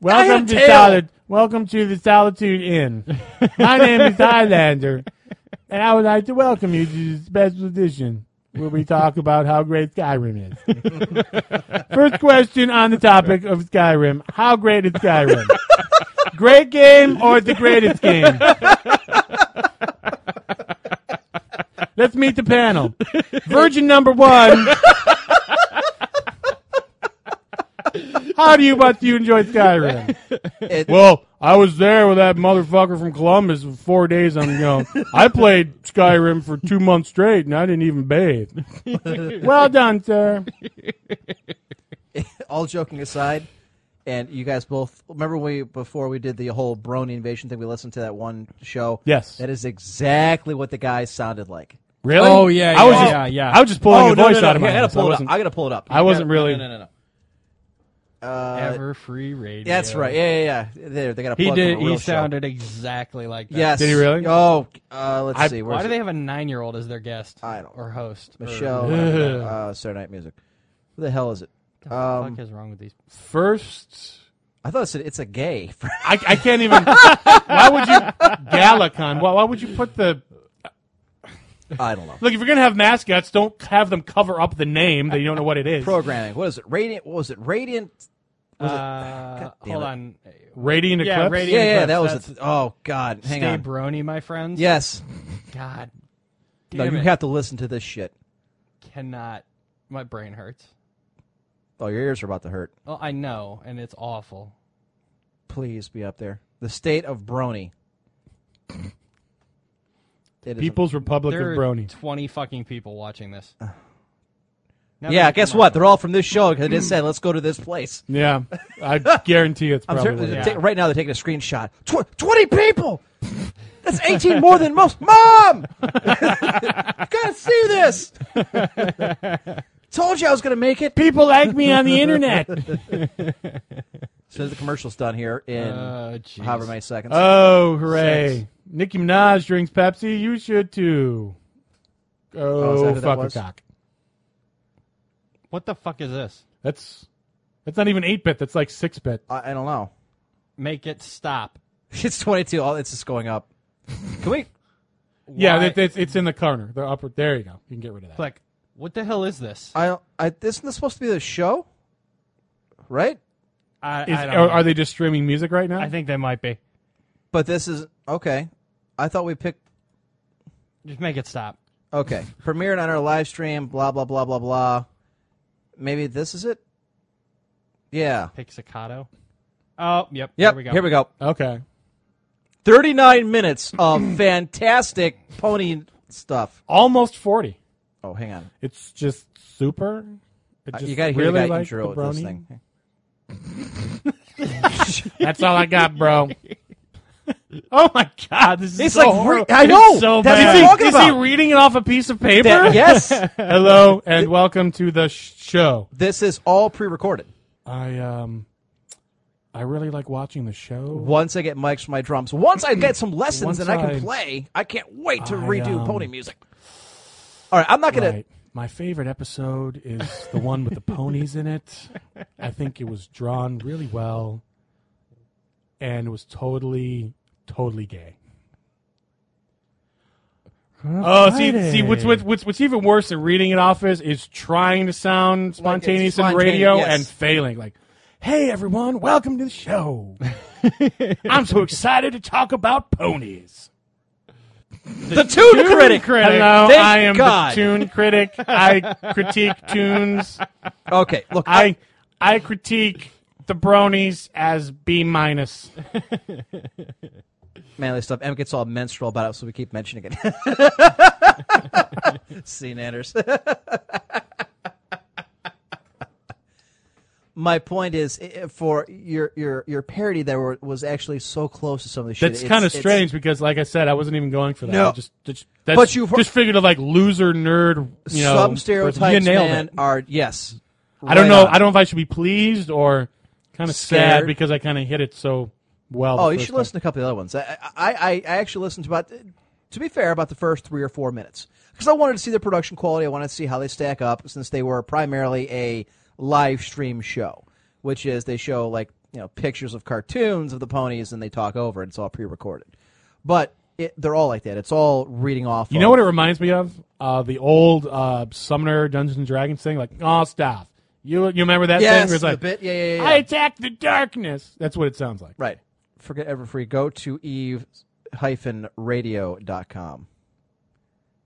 Welcome to solid. Welcome to the Solitude Inn. My name is Highlander, and I would like to welcome you to this special edition where we talk about how great Skyrim is. First question on the topic of Skyrim: How great is Skyrim? great game or the greatest game? Let's meet the panel. Virgin number one. How do you but do you enjoy Skyrim?
It-
well, I was there with that motherfucker from Columbus for four days. On you know, I played Skyrim for two months straight, and I didn't even bathe. well done, sir.
all joking aside, and you guys both remember we before we did the whole Brony invasion thing. We listened to that one show.
Yes.
that is exactly what the guy sounded like.
Really?
Oh, yeah,
I was
yeah,
just,
yeah, yeah.
I was just
Oh,
pulling a voice out of my
Here, I
head.
gotta
so
pull
I
it up.
wasn't,
I gotta pull it up.
I wasn't really.
No, no, no.
Ever free radio.
Uh, That's right. Yeah, yeah, yeah. There, they got to.
He did.
From a real
He sounded exactly like that.
Show. Yes.
Did he really?
Oh, uh, let's
I-
see. Where's
Why do
it?
they have a nine-year-old as their guest?
I don't-
or host. or
Michelle?
whatever the
uh, Saturday Night Music. What the hell is it?
fuck
um,
is wrong with these?
First,
I thought it said it's a gay.
I, I can't even. why would you Galacon? Why, why would you put the?
I don't know.
Look, if you're gonna have mascots, don't have them cover up the name that you don't know what it is.
Programming. What is it? Radiant. What was it? Radiant. Was
Uh,
damn
hold
it.
on.
Radiant
Yeah,
Eclipse.
Radiant-
it? Yeah, yeah,
Eclipse,
that was
that's-
it. Oh God, hang
Stay
on.
brony, my friends.
yes.
God.
No,
damn
you
it.
have to listen to this shit.
Cannot. My brain hurts.
Oh, your ears are about to hurt.
Oh, I know, and it's awful.
Please be up there. The state of Brony. It is-
People's Republic
There
of
are
Brony.
twenty fucking people watching this. Now
yeah,
that-
guess what? They're all from this show because it said, "Let's go to this place."
Yeah, I guarantee it's
I'm
probably.
sorry,
what it
they're
is.
ta- right now they're taking a screenshot. Tw- Twenty people. That's eighteen more than most. Mom, you gotta see this. Told you I was gonna make it.
People like me on the internet.
As soon as the commercial's done here in
Uh, jeez.
however many seconds.
oh, hooray! Nicki Minaj drinks Pepsi. You should too. Oh,
is that who that
fuck
was?
a cock.
What the fuck is this?
That's that's not even eight bit. That's like six bit.
I, I don't know.
Make it stop.
It's twenty-two. All it's just going up. Can we?
Yeah,
Why-
that, that's, it's in the corner. The upper. There you go. You can get rid of that.
Like, what the hell is this?
I, I isn't this supposed to be the show? Right?
I,
Is-
I don't
are,
know.
are they just streaming music right now?
I think they might be.
But this is okay. I thought we picked
Just make it stop.
okay. Premiered on our live stream, blah blah blah blah blah. Maybe this is it? Yeah.
Pixicado. Oh, yep.
Yep.
Here we go.
go.
Okay.
Thirty nine minutes of fantastic pony stuff.
Almost forty.
Oh, hang on.
It's just super. It just
Uh, you gotta hear
really
the guy
like
intro
the
with this
brony.
thing.
That's all I got, bro. oh my god, this is
It's
so
like re-
horrible.
I
It's
know!
so
That's what
bad.
I'm talking
is
about.
he reading it off a piece of paper?
That- yes.
Hello and welcome to the sh- show.
This is all pre recorded.
I um, I really like watching the show.
Once I get mics for my drums, once I get some lessons
Once
and I can
I-
play, I can't wait to
I,
redo
um,
pony music. All right, I'm not gonna.
Right. My favorite episode is the one with the ponies in it. I think it was drawn really well, and it was totally, totally gay. Oh, see, see, what's, what's what's what's even worse than reading it off is is trying to sound spontaneous in
spontaneous,
radio
yes.
and failing. Like, hey everyone, welcome to the show. I'm so excited to talk about ponies.
The tune, critic.
Hello,
Thank
I am
God.
the tune critic. I critique tunes.
Okay, look, I,
I I critique the bronies as B minus.
manly stuff. Em gets all menstrual about it, so we keep mentioning it. See, Nanders. My point is, i- i- for your your your parody that were, was actually so close to some of the shit.
That's
it's-
kind of
it's-
strange because, like I said, I wasn't even going for that.
No.
I just, just that's,
But you've-
just figured of like loser nerd. You know,
some stereotypes,
You nailed
man,
it.
are yes.
I don't
right
know.
on.
I don't know if I should be pleased or kind of
Scared.
sad because I kind of hit it so well. the
Oh, you
first
should listen to a couple of the other ones. I, I, I, I actually listened to about, to be fair, about the first three or four minutes because I wanted to see the production quality. I wanted to see how they stack up since they were primarily a live stream show, which is they show like you know pictures of cartoons of the ponies and they talk over it. It's all pre-recorded, but it, they're all like that. It's all reading off.
You know what it reminds me of? Uh, the old uh, Summoner Dungeons and Dragons thing, like oh stuff. You you remember that
Yes,
thing? where it's
the
like,
bit. Yeah, yeah, yeah,
I
yeah."
attack the darkness. That's what it sounds like.
Right. Forget ever free. Go to eve hyphen radio dot com.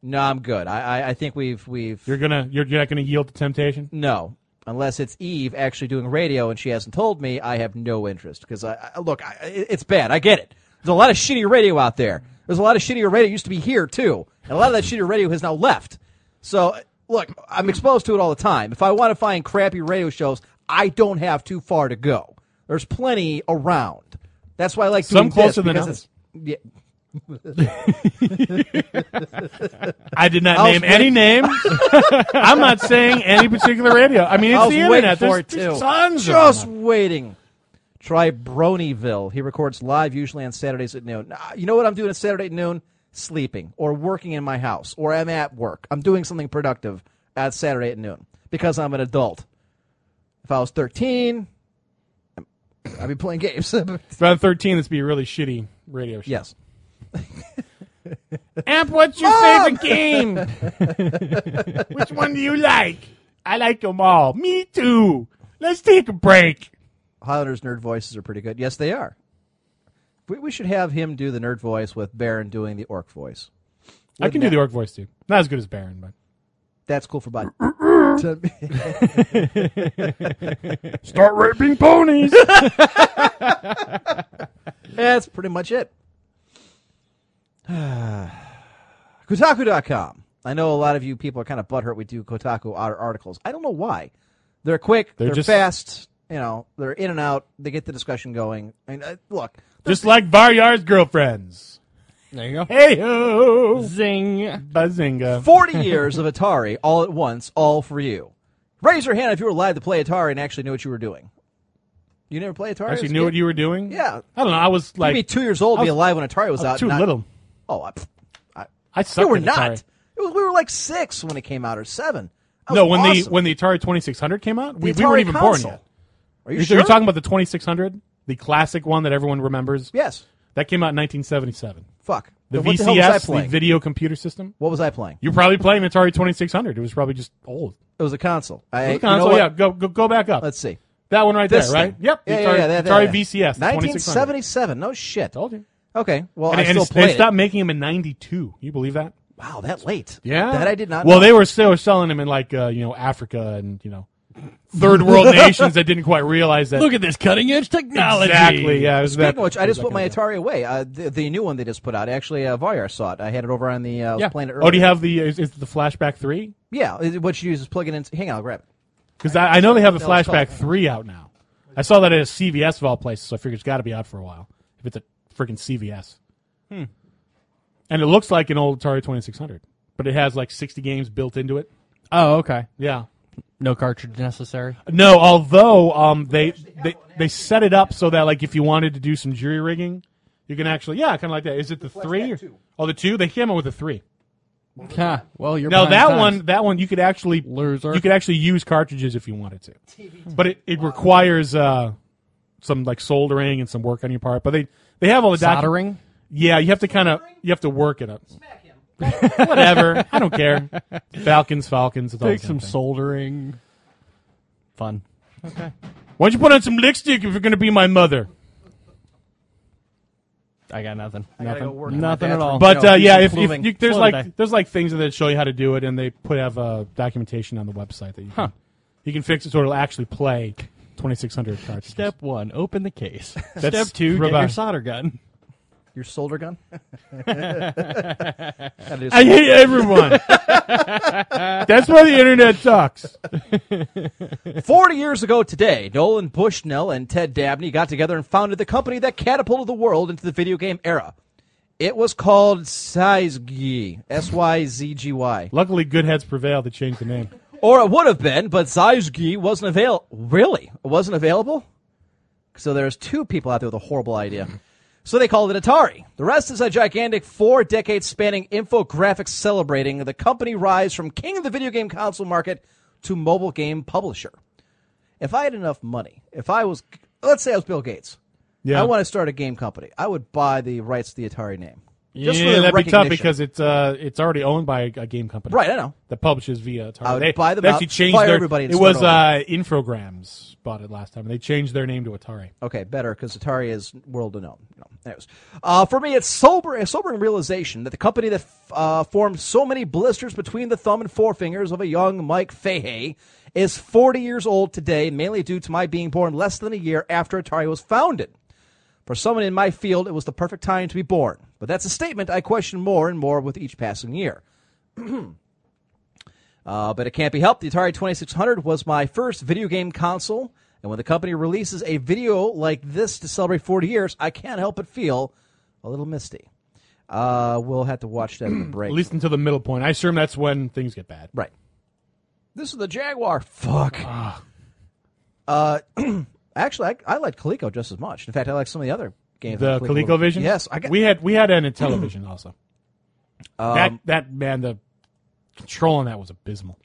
No, I'm good. I, I, I think we've we've
You're gonna you're, you're not gonna yield to temptation.
No, unless it's Eve actually doing radio and she hasn't told me, I have no interest because I, I look, I, it- it's bad. I get it. There's a lot of shitty radio out there. There's a lot of shittier radio used to be here too, and a lot of that shittier radio has now left. So look, I'm exposed to it all the time. If I want to find crappy radio shows, I don't have too far to go. There's plenty around. That's why I like
Some
doing this
closer than
because
others.
it's- Yeah,
I did not
I was
name any name. I'm not saying any particular radio. I mean, it's
I was
the
waiting
internet.
for
There's,
it
there's
too.
tons of
Just
them.
waiting. Try Bronyville. He records live usually on Saturdays at noon. Ah, You know what I'm doing at Saturday at noon? Sleeping or working in my house or I'm at work. I'm doing something productive at Saturday at noon because I'm an adult. If I was 13, I'd be playing games.
If I'm 13, this would be a really shitty radio show.
yes.
Amp, what's your favorite game? Which one do you like? I like them all. Me too. Let's take a break.
Highlander's nerd voices are pretty good. Yes, they are. We, we should have him do the nerd voice with Baron doing the orc voice.
I can do the orc voice too. Not as good as Baron, but
That's cool for Bud.
start raping ponies.
That's pretty much it. Kotaku.com. I know a lot of you people are kind of butthurt we do Kotaku ar- articles. I don't know why. They're quick, they're,
They're just-
fast, you know, they're in and out, they get the discussion going. And uh, look,
Just like Varyar's girlfriends.
There you go.
Hey ho,
Zing.
Bazinga.
40 years of Atari all at once, all for you. Raise your hand if you were allowed to play Atari and actually knew what you were doing. You never play Atari?
Actually, knew what you were doing.
Yeah.
I don't know. I was like
Maybe two years old,
I
be
was-
alive when Atari was
I
out.
was too
not-
little.
Oh, I, pff, I,
I sucked
you were
at
not.
Atari.
It was, we were like six when it came out, or seven. That
No,
was
when the
awesome.
when the Atari 2600 came out, we,
The
we
Atari
weren't even
console.
born yet.
Are you
You're,
sure?
you're talking about the 2600, the classic one that everyone remembers.
yes.
That came out in 1977.
Fuck.
The
Then what the hell was I
VCS, the,
playing?
video computer system.
what was I playing?
You're probably playing Atari 2600. It was probably just old.
It was a console. I,
It was a
you know
console.
what?
yeah, go, go go back up.
Let's see.
that one right
This
there, right?
thing.
Yep.
Yeah,
the
yeah,
Atari,
yeah, that-
Atari
that-
VCS. the 2600.
1977. No shit.
Told you.
Okay. Well,
And,
Oh, I still
and it's- they
played it.
stopped making them in '92. You believe that?
Wow, that late.
Yeah,
That I did not
Well,
know.
they were still selling them in like uh, you know Africa and you know third world nations that didn't quite realize that.
Look at this cutting edge technology.
exactly. Yeah, it was
Speaking
that.
of which, I just put my Atari away. Uh, the, the new one they just put out. Actually, uh, Voyar saw it. I had it over on the uh,
yeah.
planet Earth.
Oh, do you have the is, is the flashback three?
Yeah, it- what you use is plug it in. Hang on, I'll grab it.
Because I, I know they have a
No, it's
flashback three out now. I saw that at a CVS of all places, so I figured it's got to be out for a while if it's a freaking CVS. And it looks like an old Atari 2600, but it has like 60 games built into it.
Oh, okay.
Yeah.
No cartridge necessary.
No, although um, they they, they set it up so that like if you wanted to do some jury rigging, you can actually yeah, kind of like that. Is it the three? Or, oh, the two. They came out with the three.
Huh. Well, you're
Now
behind
that
times.
one, that one you could actually
Loser.
You could actually use cartridges if you wanted to, but it, it requires uh, some like soldering and some work on your part. But they they have all the docu-
soldering.
Yeah, you have to kind of you have to work it up. Whatever, I don't care. Falcons, Falcons. It's all
Take
the same
some
thing.
soldering. Fun.
Why don't you put on some lipstick if you're going to be my mother?
I got nothing.
go work in
Nothing.
my
Nothing at all.
But
Oh, No,
uh, yeah,
he's
if, if
improving.
you, there's
Slow
like
today.
there's like things that show you how to do it, and they put have uh, documentation on the website that you
Huh.
can, you can fix it so it'll actually play 2600 cartridges.
Step one, open the case. Step
That's
two, get your
robust.
solder gun.
Your solder gun?
I hate everyone. That's why the internet sucks.
40 years ago today, Nolan Bushnell and Ted Dabney got together and founded the company that catapulted the world into the video game era. It was called Syzygy, S Y Z G Y.
Luckily, good heads prevail to change the name.
Or it would have been, but Syzygy wasn't available. Really? It wasn't available? So there's two people out there with a horrible idea.
Mm-hmm.
So they called it Atari. The rest is a gigantic four decades spanning infographic celebrating the company rise from king of the video game console market to mobile game publisher. If I had enough money, if I was, let's say I was Bill Gates,
Yeah,
I want to start a game company. I would buy the rights to the Atari name. Just for
yeah,
the
that'd be tough
recognition.
because it's uh, it's already owned by a, a game company,
Right, I know.
That publishes via Atari.
I would
they,
buy them
they
out,
actually changed
fire
their.
everybody, and
it
start
was
over.
uh, Infograms bought it last time, and they changed their name to Atari.
Okay, better because Atari is world unknown. No, anyways, uh, for me, it's sober, a sobering realization that the company that f- uh, formed so many blisters between the thumb and forefingers of a young Mike Fahey is 40 years old today, mainly due to my being born less than a year after Atari was founded. For someone in my field, it was the perfect time to be born. But that's a statement I question more and more with each passing year. Uh, but it can't be helped. The Atari 2600 was my first video game console, and when the company releases a video like this to celebrate 40 years, I can't help but feel a little misty. Uh, we'll have to watch that in the break.
At least until the middle point. I assume that's when things get bad.
Right. This is the Jaguar. Fuck.
Ah.
Uh, actually, I, I like Coleco just as much. In fact, I like some of the other games.
The
on
ColecoVision.
Yes, I got.
we had we had an Intellivision also. that
Um,
that man, the control on that was abysmal.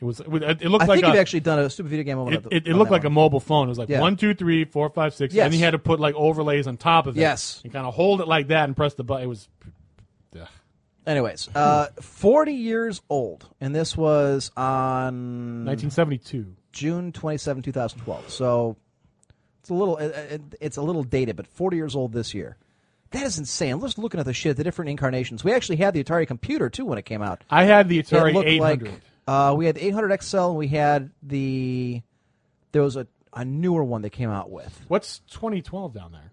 It was. It looked
I
like
think
a,
you've actually done a stupid video game. on
It,
the-
it, it
on
looked
that
like a
one.
mobile phone. It was like
Yeah.
one, two, three, four, five, six,
Yes.
and you had to put like overlays on top of it.
Yes.
and kind of hold it like that and press the button. It was. Ugh.
Anyways, uh, 40 years old, and this was on
1972.
June 27, 2012. So it's a little it- it, it's a little dated, but 40 years old this year. That is insane. I'm just looking at the shit, the different incarnations. We actually had the Atari computer too when it came out.
I had the
It
Atari
looked
800.
like uh, we had the 800 XL. We had the there was a, a newer one that came out with.
What's 2012 down there?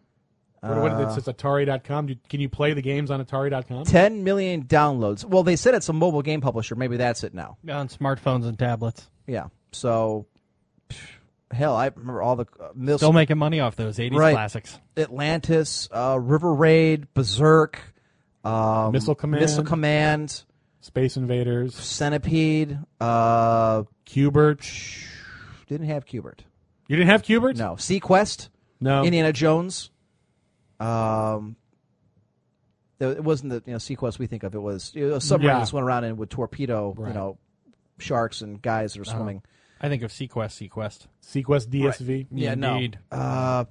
What, what, it says
Uh,
Atari.com. Do- Can you play the games on Atari.com?
10 million downloads. Well, they said it's a mobile game publisher. Maybe that's it now.
on smartphones and tablets.
Yeah. So, pff, hell, I remember all the uh, middle
Still making money off those 80s
Right.
classics.
Atlantis, uh, River Raid, Berserk, um,
Missile Command.
Missile Command,
Space Invaders.
Centipede. Uh,
Cubert.
didn't have Cubert.
You didn't have Cubert?
No, Sequest,
No.
Indiana Jones. Um, th- it wasn't the you know Sequest we think of. It was you know, a submarine
Yeah.
that swam around and would torpedo you know sharks and guys
Uh-huh.
that are swimming.
I think of Sequest, Sequest.
Sequest DSV.
Yeah, no.
Indeed.
Uh,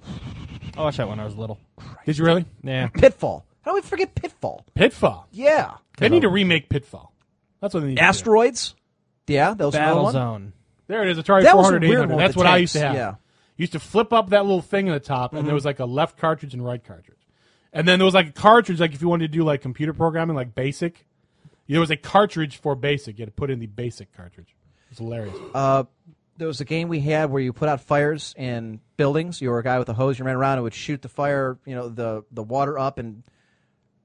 Oh, I watched that when I was little.
Did you really?
Yeah.
Pitfall. How do we forget Pitfall?
Pitfall.
Yeah,
They need to remake Pitfall. That's what they need. to do.
asteroids. Yeah, that was another
Battle
one.
Zone.
There it is. Atari
That was a
400.
weird
800.
one with
That's
the
what I
tanks,
used to have.
yeah. Mm-hmm.
Used to flip up that little thing in the top, and there was like a left cartridge and right cartridge. And then there was like a cartridge, like if you wanted to do like computer programming, like BASIC. There was a cartridge for BASIC. You had to put in the BASIC cartridge. It's hilarious.
There was a game we had where you put out fires in buildings. You were a guy with a hose. You ran around and would shoot the fire, you know, the the water up, and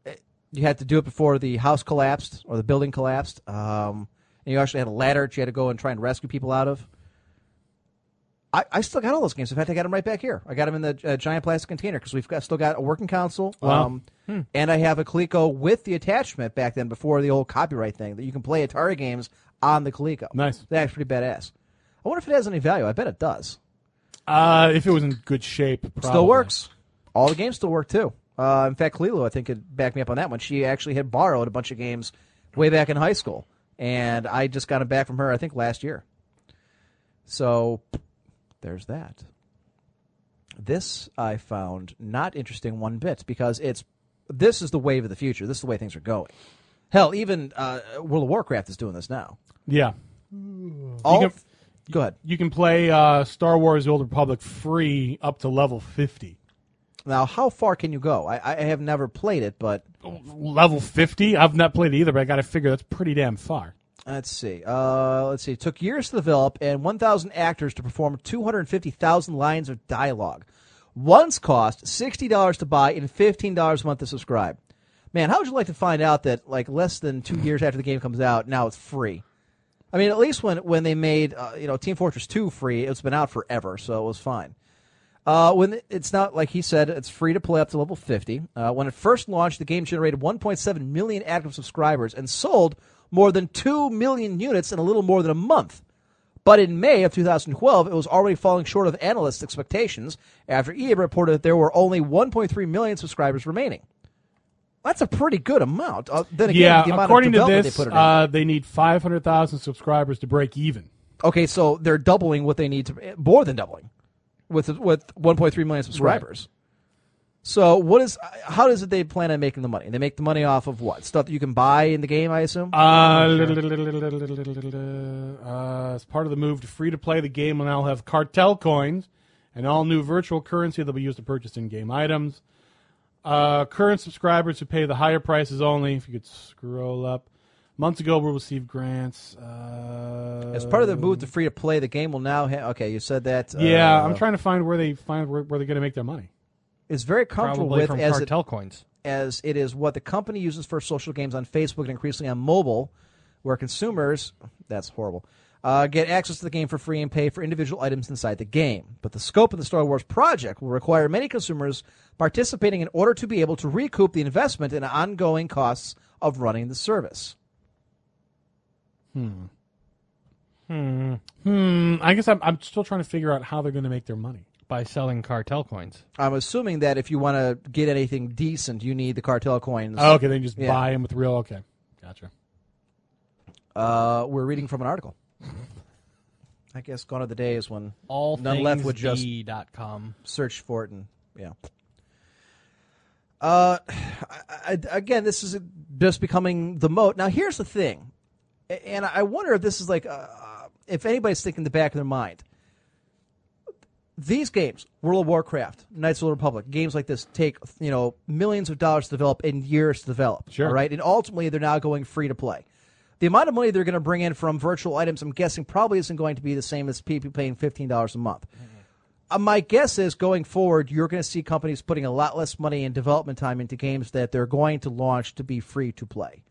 it- you had to do it before the house collapsed or the building collapsed. Um, and you actually had a ladder that you had to go and try and rescue people out of. I, I still got all those games. In fact, I got them right back here. I got them in the uh, giant plastic container because we've got still got a working console. Um, And I have a Coleco with the attachment back then before the old copyright thing that you can play Atari games on the Coleco.
Nice.
That's pretty badass. I wonder if it has any value. I bet it does.
Uh, if it was in good shape, probably.
Still works. All the games still work too. Uh, in fact, Kalilo, I think, could back me up on that one. She actually had borrowed a bunch of games way back in high school, and I just got them back from her, I think, last year. So there's that. This I found not interesting one bit because it's this is the wave of the future. This is the way things are going. Hell, even uh, World of Warcraft is doing this now.
Yeah.
All,
can-
go ahead.
You can play uh, Star Wars: The Old Republic free up to level fifty.
Now, how far can you go? I, I have never played it, but
Level fifty? I've not played it either, but I got to figure that's pretty damn far.
let's see. Uh, let's see. It took years to develop and 1,000 actors to perform 250,000 lines of dialogue. Once cost $60 to buy and $15 a month to subscribe. Man, how would you like to find out that, like, less than two years after the game comes out, now it's free? I mean, at least when, when they made, uh, you know, Team Fortress 2 free, it's been out forever, so it was fine. Uh, when it's not like he said, it's free to play up to level 50. Uh, when it first launched, the game generated 1.7 million active subscribers and sold more than 2 million units in a little more than a month. But in May of 2012, it was already falling short of analysts' expectations after EA reported that there were only 1.3 million subscribers remaining. That's a pretty good amount. Uh, then again, the
yeah,
amount
according
of
to
development
this,
they put it in.
uh, they need five hundred thousand subscribers to break even.
Okay, so they're doubling what they need to more than doubling with with 1.3 million subscribers. So what is how does it they plan on making the money? They make the money off of what stuff that you can buy in the game, I assume.
Uh, uh, as part of the move to free to play, the game will now have cartel coins and all new virtual currency that'll be used to purchase in-game items. Uh, current subscribers who pay the higher prices only. If you could scroll up, months ago will receive grants. Uh,
As part of their move to free to play, the game will now. Ha- okay, you said that.
Yeah,
uh,
I'm trying to find where they find where, where they're going to make their money.
Is very comfortable
Probably
with
from
as it,
cartel coins.
as it is what the company uses for social games on Facebook and increasingly on mobile, where consumers that's horrible uh, get access to the game for free and pay for individual items inside the game. But the scope of the Star Wars project will require many consumers participating in order to be able to recoup the investment and ongoing costs of running the service.
Hmm, I guess I'm, I'm still trying to figure out how they're going to make their money.
By selling cartel coins.
I'm assuming that if you want to get anything decent, you need the cartel coins.
Oh, okay, they can just
Yeah.
buy them with real. Okay, gotcha.
Uh, we're reading from an article. I guess gone are the days when
All
none left would just
com.
search for it and yeah. Uh, I, again, this is just becoming the moat. Now, here's the thing, A- and I wonder if this is like, uh, if anybody's thinking in the back of their mind. These games, World of Warcraft, Knights of the Old Republic, games like this take you know millions of dollars to develop and years to develop. Sure, right, and ultimately they're now going free to play. The amount of money they're going to bring in from virtual items, I'm guessing, probably isn't going to be the same as people paying fifteen dollars a month
Mm-hmm.
uh, my guess is going forward, you're going to see companies putting a lot less money and development time into games that they're going to launch to be free to play,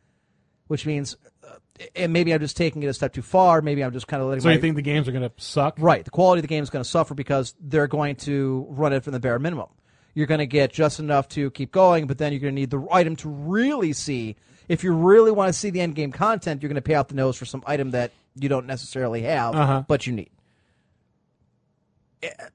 which means, uh, and maybe I'm just taking it a step too far. Maybe I'm just kind of letting.
So
my,
you think the games are going to suck?
Right. The quality of the game is going to suffer because they're going to run it from the bare minimum. You're going to get just enough to keep going, but then you're going to need the item to really see. If you really want to see the end game content, you're going to pay out the nose for some item that you don't necessarily have, but you need. Eh, eh,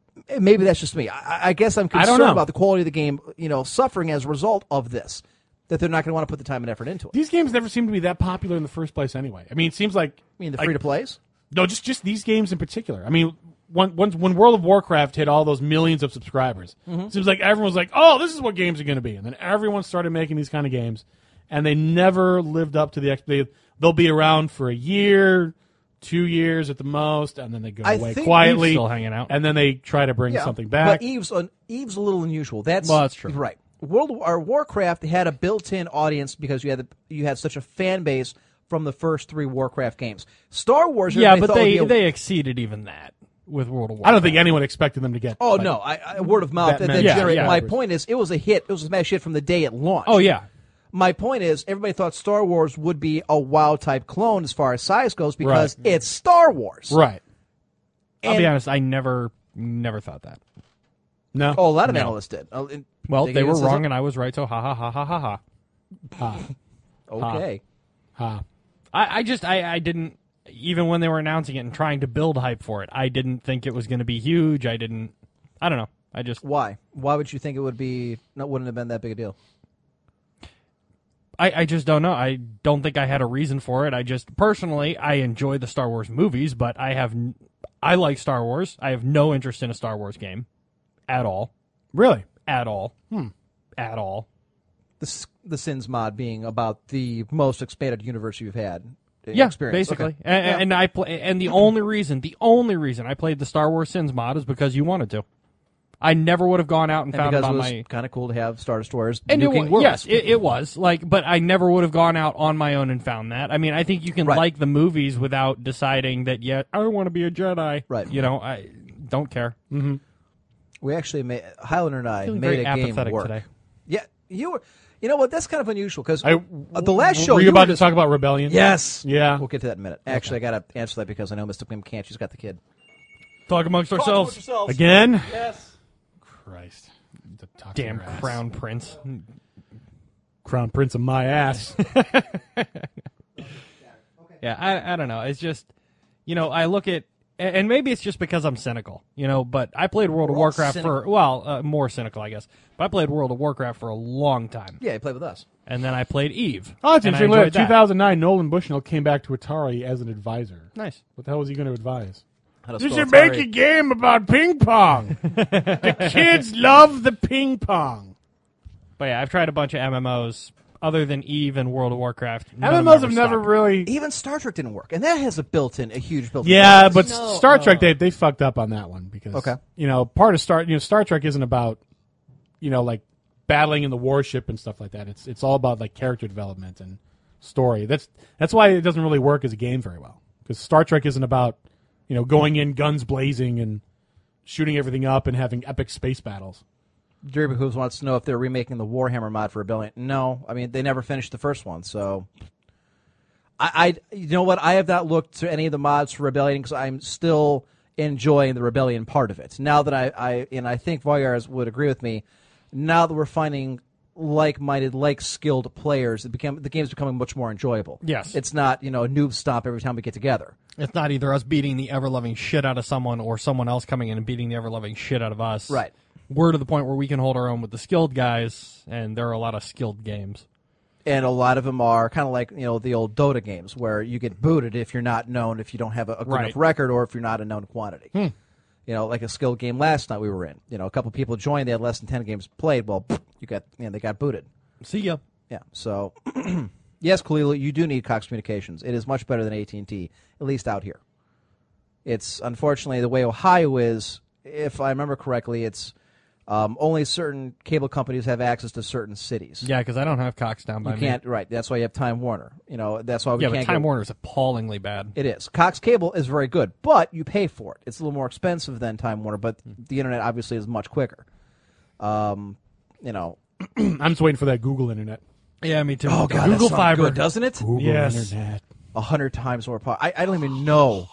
Maybe that's just me. I, I guess I'm
don't
concerned
know.
about the quality of the game, you know, suffering as a result of this. That they're not going to want to put the time and effort into it.
These games never seem to be that popular in the first place, anyway. I mean, it seems like
I mean, the
like-
free to plays.
No, just just these games in particular. I mean, when, when, when World of Warcraft hit all those millions of subscribers,
Mm-hmm.
it seems like everyone was like, "Oh, this is what games are going to be," and then everyone started making these kind of games, and they never lived up to the ex- they, They'll be around for a year, two years at the most, and then they go
I
away
think Eve's
quietly,
still hanging out.
and then they try to bring
Yeah,
something back.
But e- Eve's un, Eve's a little unusual. That's
Well, that's true.
Right. World or Warcraft had a built-in audience because you had the, you had such a fan base from the first three Warcraft games. Star Wars,
Yeah,
everybody
but
thought would
they
be a-
they exceeded even that with World of War.
I don't think anyone expected them to get.
Oh
like,
no! I, I word of mouth.
That
That,
many
that generated-
Yeah, yeah.
My point is, it was a hit. It was a smash hit from the day it launched.
Oh yeah,
My point is, everybody thought Star Wars would be a WoW type clone as far as size goes because it's Star Wars.
right?
I'll be
And-
honest. I never never thought that.
No,
Oh, a lot of analysts did. Uh, and-
Well,
think
they
it
were
says-
wrong and I was right. So ha ha ha ha ha ha. uh,
Okay.
I, I just I, I didn't even when they were announcing it and trying to build hype for it. I didn't think it was going to be huge. I didn't. I don't know. I just
Why? Why would you think it would be? That wouldn't have been that big a deal.
I, I just don't know. I don't think I had a reason for it. I just personally I enjoy the Star Wars movies, but I have n- I like Star Wars. I have no interest in a Star Wars game at all.
really?
At all. Hmm. At all.
the S- the Sins mod being about the most expanded universe you've had. uh,
yeah,
experience.
basically.
Okay.
A- a- And, I play. And the only reason, the only reason I played the Star Wars Sins mod is because you wanted to. I never would have gone out and,
And
found
because
it
it
on
was
my.
kind of cool to have Star Destroyers
And it
nuking
wa-
worlds.
yes, it, it was like, but I never would have gone out on my own and found that. I mean, I think you can
Right.
like the movies without deciding that. Yeah, I want to be a Jedi.
Right.
You know, I don't care.
we actually made Highlander and I
Feeling
made
very
a game
apathetic
work.
today.
Yeah, you were. You know what? That's kind of unusual because
I
Uh, the last show
Were you,
you
about
were
to talk about Rebellion?
Yes.
Yeah.
We'll get to that in a minute. Actually, I got to answer that because I know Mr. Kim can't. She's got the kid.
Talk amongst ourselves.
Again? Yes. Christ. The talk to
Damn
your ass.
crown prince.
Crown Prince of my ass.
Yeah, I, I don't know. It's just, you know, I look at, and and maybe it's just because I'm cynical, you know, but I played World of Warcraft for, well, uh, more cynical, I guess, but I played World of Warcraft for a long time.
Yeah, he played with us.
And then I played Eve.
oh, it's
and I
interesting. Look,
enjoyed that.
2009, Nolan Bushnell came back to Atari as an advisor.
Nice.
What the hell was he going to advise?
How to
You
spell
should
Atari.
make a game about ping pong. the kids love the ping pong.
But yeah, I've tried a bunch of MMOs other than Eve and World of Warcraft. None of them
MMOs
ever
have never
stuck.
really.
Even Star Trek didn't work, and that has a built-in, a huge built-in.
Yeah,
audience.
but Star Trek they they fucked up on that one because
Okay.
you know part of Star you know Star Trek isn't about you know like battling in the warship and stuff like that. It's it's all about like character development and story. That's that's why it doesn't really work as a game very well because Star Trek isn't about you know going in guns blazing and shooting everything up and having epic space battles.
Jerry Hooves wants to know if they're remaking the Warhammer mod for Rebellion. No, I mean they never finished the first one, so I, I you know what? I have not looked to any of the mods for Rebellion because I'm still enjoying the Rebellion part of it. Now that I, I and I think Voyars would agree with me. Now that we're finding like-minded, like-skilled players, it became the game's becoming much more enjoyable.
Yes.
it's not you know a noob stomp every time we get together.
It's not either us beating the ever loving shit out of someone or someone else coming in and beating the ever loving shit out of us.
Right.
We're to the point where we can hold our own with the skilled guys, and there are a lot of skilled games.
and a lot of them are kind of like you know the old Dota games where you get booted if you're not known, if you don't have a, a good
Right.
enough record, or if you're not a known quantity. You know, like a skill game last night we were in. You know, a couple people joined. They had less than ten games played. Well, you got you know, they got booted.
See ya.
Yeah. So, yes, Kalila, you do need Cox Communications. It is much better than AT and T, at least out here. It's unfortunately the way Ohio is. If I remember correctly, it's um, only certain cable companies have access to certain cities.
Yeah, because I don't have Cox down by
You can't right. That's why you have Time Warner. You know that's why we
me. Yeah,
can't.
but Time
get-
Warner is appallingly bad.
It is Cox Cable is very good, but you pay for it. It's a little more expensive than Time Warner, but the internet obviously is much quicker. Um, you know,
I'm just waiting for that Google internet.
yeah, me too.
Oh, God, that
Google
sounds
Fiber
good, doesn't it?
Yes.
a hundred times more power. I, I don't even know.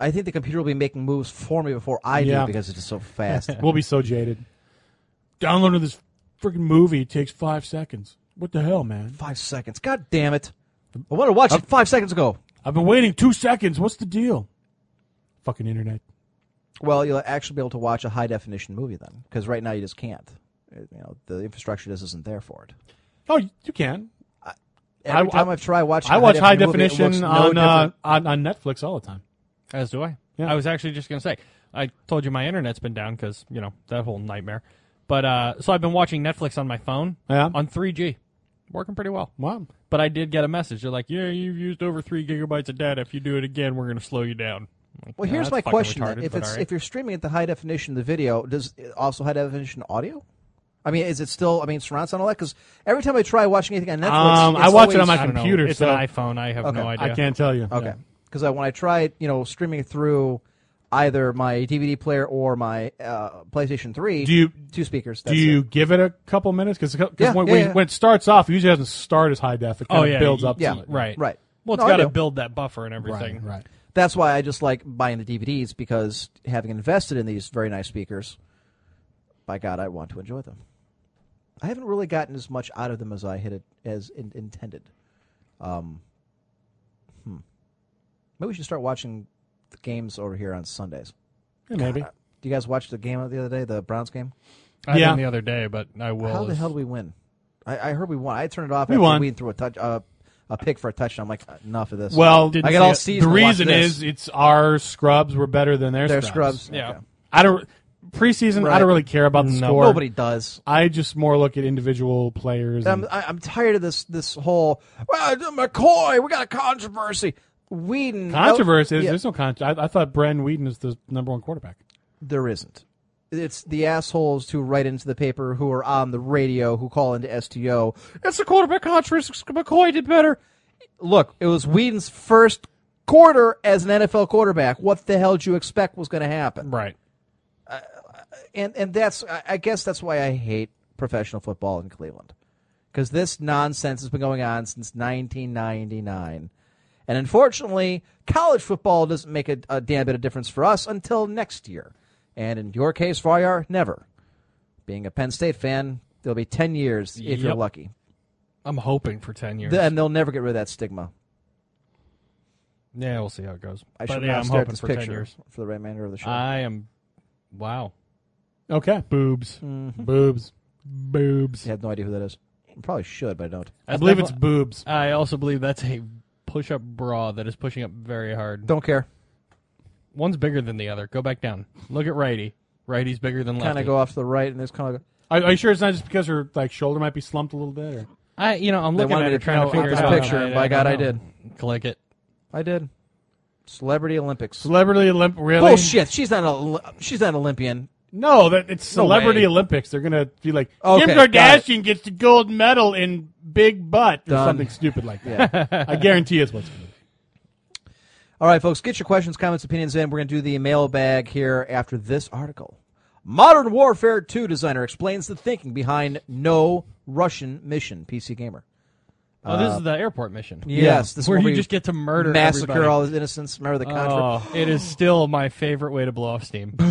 I think the computer will be making moves for me before I
Yeah.
do because it's so fast.
We'll be so jaded. Downloading this freaking movie takes five seconds. What the hell, man?
five seconds. God damn it! I wanted to watch it five seconds ago.
I've been waiting two seconds. What's the deal? Fucking internet.
Well, you'll actually be able to watch a high definition movie then, because right now you just can't. Uh, You know, the infrastructure just isn't there for it.
Oh, y- you can.
Every
I-
time
I-
I've tried watching,
I
a
watch high
movie, it
definition
looks no
on, uh,
different.
on on Netflix all the time.
As do I.
Yeah.
I was actually just going to say, I told you my internet's been down because, you know, that whole nightmare. But uh, so I've been watching Netflix on my phone
Yeah.
on 3G. Working pretty well.
Wow.
But I did get a message. They're like, yeah, you've used over three gigabytes of data. If you do it again, we're going to slow you down. I'm like,
well,
"Yeah,
here's
that's
my
fucking
question: then.
retarded,
If
but
it's
all right."
if you're streaming at the high definition of the video, does it also high definition audio? I mean, is it still? I mean, surround sound and all that? Because every time I try watching anything on Netflix,
Um, I
it's
watch it on
always-
my
I don't know.
computer,
It's
so-
an iPhone. I have
Okay.
no
I
idea.
I can't tell you.
Okay.
Yeah.
Because I, when I tried, you know, streaming through either my DVD player or my uh, PlayStation 3,
Do you-
two speakers.
Do
that's
you
it.
give it a couple minutes? Because
Yeah,
when,
yeah,
when-
yeah.
when it starts off, it usually doesn't start as high def. It kind
Oh,
of
yeah.
builds up
Yeah.
to it.
Right.
Right.
Well, it's
No, I
got to
do.
build that buffer and everything.
Right.
That's why I just like buying the DVDs because having invested in these very nice speakers, by God, I want to enjoy them. I haven't really gotten as much out of them as I had it, as in, intended. Um, hmm. Maybe we should start watching the games over here on Sundays.
Yeah, maybe.
Do you guys watch the game the other day, the Browns game?
I
Yeah.
did the other day, but I will.
How the
is-
hell did we win? I, I heard we won. I turned it off.
We
after
won.
We threw a touch, uh, a pick for a touchdown. I'm like, enough of this.
Well,
Didn't
I
see
got all
it.
season.
the
to watch
reason
this.
is it's our scrubs were better than their,
they're scrubs.
Yeah.
Okay.
I don't preseason. I
Right.
don't really care about the score.
Nobody does.
I just more look at individual players.
I'm,
and-
I, I'm tired of this this whole well, McCoy. We got a controversy. Whedon.
controversy.
no-
There's,
yeah,
there's no controversy. I, I thought Bren Whedon is the number one quarterback.
there isn't. It's the assholes who write into the paper, who are on the radio, who call into STO. It's a quarterback controversy. McCoy did better. Look, it was Whedon's first quarter as an NFL quarterback. What the hell did you expect was going to happen?
Right.
and and that's I- I guess that's why I hate professional football in Cleveland because this nonsense has been going on since 1999, and unfortunately, college football doesn't make a, a damn bit of difference for us until next year, and in your case, Faryar, never. Being a Penn State fan, there'll be 10 years if you're
Yep.
lucky,
I'm hoping for 10 years.
Th- and they'll never get rid of that stigma.
yeah, we'll see how it goes.
I
But
should
yeah,
not
I'm
stare at
hoping
this
for 10
picture
years.
for the remainder of the show.
I am. Wow.
Okay, boobs,
Mm-hmm.
boobs, boobs.
I have no idea who that is. I probably should, but I don't.
I believe it's boobs.
I also believe that's a push-up bra that is pushing up very hard.
Don't care.
One's bigger than the other. Go back down. Look at righty. Righty's bigger than lefty.
Kind of go off to the right, and there's kind of.
Are, are you sure it's not just because her like shoulder might be slumped a little bit? Or
I, you know, I'm
They
looking
wanted
at
me
it
to
trying to
print
figure
out
it out.
this picture, and by God, I
don't know. Click it.
I did. Celebrity Olympics.
celebrity Olymp? Really?
Bullshit. She's not a. She's not an Olympian.
No, that it's celebrity
way.
Olympics. They're gonna be like
Okay,
Kim
got
Kardashian gets the gold medal in big butt or
Done.
something stupid like that. I guarantee it's what's. Gonna be.
All right, folks. Get your questions, comments, opinions in. We're gonna do the mailbag here after this article. Modern Warfare 2 designer explains the thinking behind no Russian mission. PC Gamer.
Oh, this is the airport mission.
Uh, Yes, this is
where
where
you
we
just get to murder,
Massacre
everybody.
all his innocents. Remember the contract.
Oh, it is still my favorite way to blow off steam.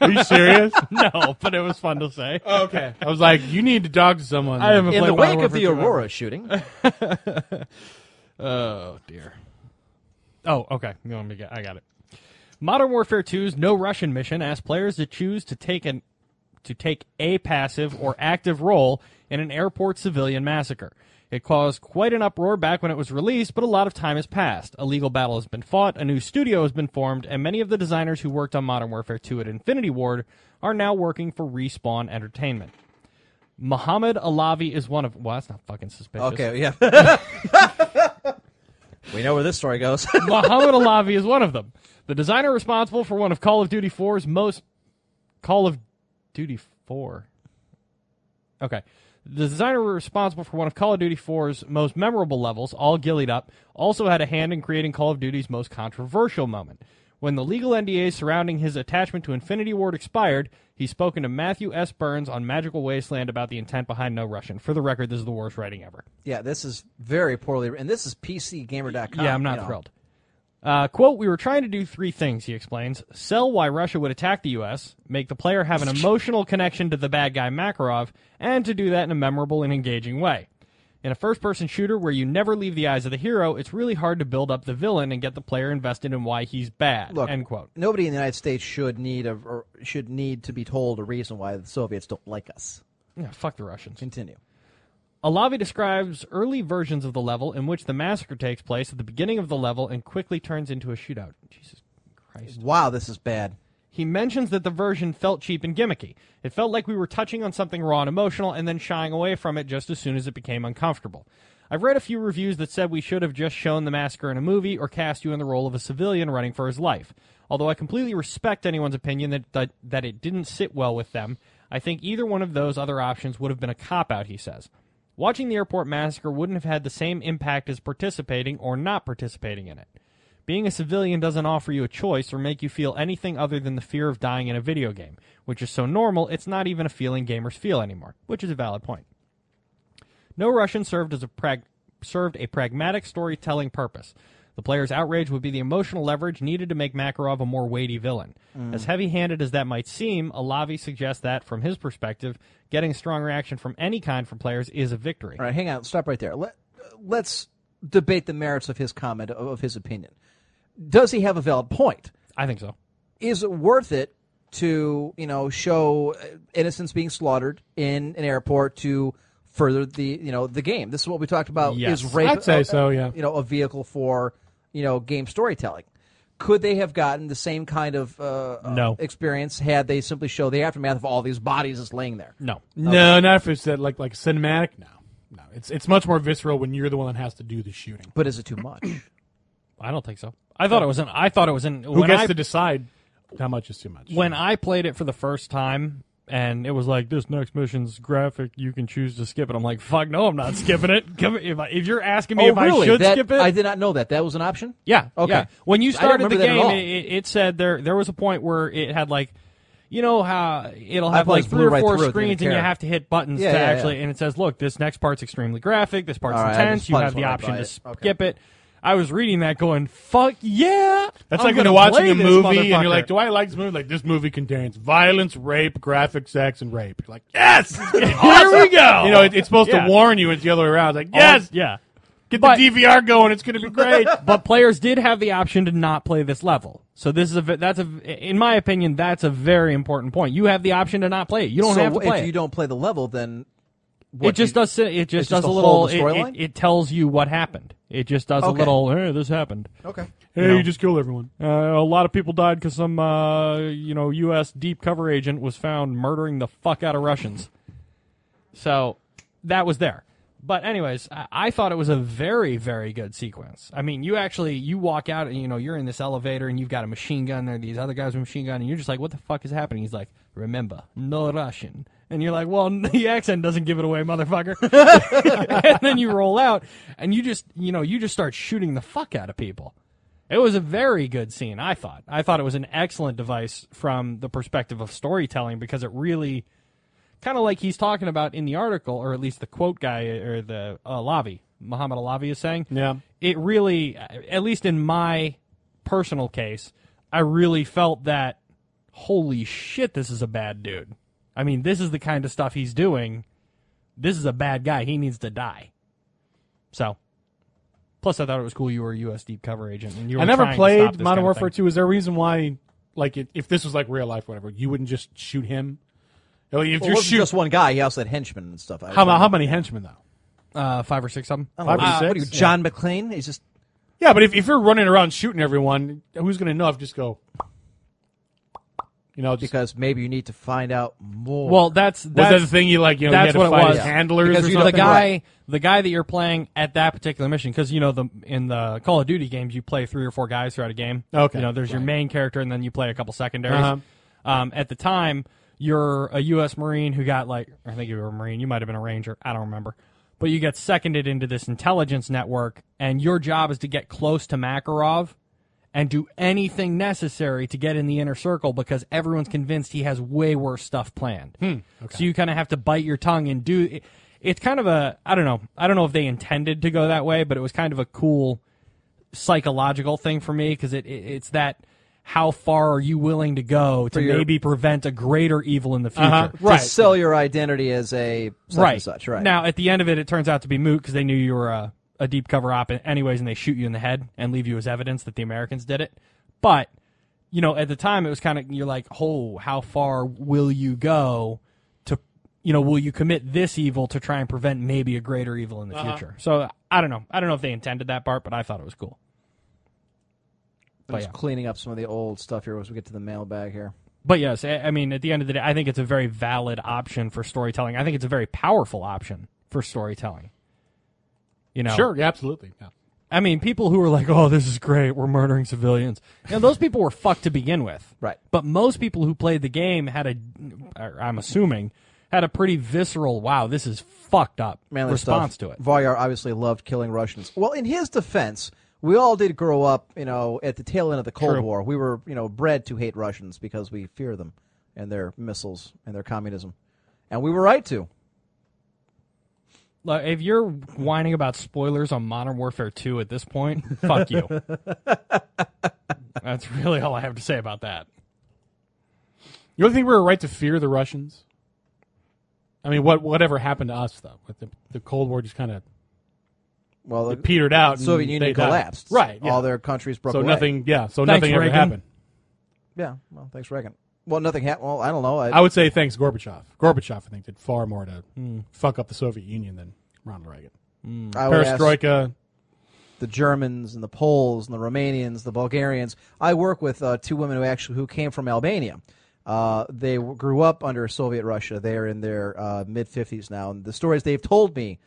Are you serious?
no, but it was fun to say.
okay, I was like, you need to talk to someone.
I haven't
In
played
the
Modern
wake of the
Warfare 2 ever.
Aurora shooting,
Oh dear. Oh, okay. You want me to get? I got it. Modern Warfare 2's No Russian mission asks players to choose to take an to take a passive or active role in an airport civilian massacre. It caused quite an uproar back when it was released, but a lot of time has passed. A legal battle has been fought, a new studio has been formed, and many of the designers who worked on Modern Warfare 2 at Infinity Ward are now working for Respawn Entertainment. Muhammad Alavi is one of. Well, that's not fucking suspicious.
Okay, yeah. we know where this story goes.
Muhammad Alavi is one of them. The designer responsible for one of Call of Duty 4's most Call of Duty 4. Okay. The designer responsible for one of Call of Duty 4's most memorable levels, all gillied up, also had a hand in creating Call of Duty's most controversial moment. When the legal NDA surrounding his attachment to Infinity Ward expired, he spoken to Matthew S. Burns on Magical Wasteland about the intent behind No Russian. For the record, this is the worst writing ever.
yeah, this is very poorly, and this is PCGamer.com.
Yeah, I'm
you
not
know.
thrilled. Uh, quote, we were trying to do three things, he explains. Sell why Russia would attack the U.S., make the player have an emotional connection to the bad guy Makarov, and to do that in a memorable and engaging way. In a first person shooter where you never leave the eyes of the hero, it's really hard to build up the villain and get the player invested in why he's bad.
Look,
end quote.
Nobody in the United States should need a or should need to be told a reason why the Soviets don't like us.
Yeah, fuck the Russians.
Continue.
Alavi describes early versions of the level in which the massacre takes place at the beginning of the level and quickly turns into a shootout. Jesus Christ.
Wow, this is bad.
He mentions that the version felt cheap and gimmicky. It felt like we were touching on something raw and emotional and then shying away from it just as soon as it became uncomfortable. I've read a few reviews that said we should have just shown the massacre in a movie or cast you in the role of a civilian running for his life. Although I completely respect anyone's opinion that, that, that it didn't sit well with them, I think either one of those other options would have been a cop out, he says. Watching the airport massacre wouldn't have had the same impact as participating or not participating in it. Being a civilian doesn't offer you a choice or make you feel anything other than the fear of dying in a video game, which is so normal it's not even a feeling gamers feel anymore, which is a valid point. No Russian served as a prag- served a pragmatic storytelling purpose. The player's outrage would be the emotional leverage needed to make Makarov a more weighty villain.
Mm.
As heavy-handed as that might seem, Alavi suggests that, from his perspective, getting a strong reaction from any kind from players is a victory.
All right, hang on. Stop right there. Let let's debate the merits of his comment of of his opinion. Does he have a valid point?
I think so.
is it worth it to you know show uh, innocents being slaughtered in an airport to further the you know the game? This is what we talked about.
Yes.
Is rape?
I'd say
uh,
so,
uh,
yeah.
You know, a vehicle for you know game storytelling. Could they have gotten the same kind of uh, uh,
No.
experience had they simply show the aftermath of all these bodies just laying there?
No.
No, not if it's that like like cinematic. No, no, it's it's much more visceral when you're the one that has to do the shooting.
But is it too much?
I don't think so. I thought it was an. I thought it was an.
Who
when
gets
I-
to decide how much is too much?
when I played it for the first time and it was like this next mission's graphic, you can choose to skip it. I'm like, fuck no, I'm not skipping it. Come- If, I, if you're asking me if I should
Oh, That-
skip it,
I did not know that. That was an option.
yeah,
Okay.
yeah. When you
I don't
started the
remember that at
game,
all.
it, it said there there was a point where it had like, you know how it'll have
played
like three or
right
four
through it, didn't
screens and you
care.
have to hit buttons
Yeah,
to
yeah, yeah.
actually, and it says, look, this next part's extremely graphic, this part's
All right, I
intense.
just-
You
I
have
just
the
wanted to
option
buy
to
it. Okay.
skip it. I was reading that going, fuck yeah.
That's like
I'm
when
gonna
you're watching
play
a
this
movie and
motherfucker.
you're like, "Do I like this movie?" Like this movie contains violence, rape, graphic sex, and rape. You're like, "Yes, here
we go.
You know, it, it's supposed
Yeah.
to warn you. It's the other way around. It's like,
All-
"Yes,
yeah.
get
but-
the DVR going. It's going to be great."
but players did have the option to not play this level. So this is a ve- that's a in my opinion that's a very important point. You have the option to not play it. You don't
so
have to
if
play
you
it.
don't play the level, then
it just does si- it
just
just does
a
a
hole
little
in the
it, it,
storyline?
it tells you what happened. It just does
Okay.
a little hey, this happened.
okay.
hey, you just killed everyone.
Uh, a lot of people died cuz some uh, you know US deep cover agent was found murdering the fuck out of Russians. So that was there. But anyways, I, I thought it was a very, very good sequence. I mean, you actually you walk out and you know you're in this elevator and you've got a machine gun there, these other guys with a machine gun, and you're just like, what the fuck is happening? He's like, remember, no Russian, and you're like, well, the accent doesn't give it away, motherfucker. and then you roll out and you just you know you just start shooting the fuck out of people. It was a very good scene, I thought. I thought it was an excellent device from the perspective of storytelling because it really kind of like he's talking about in the article, or at least the quote guy or the uh, Lavi Muhammad Alavi is saying.
Yeah.
it really, at least in my personal case, I really felt that. Holy shit, this is a bad dude. I mean, this is the kind of stuff he's doing. This is a bad guy. He needs to die. So, plus, I thought it was cool you were a US deep cover agent, and you were
I never
trying to stop
played Modern
this kind of
Warfare
thing.
Two. Is there a reason why, like, it, if this was like real life, whatever, you wouldn't just shoot him? Like, if
Well, it
you're
wasn't
shooting,
just one guy. He also had henchmen and stuff. I
how, how many henchmen though?
Uh, five or six of them.
Five or
Uh, what are you,
six?
John McClane? He's just
Yeah, but if, if you're running around shooting everyone, who's going to know? If you just go, you know, just
because maybe you need to find out more.
Well, that's
was
that's
that the thing you like? You know,
that's
you had to
what it
fight
was.
his handlers
because
or
you
something.
the guy the guy that you're playing at that particular mission because you know the in the Call of Duty games you play three or four guys throughout a game.
Okay.
you know there's your main character and then you play a couple secondaries.
Uh-huh.
Um, at the time, you're a U.S. Marine who got like I think you were a Marine, you might have been a Ranger, I don't remember, but you get seconded into this intelligence network, and your job is to get close to Makarov. And do anything necessary to get in the inner circle because everyone's convinced he has way worse stuff planned. So you kind of have to bite your tongue and do. It, it's kind of a I don't know I don't know if they intended to go that way, but it was kind of a cool psychological thing for me because it, it it's that how far are you willing to go to
your- Uh-huh.
maybe prevent a greater evil in the future.
right. to sell your identity as a such
Right.
and such. Right
Now, at the end of it, it turns out to be moot because they knew you were a, a deep cover op, and- anyways, and they shoot you in the head and leave you as evidence that the Americans did it. But, you know, at the time, it was kind of, you're like, oh, how far will you go to, you know, will you commit this evil to try and prevent maybe a greater evil in the
Uh-huh.
future? So I don't know. I don't know if they intended that part, but I thought it was cool.
I'm
Oh,
just cleaning up some of the old stuff here as we get to the mailbag here.
But yes, I I mean, at the end of the day, I think it's a very valid option for storytelling. I think it's a very powerful option for storytelling. You know,
Sure, yeah, absolutely. Yeah.
I mean, people who were like, "Oh, this is great. We're murdering civilians." You know, those people were fucked to begin with.
Right.
But most people who played the game had a or I'm assuming had a pretty visceral, "Wow, this is fucked up."
manly
response
stuff.
to it.
Voyar obviously loved killing Russians. Well, in his defense, we all did grow up, you know, at the tail end of the Cold War. We were, you know, bred to hate Russians because we fear them and their missiles and their communism. And we were right to.
Like, if you're whining about spoilers on Modern Warfare 2 at this point, fuck you. That's really all I have to say about that.
You don't think we were right to fear the Russians? I mean, what whatever happened to us though? With the, the Cold War just kind of
Well, the
petered out. and
Soviet
they
Union
died.
collapsed.
Right. yeah.
All their countries broke
so
away.
nothing. Yeah. So
Thanks,
nothing ever
Reagan.
happened.
Yeah. Well, thanks, Reagan. Well, nothing happened. Well, I don't know. I,
I would say thanks Gorbachev. Gorbachev, I think, did far more to
Hmm.
fuck up the Soviet Union than Ronald Reagan.
I
Oh,
would ask-
Perestroika.
the Germans and the Poles and the Romanians, the Bulgarians. I work with uh, two women who actually who came from Albania. Uh, they w- grew up under Soviet Russia. They're in their uh, mid fifties now, and the stories they've told me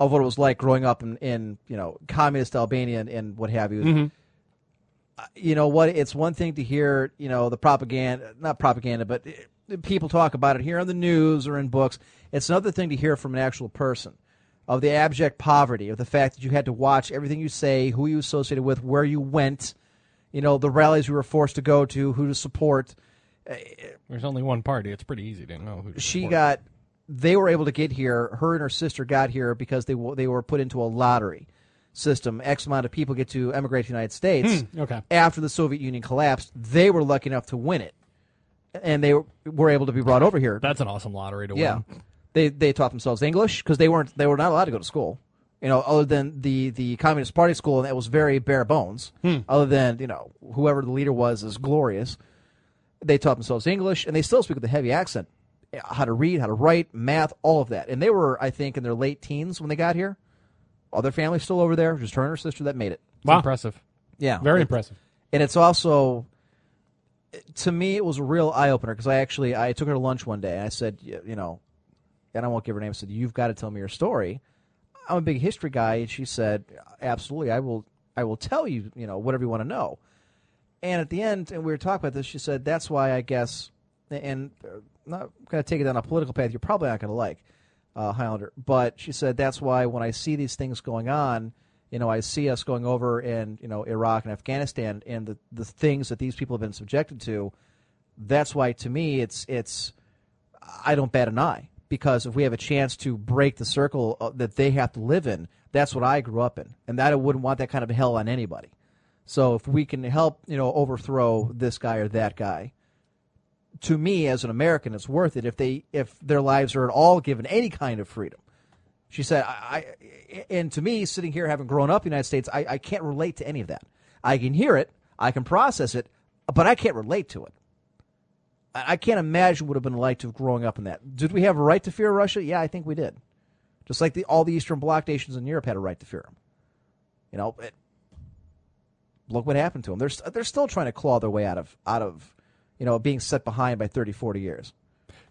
of what it was like growing up in, in you know communist Albania and, and what have you. Uh, You know what? It's one thing to hear you know the propaganda, not propaganda, but uh, people talk about it here on the news or in books. It's another thing to hear from an actual person of the abject poverty, of the fact that you had to watch everything you say, who you associated with, where you went, you know, the rallies you were forced to go to, who to support.
There's only one party. It's pretty easy to know who to
She
support.
got, they were able to get here. Her and her sister got here because they w- they were put into a lottery system. X amount of people get to emigrate to the United States.
okay.
After the Soviet Union collapsed, they were lucky enough to win it, and they were- were able to be brought over here.
That's an awesome lottery to
Yeah,
win.
they they taught themselves English because they weren't they were not allowed to go to school. You know, other than the the Communist Party school, and that was very bare bones. Other than you know whoever the leader was is glorious. They taught themselves English, and they still speak with a heavy accent. Eh, How to read, how to write, math, all of that. And they were, I think, in their late teens when they got here. All their family's still over there. Just her and her sister that made it.
It's impressive.
Yeah,
Very
It-
impressive.
and it's also to me it was a real eye opener because I actually I took her to lunch one day and I said y- you know and I won't give her name I said you've got to tell me your story I'm a big history guy and she said absolutely I will I will tell you you know whatever you want to know and at the end and we were talking about this she said that's why I guess and uh, not going to take it down a political path you're probably not going to like uh, Highlander but she said that's why when I see these things going on you know, I see us going over in, you know, Iraq and Afghanistan and the, the things that these people have been subjected to. That's why to me it's it's I don't bat an eye because if we have a chance to break the circle uh, that they have to live in, that's what I grew up in. And that I wouldn't want that kind of hell on anybody. So if we can help, you know, overthrow this guy or that guy, to me as an American, it's worth it if they if their lives are at all given any kind of freedom. She said, I, I and to me, sitting here having grown up in the United States, I, I can't relate to any of that. I can hear it, I can process it, but I can't relate to it. I, I can't imagine what it would have been like to have growing up in that. Did we have a right to fear Russia? Yeah, I think we did. just like the, all the Eastern Bloc nations in Europe had a right to fear him. You know, it, look what happened to them. They're st- they're still trying to claw their way out of out of you know being set behind by 30, 40 years.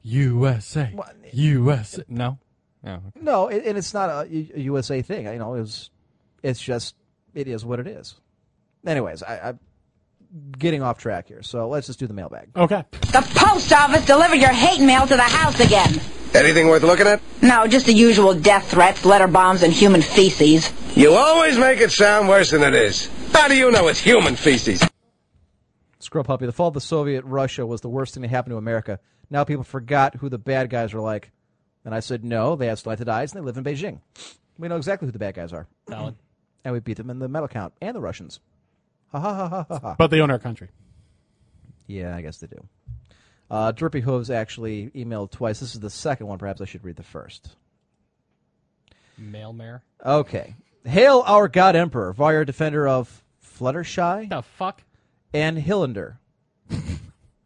USA. USA. No. No.
No, it, and it's not a, U- a USA thing. You know, it's it's just it is what it is. Anyways, I, I'm getting off track here, so let's just do the mailbag.
Okay.
The post office delivered your hate mail to the house again.
Anything worth looking at?
No, just the usual death threats, letter bombs, and human feces.
You always make it sound worse than it is. How do you know it's human feces?
Scroll Puppy, the fall of the Soviet Russia was the worst thing that happened to America. Now people forgot who the bad guys are like. And I said, no, they have slanted eyes and they live in Beijing. We know exactly who the bad guys are.
Valid.
And we beat them in the medal count and the Russians. Ha ha ha ha ha ha.
But they own our country.
Yeah, I guess they do. Uh, Drippy Hooves actually emailed twice. This is the second one. Perhaps I should read the first.
Mail mare.
Okay. Hail our God Emperor, Vire Defender of Fluttershy.
The fuck?
and Hillander.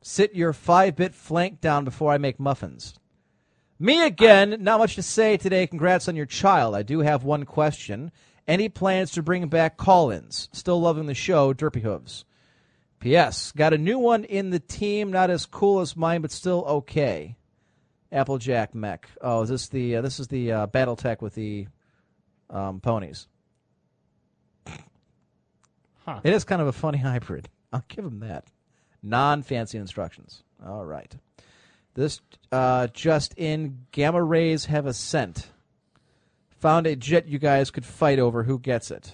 Sit your five bit flank down before I make muffins. Me again, not much to say today. Congrats on your child. I do have one question. Any plans to bring back call ins? Still loving the show, Derpy Hooves. P.S. Got a new one in the team, not as cool as mine, but still okay. Applejack Mech. Oh, is this the uh, this is the uh, battle tech with the um, ponies? It is kind of a funny hybrid. I'll give him that. Non fancy instructions. All right. This uh, just in gamma rays have a scent. Found a jet you guys could fight over. Who gets it?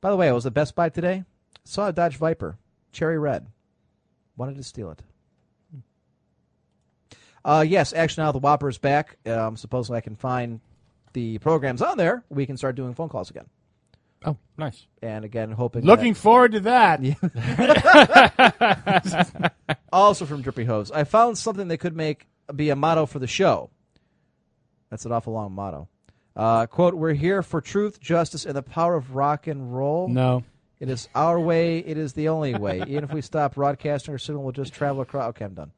By the way, I was at Best Buy today. Saw a Dodge Viper, cherry red. Wanted to steal it. Uh, yes, Action Out of the Whopper is back. Um, supposedly I can find the programs on there. We can start doing phone calls again.
Oh, nice.
And again, hoping. that-
Looking forward to that.
also from Drippy Hose. I found something that could make be a motto for the show. That's an awful long motto. Uh, quote: "We're here for truth, justice, and the power of rock and roll.
No.
It is our way. It is the only way. Even if we stop broadcasting, our signal will just travel across." Okay, I'm done.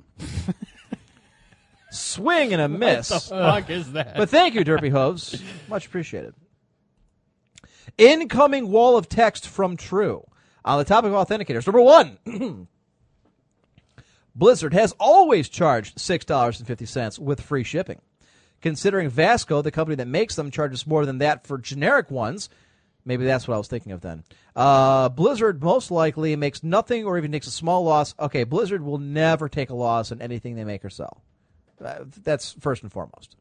Swing and a miss.
fuck is that?
But thank you, Derpy Hooves. Much appreciated. Incoming wall of text from True on the topic of authenticators. Number one Blizzard has always charged $6.50 with free shipping. Considering Vasco, the company that makes them, charges more than that for generic ones. Maybe that's what I was thinking of then. Uh, Blizzard most likely makes nothing or even takes a small loss. Okay, Blizzard will never take a loss on anything they make or sell. Uh, that's first and foremost.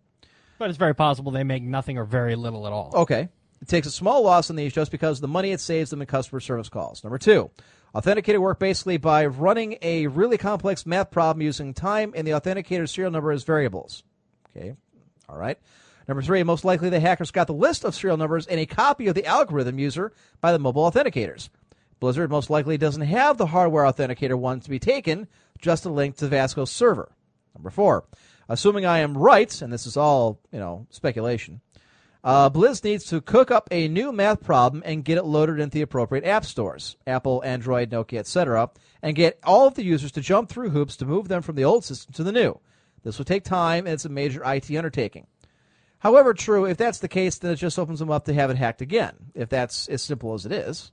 But it's very possible they make nothing or very little at all.
Okay. It takes a small loss on these just because of the money it saves them in customer service calls. Number two, authenticated work basically by running a really complex math problem using time and the authenticator serial number as variables. Okay. All right. Number three, most likely the hackers got the list of serial numbers and a copy of the algorithm user by the mobile authenticators. Blizzard most likely doesn't have the hardware authenticator one to be taken, just a link to Vasco's server. Number four, assuming I am right, and this is all, you know, speculation, uh, Blizz needs to cook up a new math problem and get it loaded into the appropriate app stores, Apple, Android, Nokia, etc., and get all of the users to jump through hoops to move them from the old system to the new. This will take time, and it's a major IT undertaking. However, true, if that's the case, then it just opens them up to have it hacked again, if that's as simple as it is.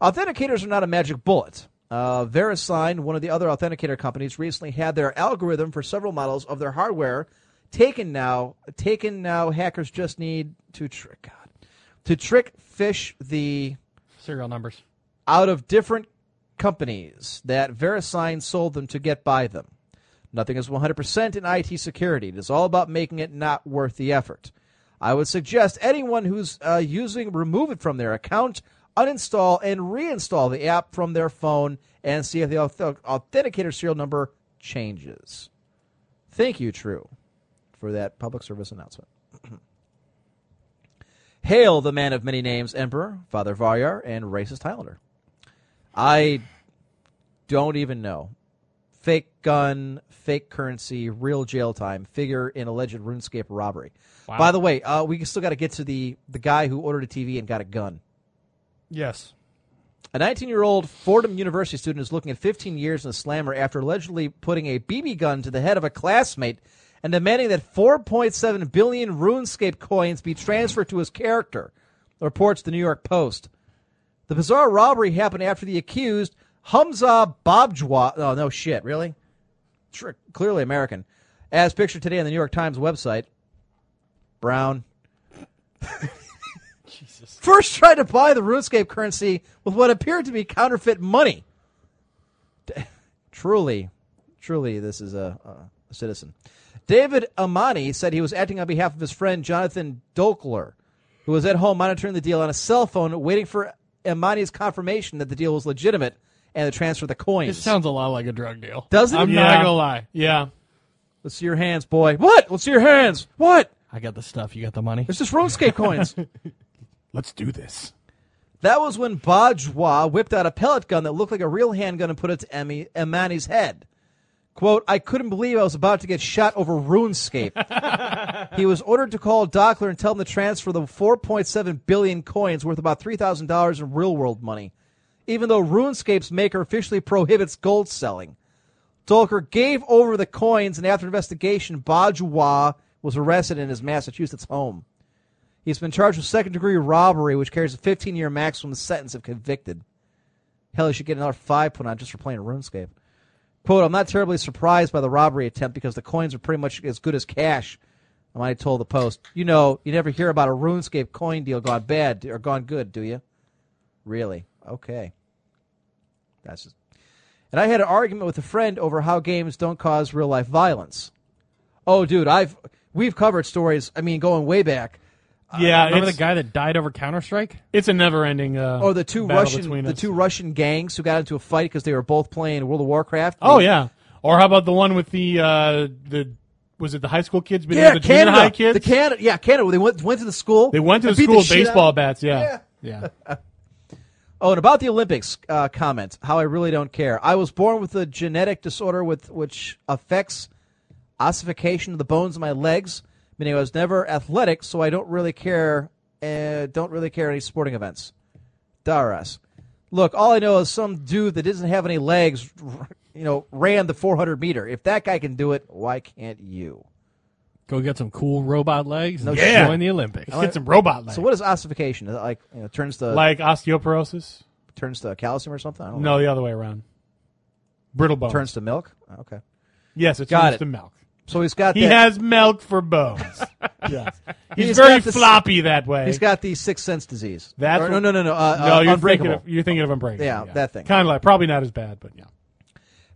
Authenticators are not a magic bullet. Uh, VeriSign, one of the other authenticator companies, recently had their algorithm for several models of their hardware taken. Now, taken now, hackers just need to trick God, to trick fish the
Serial numbers.
out of different companies that VeriSign sold them to get by them. Nothing is 100% in IT security. It is all about making it not worth the effort. I would suggest anyone who's uh, using remove it from their account, uninstall and reinstall the app from their phone, and see if the auth- authenticator serial number changes. Thank you, True, for that public service announcement. Hail the man of many names, Emperor, Father Varyar, and racist Highlander. I don't even know. Fake gun, fake currency, real jail time, figure in alleged RuneScape robbery. By the way, uh, we still got to get to the, the guy who ordered a TV and got a gun.
Yes.
A 19 year old Fordham University student is looking at 15 years in the slammer after allegedly putting a BB gun to the head of a classmate and demanding that 4.7 billion RuneScape coins be transferred to his character, reports the New York Post. The bizarre robbery happened after the accused, Hamza Bobjwa. Oh, no shit, really? Sure, clearly American. As pictured today on the New York Times website, Brown. First tried to buy the RuneScape currency with what appeared to be counterfeit money. truly, truly, this is a, a citizen. David Amani said he was acting on behalf of his friend Jonathan Dokler, who was at home monitoring the deal on a cell phone, waiting for Amani's confirmation that the deal was legitimate and to transfer the coins.
This sounds a lot like a drug deal.
Doesn't it?
I'm
Yeah.
not gonna lie. Yeah,
Let's see your hands, boy. What? Let's see your hands. What?
I got the stuff. You got the money.
It's just RuneScape coins.
Let's do this.
That was when Bajwa whipped out a pellet gun that looked like a real handgun and put it to Emmy, Emani's head. Quote, I couldn't believe I was about to get shot over RuneScape. he was ordered to call Dockler and tell him to transfer the 4.7 billion coins worth about $3,000 in real world money, even though RuneScape's maker officially prohibits gold selling. Dolker gave over the coins, and after investigation, Bajwa was arrested in his Massachusetts home. He's been charged with second degree robbery, which carries a 15 year maximum sentence if convicted. Hell, he should get another five put on just for playing RuneScape. Quote, I'm not terribly surprised by the robbery attempt because the coins were pretty much as good as cash. Amani told the Post, You know, you never hear about a RuneScape coin deal gone bad or gone good, do you? Really? Okay. That's just. And I had an argument with a friend over how games don't cause real life violence. Oh, dude, I've we've covered stories. I mean, going way back.
Yeah,
Remember
it's,
the guy that died over Counter Strike?
it's a never-ending. Uh,
Oh, the two
battle
Russian
between
the
us.
two Russian gangs who got into a fight because they were both playing World of Warcraft.
Oh yeah. Or how about the one with the uh, the was it the high school kids? beating
yeah,
the junior
Canada,
high kids.
the Canada, yeah, Canada. They went went to the school.
they went to
and
the
beat
school
shit out-
baseball bats. Yeah.
Yeah.
Oh, and about the Olympics uh, comment, how I really don't care. I was born with a genetic disorder with which affects ossification of the bones in my legs. Meaning I was never athletic, so I don't really care. Uh, don't really care any sporting events. Daras, look, all I know is some dude that doesn't have any legs, you know, ran the 400 meter. If that guy can do it, why can't you?
Go get some cool robot legs and
Yeah.
join the Olympics.
Let's get some robot legs.
So what is ossification? Is it Like you know, turns to
like osteoporosis?
turns to calcium or something? I don't know.
No, the other way around. Brittle bones.
turns to milk. Okay,
yes, it
Got
turns
it.
to milk.
so he's got
He
that.
has milk for bones. yes. He's,
He's
very
got the-
floppy that way.
He's got the sixth sense disease.
That's
Or,
what-
no, no, no, no. Uh,
no,
uh,
you're thinking
unbreakable.
of you're thinking of unbreakable.
Yeah, that thing.
Kind of like probably not as bad, but yeah.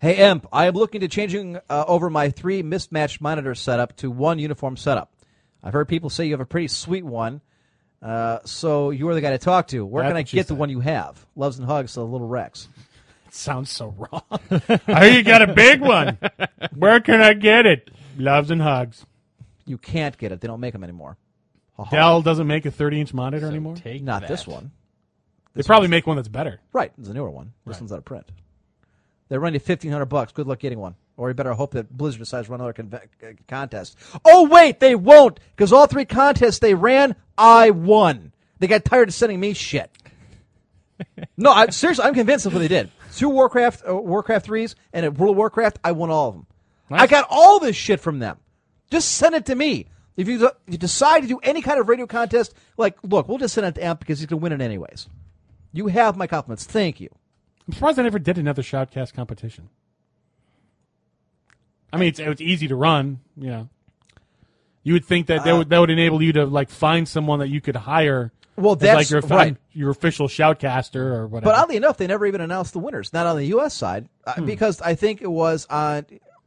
Hey, Emp, I am looking to changing uh, over my three mismatched monitor setup to one uniform setup. I've heard people say you have a pretty sweet one, uh, so you are the guy to talk to. Where
That's
can I
what she
get the
said.
one you have? Loves and hugs, the little Rex.
It sounds so wrong. I hear you got a big one. Where can I get it? Loves and hugs.
You can't get it; they don't make them anymore. Ha-ha.
Dell doesn't make a 30 inch monitor anymore.
Take
Not
that.
this one.
They probably make one that's better.
Right, it's a newer one. This one's out of print. They're running fifteen hundred bucks. Good luck getting one, or you better hope that Blizzard decides to run another conve- uh, contest. Oh wait, they won't, because all three contests they ran, I won. They got tired of sending me shit. no, I, seriously, I'm convinced that's what they did. Two Warcraft, uh, Warcraft threes, and at World of Warcraft, I won all of them. I got all this shit from them. Just send it to me. If you, if you decide to do any kind of radio contest, like, look, we'll just send it to Amp because he's gonna win it anyways. You have my compliments. Thank you.
I'm surprised I never did another shoutcast competition. I mean, it's it's easy to run. You know, you would think that that
Uh,
would that would enable you to like find someone that you could hire.
Well,
as,
that's
like your
right.
your official shoutcaster or whatever.
But oddly enough, they never even announced the winners. Not on the U.S. side, uh,
Hmm.
because I think it was on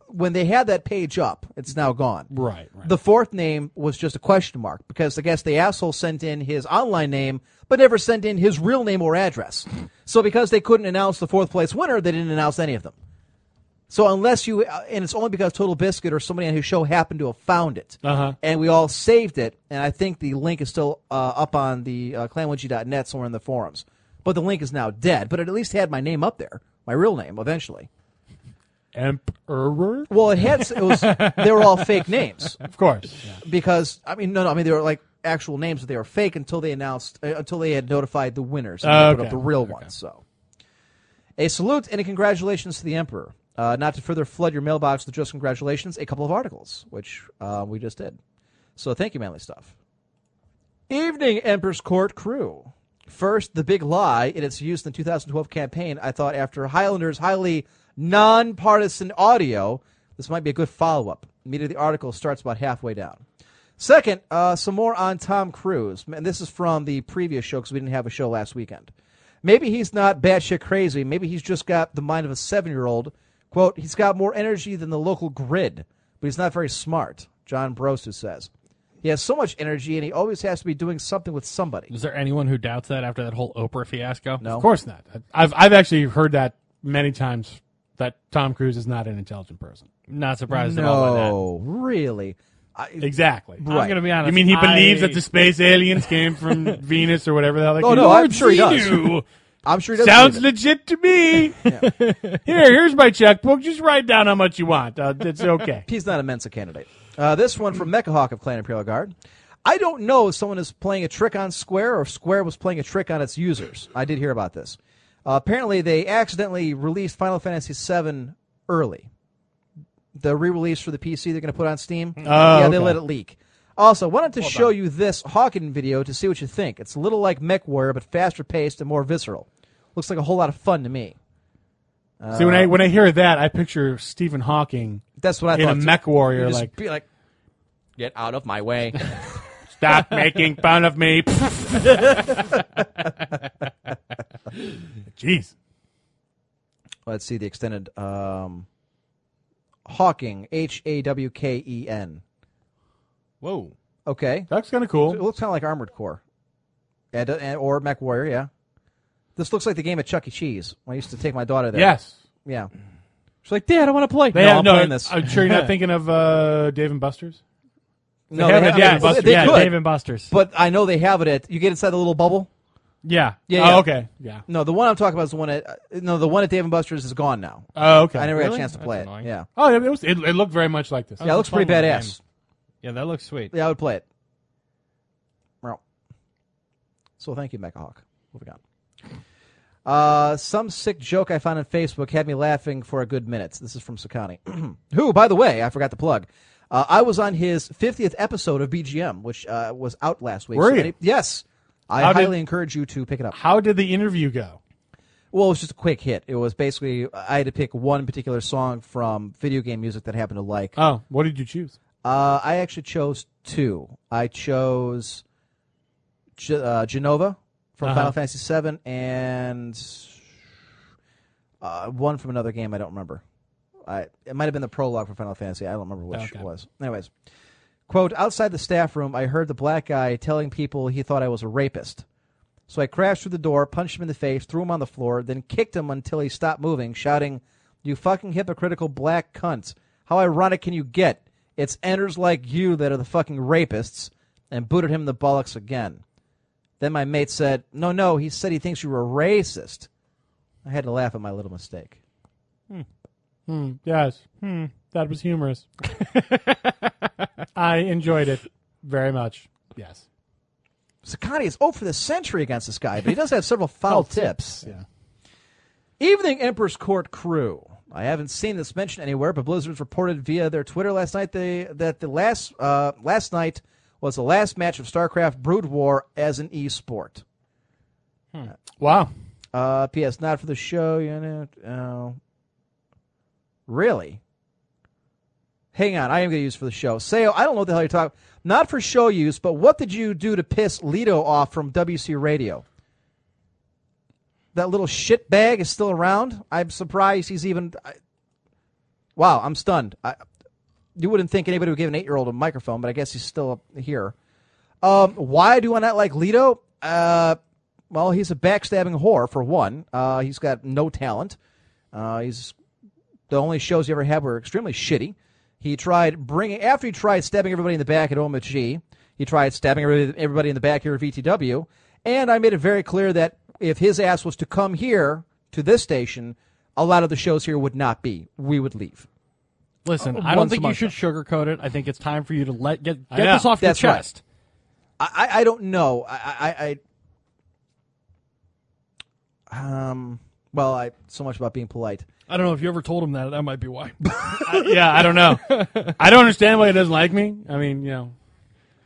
when they had that page up. It's now gone.
Right, right.
The fourth name was just a question mark because I guess the asshole sent in his online name, but never sent in his real name or address. so because they couldn't announce the fourth place winner, they didn't announce any of them. So unless you, uh, and it's only because Total Biscuit or somebody on his show happened to have found it,
Uh-huh.
and we all saved it, and I think the link is still uh, up on the uh, clanwidgie.net somewhere in the forums, but the link is now dead. But it at least had my name up there, my real name, eventually.
Emperor,
Well, it had it was they were all fake names
of course.
because I mean no no I mean they were like actual names, but they were fake until they announced uh, until they had notified the winners and
Oh,
they put
okay.
up the real ones. So, a salute and a congratulations to the emperor. Uh, Uh, not to further flood your mailbox with just congratulations, a couple of articles, which uh, we just did. So thank you, Manly Stuff. Evening, Emperor's Court crew. First, the big lie in its use in the 2012 campaign. I thought after Highlander's highly nonpartisan audio, this might be a good follow up. Meat of the article starts about halfway down. Second, uh, some more on Tom Cruise. And this is from the previous show because we didn't have a show last weekend. Maybe he's not batshit crazy. Maybe he's just got the mind of a seven year old. Quote, he's got more energy than the local grid, but he's not very smart, John Brosu says. He has so much energy and he always has to be doing something with somebody.
Is there anyone who doubts that after that whole Oprah fiasco?
No.
Of course not. I've I've actually heard that many times that Tom Cruise is not an intelligent person.
Not surprised at all by that.
No, really. I,
Exactly.
Right.
I'm going to be honest.
You mean he believes
I-
that the space aliens came from Venus or whatever the hell they
Oh,
came
no,
from?
I'm sure he does.
Xenu.
I'm sure he doesn't.
Sounds
believe it.
legit to me. Here, here's my checkbook. Just write down how much you want. Uh, it's okay.
He's not a Mensa candidate. Uh, this one from Mechahawk of Clan Imperial Guard. I don't know if someone is playing a trick on Square or if Square was playing a trick on its users. I did hear about this. Uh, apparently, they accidentally released Final Fantasy VII early. The re-release for the PC they're going to put on Steam. yeah, they
Oh, okay.
let it leak. Also, wanted to show you this Hawken video to see what you think. It's a little like MechWarrior, but faster paced and more visceral. Looks like a whole lot of fun to me.
See, when I when I hear that, I picture Stephen Hawking
That's what I
in a
thought. too.
mech warrior,
Just
like
be like,
Get out of my way.
stop making fun of me. Jeez.
let's see the extended um hawking h a w k e n
Whoa.
okay
That's kind of
it
cool.
looks kind of like armored core and, and or mech warrior yeah this looks like the game at chuck e cheese when i used to take my daughter there
Yes.
yeah she's like dad i want to play
They
no
have-
i'm
no,
playing this
I'm sure you're not thinking of uh, Dave and Buster's.
no
have
they
it
have-
at Dave
I mean,
and Buster's.
they
yeah,
could,
Dave and Buster's.
but i know they have it at you get inside the little bubble
yeah.
Yeah, yeah.
Oh, okay. Yeah.
no the one i'm talking about is the one at uh, no the one at dave and buster's is gone now
Oh, okay.
i never got
Really?
a chance to
That's
play
annoying.
it yeah
Oh, yeah, it, was, it, it looked very much like this.
yeah it looks
a fun
pretty
little
badass
Yeah, that looks sweet.
Yeah, I would play it. Well, So thank you, Mechahawk. Moving on. Uh, some sick joke I found on Facebook had me laughing for a good minute. This is from Sakani. Who, by the way, I forgot to plug. Uh, I was on his 50th episode of BGM, which uh, was out last week.
Were you?
any- yes. I
How did-
highly encourage you to pick it up.
How did the interview go?
Well, it was just a quick hit. It was basically, I had to pick one particular song from video game music that I happened to like.
Oh, what did you choose?
Uh, I actually chose two. I chose G- uh, Genova from Final Fantasy VII and uh, one from another game I don't remember. I, it might have been the prologue for Final Fantasy. I don't remember which it was. Anyways, quote outside the staff room, I heard the black guy telling people he thought I was a rapist. So I crashed through the door, punched him in the face, threw him on the floor, then kicked him until he stopped moving, shouting, "You fucking hypocritical black cunt! How ironic can you get? It's enters like you that are the fucking rapists," and booted him in the bullocks again. Then my mate said, "No, no, he said he thinks you were a racist." I had to laugh at my little mistake.
Yes. Hmm. That was humorous. I enjoyed it very much. Yes.
Sakani is 0 for the century against this guy, but he does have several foul tips.
Yeah.
Evening Emperor's Court crew. I haven't seen this mentioned anywhere, but Blizzard's reported via their Twitter last night they, that the last uh, last night was the last match of StarCraft Brood War as an esport.
Hmm. Wow.
Uh, P.S. Not for the show, you know. Uh, really? Hang on, I am going to use for the show. Sayo, I don't know what the hell you're talking. Not for show use, but what did you do to piss Lito off from WC Radio? That little shit bag is still around. I'm surprised he's even. I, wow, I'm stunned. I, you wouldn't think anybody would give an eight year old a microphone, but I guess he's still here. Um, why do I not like Lito? Uh, well, he's a backstabbing whore for one. Uh, he's got no talent. Uh, he's the only shows he ever had were extremely shitty. He tried bringing after he tried stabbing everybody in the back at OMG. He tried stabbing everybody, everybody in the back here at VTW, and I made it very clear that if his ass was to come here to this station, a lot of the shows here would not be. We would leave.
Oh,
Listen,
Uh,
I don't
once
think
a
you
month,
should sugarcoat it. I think it's time for you to let get
I
get
know.
this off
That's
your
right.
chest.
I, I- I don't know. I, I, I, um, well, I so much about being polite.
I don't know if you ever told him that. That might be why.
I- yeah, I don't know. I don't understand why he doesn't like me. I mean, you know,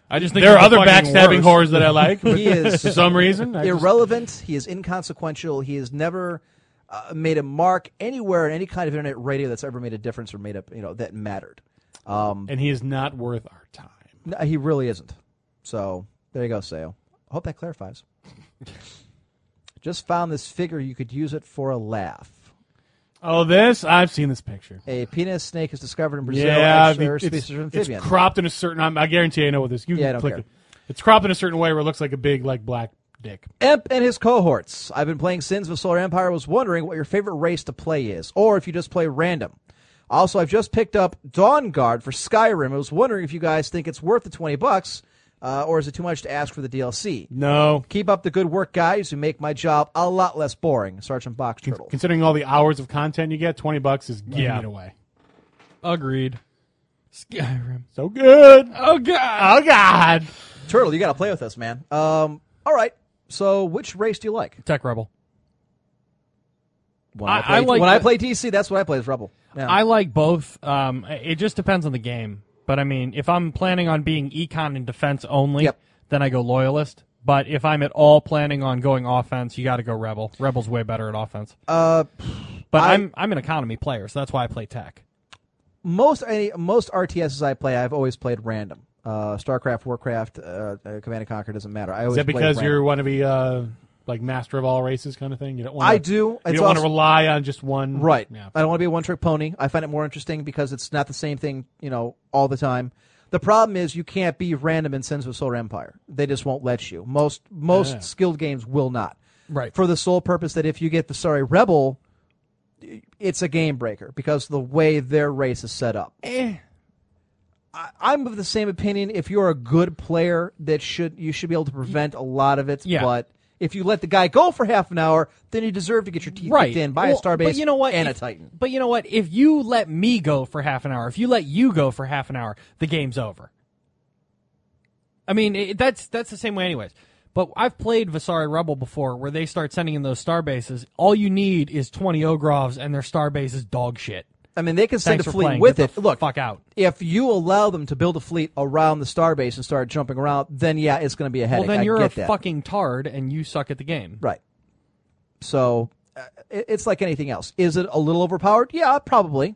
I just think
there are
he's
other
the fucking
backstabbing
worst.
whores that I like. But
He is
for some reason. I just-
irrelevant. He is inconsequential. He has never uh, made a mark anywhere in any kind of internet radio that's ever made a difference or made up, you know, that mattered.
and he is not worth our time.
No, he really isn't. So there you go, Sayo. I hope that clarifies. Just found this figure. You could use it for a laugh.
Oh, this I've seen this picture.
A penis snake is discovered in Brazil.
Yeah,
as
I mean,
rare
it's,
species of
it's
amphibian.
cropped in a certain. I'm, I guarantee I know what this. You
Yeah, I
can
don't
click
care.
it. It's cropped in a certain way where it looks like a big like black dick.
Emp and his cohorts. I've been playing Sins of the Solar Empire. Was wondering what your favorite race to play is, or if you just play random. Also, I've just picked up Dawn Guard for Skyrim. I was wondering if you guys think it's worth the twenty bucks, uh, or is it too much to ask for the DLC?
No,
Keep up the good work, guys, who make my job a lot less boring. Sergeant Box Turtle.
considering all the hours of content you get, twenty bucks is giving
Yeah.
it away.
Agreed. Skyrim.
So good.
Oh God.
Oh God.
Turtle, you got to play with us, man. Um, all right. So, which race do you like?
Tech Rebel.
When
I-
play,
I like
when I
the-
play DC, that's what I play as Rebel. Yeah.
I like both. Um, it just depends on the game. But I mean, if I'm planning on being econ and defense only,
Yep.
then I go loyalist. But if I'm at all planning on going offense, you got to go rebel. Rebel's way better at offense.
uh,
But
I-
I, am I'm an economy player, so that's why I play tech.
most any most RTSs I play, I've always played random. Uh, Starcraft, Warcraft, uh, uh, Command and Conquer doesn't matter. I always
Is that
play
because
random.
you want to be uh, like master of all races kind of thing? You don't want.
I do.
You
It's
don't want to
also-
rely on just one.
Mm-hmm.
Right.
Yeah.
I don't want to be a one trick pony. I find it more interesting because it's not the same thing, you know, all the time. The problem is you can't be random in Sins of Solar Empire. They just won't let you. Most most skilled games will not.
Right.
For the sole purpose that if you get Vasari Rebel, it's a game breaker because the way their race is set up.
Eh.
I, I'm of the same opinion. If you're a good player, that should you should be able to prevent a lot of it.
Yeah.
But if you let the guy go for half an hour, then you deserve to get your teeth kicked in by
Well,
a starbase
but you know what?
and
If-
a titan.
But you know what? If you let me go for half an hour, if you let you go for half an hour, the game's over. I mean, it, that's that's the same way, anyways. But I've played Vasari Rebel before, where they start sending in those star bases. All you need is twenty Ogrovs, and their star base is dog shit.
I mean, they can send
Thanks
a
for
fleet
playing.
with
Get
it.
the
Look,
fuck out.
If you allow them to build a fleet around the starbase and start jumping around, then yeah, it's going to be a headache.
well, then
I
you're a
get that.
fucking tard, and you suck at the game.
right. So uh, it- it's like anything else. Is it a little overpowered? Yeah, probably.
it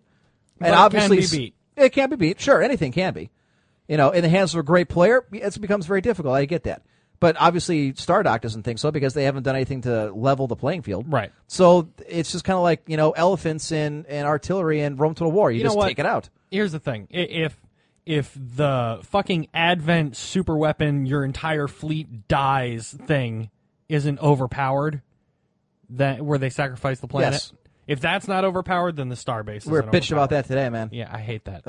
and
can
obviously,
be
s-
beat.
It can be beat. Sure, anything can be. You know, in the hands of a great player, it becomes very difficult. I get that. But obviously, Stardock doesn't think so because they haven't done anything to level the playing field.
Right.
So it's just kind of like you know elephants and, and artillery and Rome to the war. You,
You know
just
what?
take it out.
Here's the thing: I- if if the fucking advent super weapon, your entire fleet dies thing isn't overpowered, that where they sacrifice the planet.
Yes.
If that's not overpowered, then the starbase.
We were
isn't
bitching about
overpowered.
that Uh, today, man.
Yeah, I hate that.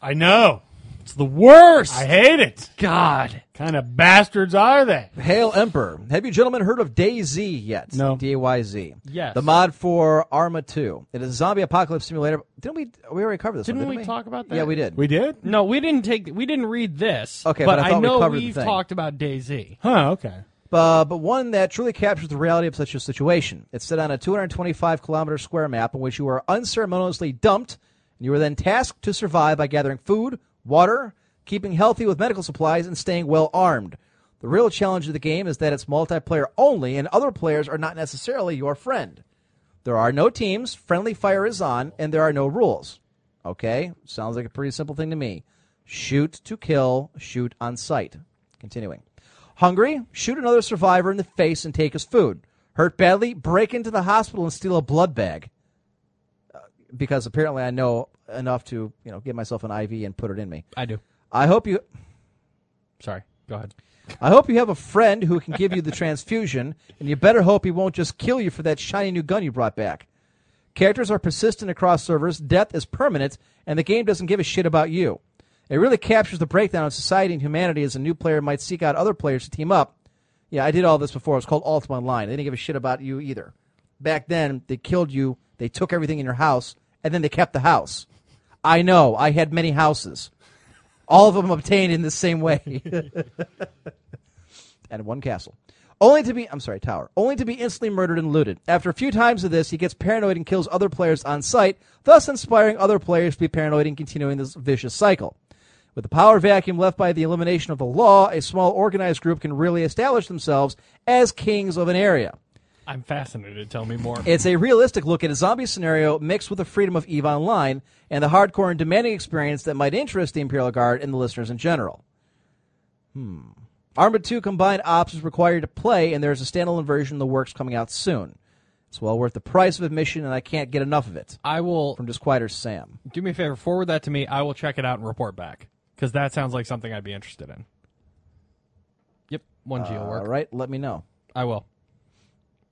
I know.
it's the worst.
I hate it.
God.
Kind of bastards are they?
Hail Emperor. Have you gentlemen heard of DayZ yet?
No.
D A Y Z.
Yes.
The mod for Arma 2. It is a zombie apocalypse simulator. Didn't we we already covered this
Didn't
one,
we
didn't we?
talk about that?
Yeah, we did.
We did.
No, we didn't take. We didn't read this.
Okay,
but,
but I thought
I
we
know
covered the
have
thing.
talked about Daisy.
Huh. Okay.
Uh, but one that truly captures the reality of such a situation. It's set on a 225 kilometer square map in which you are unceremoniously dumped, and you are then tasked to survive by gathering food, water, keeping healthy with medical supplies, and staying well armed. The real challenge of the game is that it's multiplayer only, and other players are not necessarily your friend. There are no teams, friendly fire is on, and there are no rules. Okay, sounds like a pretty simple thing to me. Shoot to kill, shoot on sight. Continuing. Hungry? Shoot another survivor in the face and take his food. Hurt badly? Break into the hospital and steal a blood bag. Uh, Because apparently I know enough to, you know, get myself an IV and put it in me.
I do.
I hope you
Sorry. Go ahead.
I hope you have a friend who can give you the transfusion, and you better hope he won't just kill you for that shiny new gun you brought back. Characters are persistent across servers, death is permanent, and the game doesn't give a shit about you. It really captures the breakdown of society and humanity as a new player might seek out other players to team up. Yeah, I did all this before. It was called Ultima Online. They didn't give a shit about you either. Back then, they killed you, they took everything in your house, and then they kept the house. I know, I had many houses. All of them obtained in the same way. and one castle. Only to be, I'm sorry, Tower. Only to be instantly murdered and looted. After a few times of this, he gets paranoid and kills other players on sight, thus inspiring other players to be paranoid and continuing this vicious cycle. With the power vacuum left by the elimination of the law, a small organized group can really establish themselves as kings of an area.
I'm fascinated. Tell me more.
It's a realistic look at a zombie scenario mixed with the freedom of EVE Online and the hardcore and demanding experience that might interest the Imperial Guard and the listeners in general. Hmm. Armored 2 Combined Ops is required to play, and there is a standalone version in the works coming out soon. It's well worth the price of admission, and I can't get enough of it.
I will
From Disquieter Sam.
do me a favor. Forward that to me. I will check it out and report back because that sounds like something I'd be interested in. Yep, one G will
All
work.
right, let me know.
I will.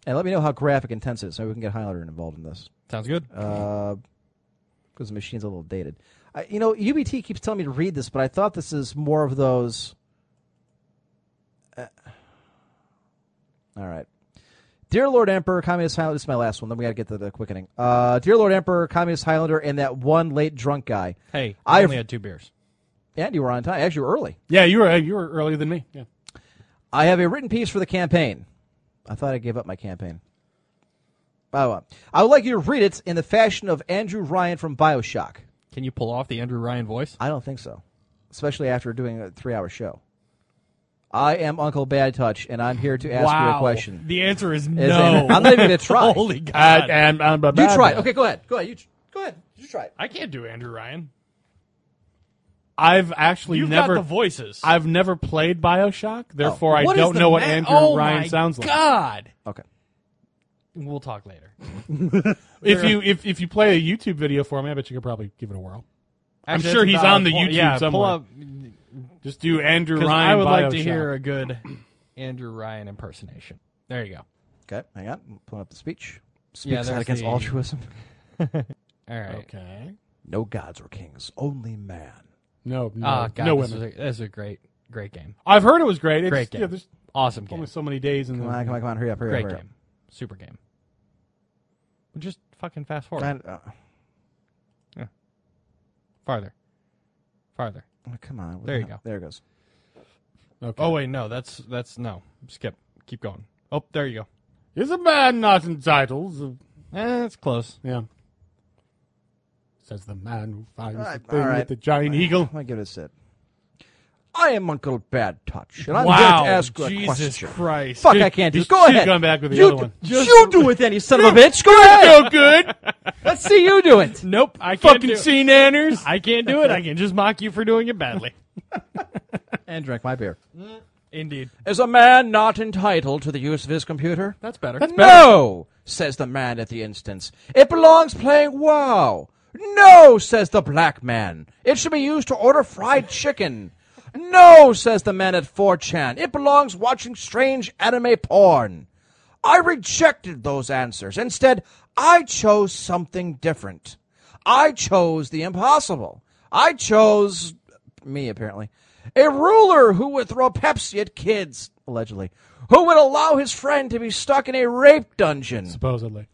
And let me know how graphic intense it is so we can get Highlander involved in this.
Sounds good.
Uh, because the machine's a little dated. I, you know, UBT keeps telling me to read this, but I thought this is more of those. Uh, all right. Dear Lord Emperor, Communist Highlander. This is my last one. Then we got to get to the quickening. Uh, Dear Lord Emperor, Communist Highlander, and that one late drunk guy.
hey, I
I've-
only had two beers.
And you were on time. Actually, you were early.
Yeah, you were you were earlier than me. Yeah.
I have a written piece for the campaign. I thought I gave up my campaign. By the way, I would like you to read it in the fashion of Andrew Ryan from Bioshock.
Can you pull off the Andrew Ryan voice?
I don't think so, especially after doing a three-hour show. I am Uncle Bad Touch, and I'm here to ask you a question.
The answer is
Is
no.
it- I'm not even gonna try.
Holy
Uh,
God!
and, and,
You try. it. Okay, go ahead. Go ahead. You tr- go ahead. You try it.
I can't do Andrew Ryan.
I've actually
You've
never
got the voices.
I've never played Bioshock,
Oh.
therefore I
What is
don't
the
know what
ma-
Andrew
oh
Ryan
my
sounds like.
God.
Okay.
We'll talk later.
If you if, if you play a YouTube video for me, I bet you could probably give it a whirl. I'm
Actually,
sure
that's
he's
a valid
on the
point.
YouTube
yeah, Pull
somewhere.
up,
Just do Andrew
'cause
Ryan.
I would like to
Bioshock.
hear a good Andrew Ryan impersonation. There you go.
Okay, hang on. I'm pulling up the speech. Speaks
Yeah,
out
there's
against
the-
altruism.
All right.
Okay.
No gods or kings, only man.
No, no,
Ah, God,
no
this,
women.
is a, this is a great, great game.
I've heard it was great. It's,
Great game.
Yeah, there's
Awesome game.
only so many days in the.
Come on, come on, come on. Hurry up, hurry
Great
up, hurry
game. Super game. Just fucking fast forward.
up. I- uh,
Farther. Farther.
oh, come on.
There you go.
There it goes.
Okay.
Oh wait, no, that's that's no. Skip. Keep going. Oh, there you
Is a man not entitled?
go. Eh, it's close.
Yeah. Says the man who finds
All right,
the thing
all right.
with the giant eagle.
I'm gonna give it a sit. I am Uncle Bad Touch, and I'm
wow.
here to ask you a
Jesus
question.
Christ.
Fuck,
Should-
I can't do
just
this. Go
should
ahead.
come back with the
you
other
do,
one.
you do it then, you son of a bitch. Go ahead.
So good.
Let's see you do it.
Nope. I can't do
Fucking
it.
sea nanners.
I can't do it. I can just mock you for doing it badly.
And drink my beer.
Indeed.
Is a man not entitled to the use of his computer?
That's better.
no, says the man at the instance. It belongs playing WoW. No, says the black man. It should be used to order fried chicken. No, says the man at 4chan. It belongs watching strange anime porn. I rejected those answers. Instead, I chose something different. I chose the impossible. I chose me, apparently. A ruler who would throw Pepsi at kids, allegedly. Who would allow his friend to be stuck in a rape dungeon
Supposedly.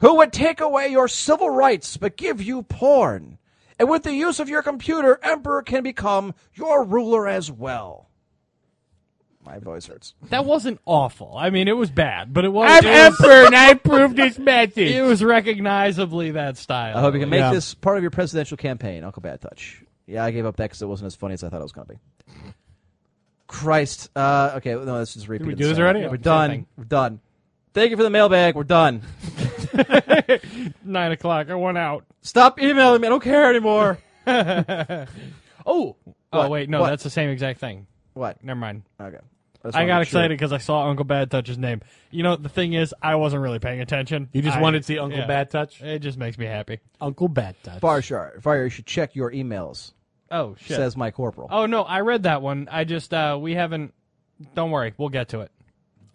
who would take away your civil rights but give you porn. And with the use of your computer, Emperor can become your ruler as well. My voice hurts.
That wasn't awful. I mean, it was bad, but it was.
I'm
it was-
emperor and I approve this message.
It was recognizably that style.
I hope you can make
Yeah.
this part of your presidential campaign, Uncle Bad Touch. Yeah, I gave up that because it wasn't as funny as I thought it was going to be. Christ. Uh, okay, no, let's just repeat.
we
it
do
the
this
same.
already?
Yeah,
Yeah,
we're
same
done.
thing.
We're done. Thank you for the mailbag. We're done.
Nine o'clock. I went out.
Stop emailing me. I don't care anymore.
Oh.
What?
Oh wait, no,
What?
that's the same exact thing.
What?
Never mind.
Okay. just
I
wanna
got
make sure.
excited because I saw Uncle Bad touch his name. You know, the thing is, I wasn't really paying attention.
You just
I-
wanted to see Uncle
yeah.
Bad Touch?
It just makes me happy.
Uncle Bad Touch.
Fire Shard- Fire, you should check your emails,
Oh shit.
says my corporal.
oh no, I read that one. I just uh we haven't. Don't worry, we'll get to it.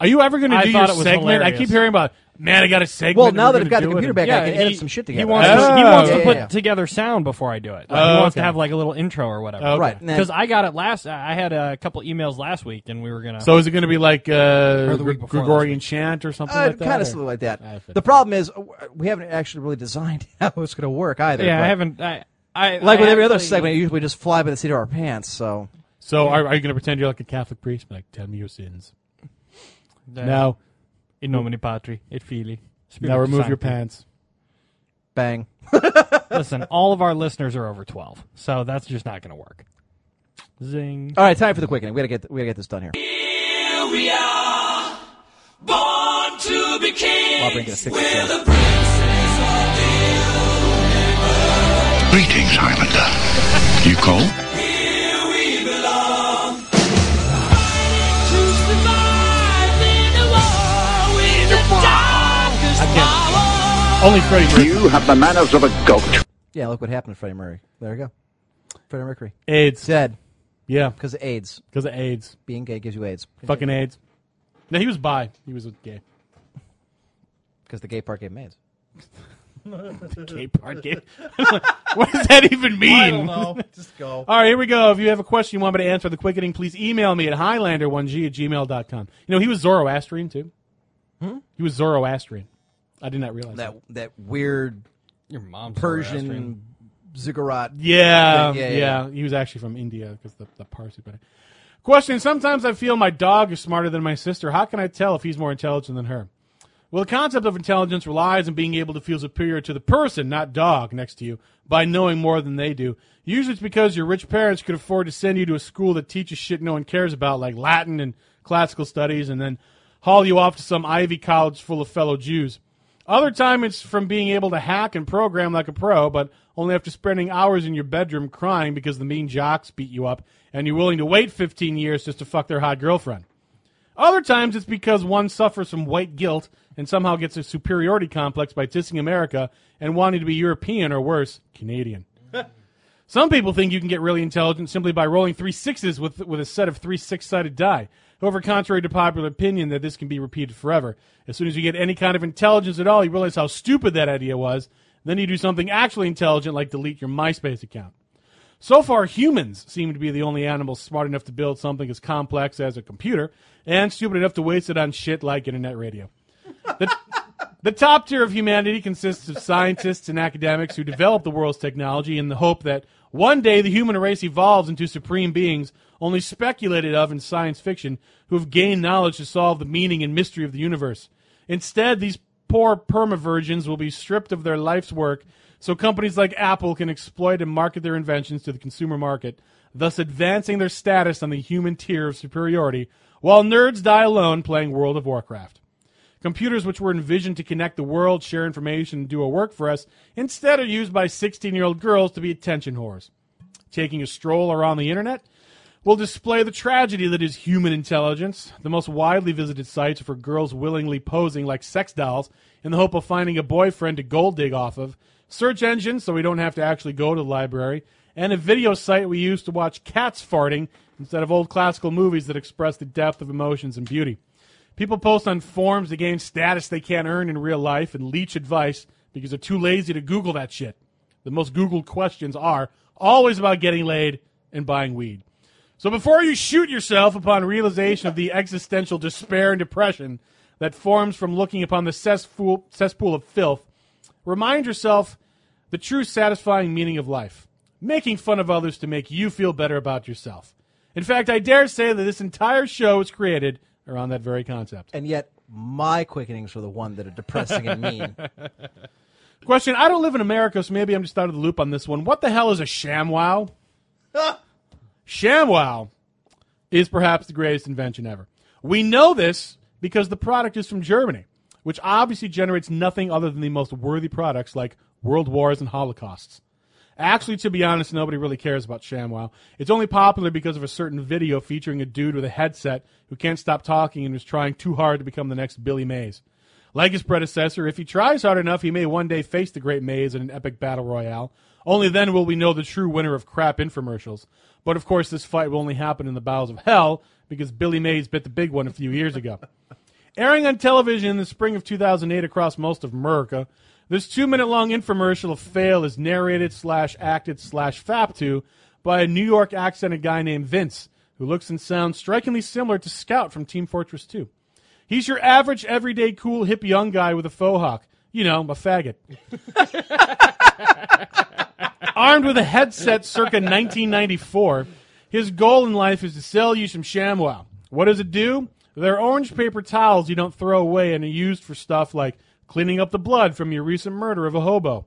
Are you ever going to
I
do your
thought it was
segment? I keep
hilarious.
hearing about, man, I got a segment.
Well, now
we're
that I've
gonna
got the
do it
computer
and-
back, I
Yeah,
can
he-
edit some shit together.
He wants, to, he
Oh,
wants
yeah,
to put
yeah.
together sound before I do it. Like,
Oh,
he wants
okay.
to have like a little intro or whatever.
Okay.
Right. Nah.
Because I got it last. I had a couple emails last week, and we were gonna.
So is it going to be like uh,
Or the week
Gr-
before
Gregorian chant or something
Uh,
like that?
kind
or-
of something like that.
I fit.
The problem is uh, we haven't actually really designed how it's going to work either.
yeah, I
but
haven't. I, I
Like
I
with every other
actually-
segment, you usually just fly by the seat of our pants. So
So are, are you going to pretend you're like a Catholic priest? and, Like, tell me your sins. Now,
In nomine patri et filii.
now
Spiritus
remove your
Sancti.
pants.
Bang.
Listen, all of our listeners are over 12, so that's just not going to work. Zing.
All right, time for the quickening. We gotta get we gotta get this done here.
We are born to be kings.
I'll bring it a fix it.
Greetings, Highlander. You call?
We belong to survive in a war with the darkest power.
Oh. Only Freddie Mercury.
You have the manners of a goat.
Yeah, look what happened to Freddie Murray. There we go. Freddie Mercury
AIDS.
dead
Yeah,
because of AIDS.
because of AIDS.
Being gay gives you AIDS.
Fucking AIDS. No, he was bi. He was gay.
Because the gay part gave him AIDS.
Gay part gay. what does that even mean?
Just go.
All right, here we go. If you have a question you want me to answer the quickening, please email me at highlander1g at gmail.com. You know, he was Zoroastrian, too. He was Zoroastrian. I did not realize Hmm? that.
That that weird
Your mom's Zoroastrian.
Persian ziggurat.
Yeah,
Yeah,
yeah,
yeah,
He was actually from India because the, the Parsi. But question: Sometimes I feel my dog is smarter than my sister. How can I tell if he's more intelligent than her? Well, the concept of intelligence relies on being able to feel superior to the person, not dog, next to you by knowing more than they do. Usually, it's because your rich parents could afford to send you to a school that teaches shit no one cares about, like Latin and classical studies, and then haul you off to some Ivy college full of fellow Jews. Other time it's from being able to hack and program like a pro, but only after spending hours in your bedroom crying because the mean jocks beat you up and you're willing to wait 15 years just to fuck their hot girlfriend. Other times it's because one suffers from white guilt and somehow gets a superiority complex by dissing America and wanting to be European or worse, Canadian. Some people think you can get really intelligent simply by rolling three sixes with, with a set of three six sided die. However, contrary to popular opinion that this can be repeated forever, as soon as you get any kind of intelligence at all, you realize how stupid that idea was. Then you do something actually intelligent like delete your MySpace account. So far, humans seem to be the only animals smart enough to build something as complex as a computer and stupid enough to waste it on shit like internet radio. The- the top tier of humanity consists of scientists and academics who develop the world's technology in the hope that one day the human race evolves into supreme beings only speculated of in science fiction who have gained knowledge to solve the meaning and mystery of the universe. Instead, these poor permavirgins will be stripped of their life's work so companies like Apple can exploit and market their inventions to the consumer market, thus advancing their status on the human tier of superiority, while nerds die alone playing World of Warcraft. Computers which were envisioned to connect the world, share information, and do a work for us, instead are used by 16 year old girls to be attention whores. Taking a stroll around the internet will display the tragedy that is human intelligence. The most widely visited sites are for girls willingly posing like sex dolls in the hope of finding a boyfriend to gold dig off of, search engines so we don't have to actually go to the library, and a video site we use to watch cats farting instead of old classical movies that express the depth of emotions and beauty. People post on forums to gain status they can't earn in real life and leech advice because they're too lazy to Google that shit. The most Googled questions are always about getting laid and buying weed. So before you shoot yourself upon realization of the existential despair and depression that forms from looking upon the cesspool, cesspool of filth, remind yourself the true satisfying meaning of life making fun of others to make you feel better about yourself. In fact, I dare say that this entire show is created around that very concept.
And yet, my quickenings were the one that are depressing and mean.
Question I don't live in America, so maybe I'm just out of the loop on this one. What the hell is a ShamWow? ShamWow is perhaps the greatest invention ever. We know this because the product is from Germany, which obviously generates nothing other than the most worthy products like world wars and holocausts. Actually, to be honest, nobody really cares about ShamWow. It's only popular because of a certain video featuring a dude with a headset who can't stop talking and is trying too hard to become the next Billy Mays. Like his predecessor, if he tries hard enough, he may one day face the Great Maze in an epic battle royale. Only then will we know the true winner of crap infomercials. But of course, this fight will only happen in the bowels of hell because Billy Mays bit the big one a few years ago. Airing on television in the spring of 2008 across most of America, this two-minute-long infomercial of fail is narrated slash acted slash fap to by a New York accented guy named Vince, who looks and sounds strikingly similar to Scout from Team Fortress 2. He's your average, everyday, cool, hip young guy with a faux hawk. You know, a faggot. Armed with a headset circa 1994, his goal in life is to sell you some ShamWow. What does it do? They're orange paper towels you don't throw away and are used for stuff like cleaning up the blood from your recent murder of a hobo.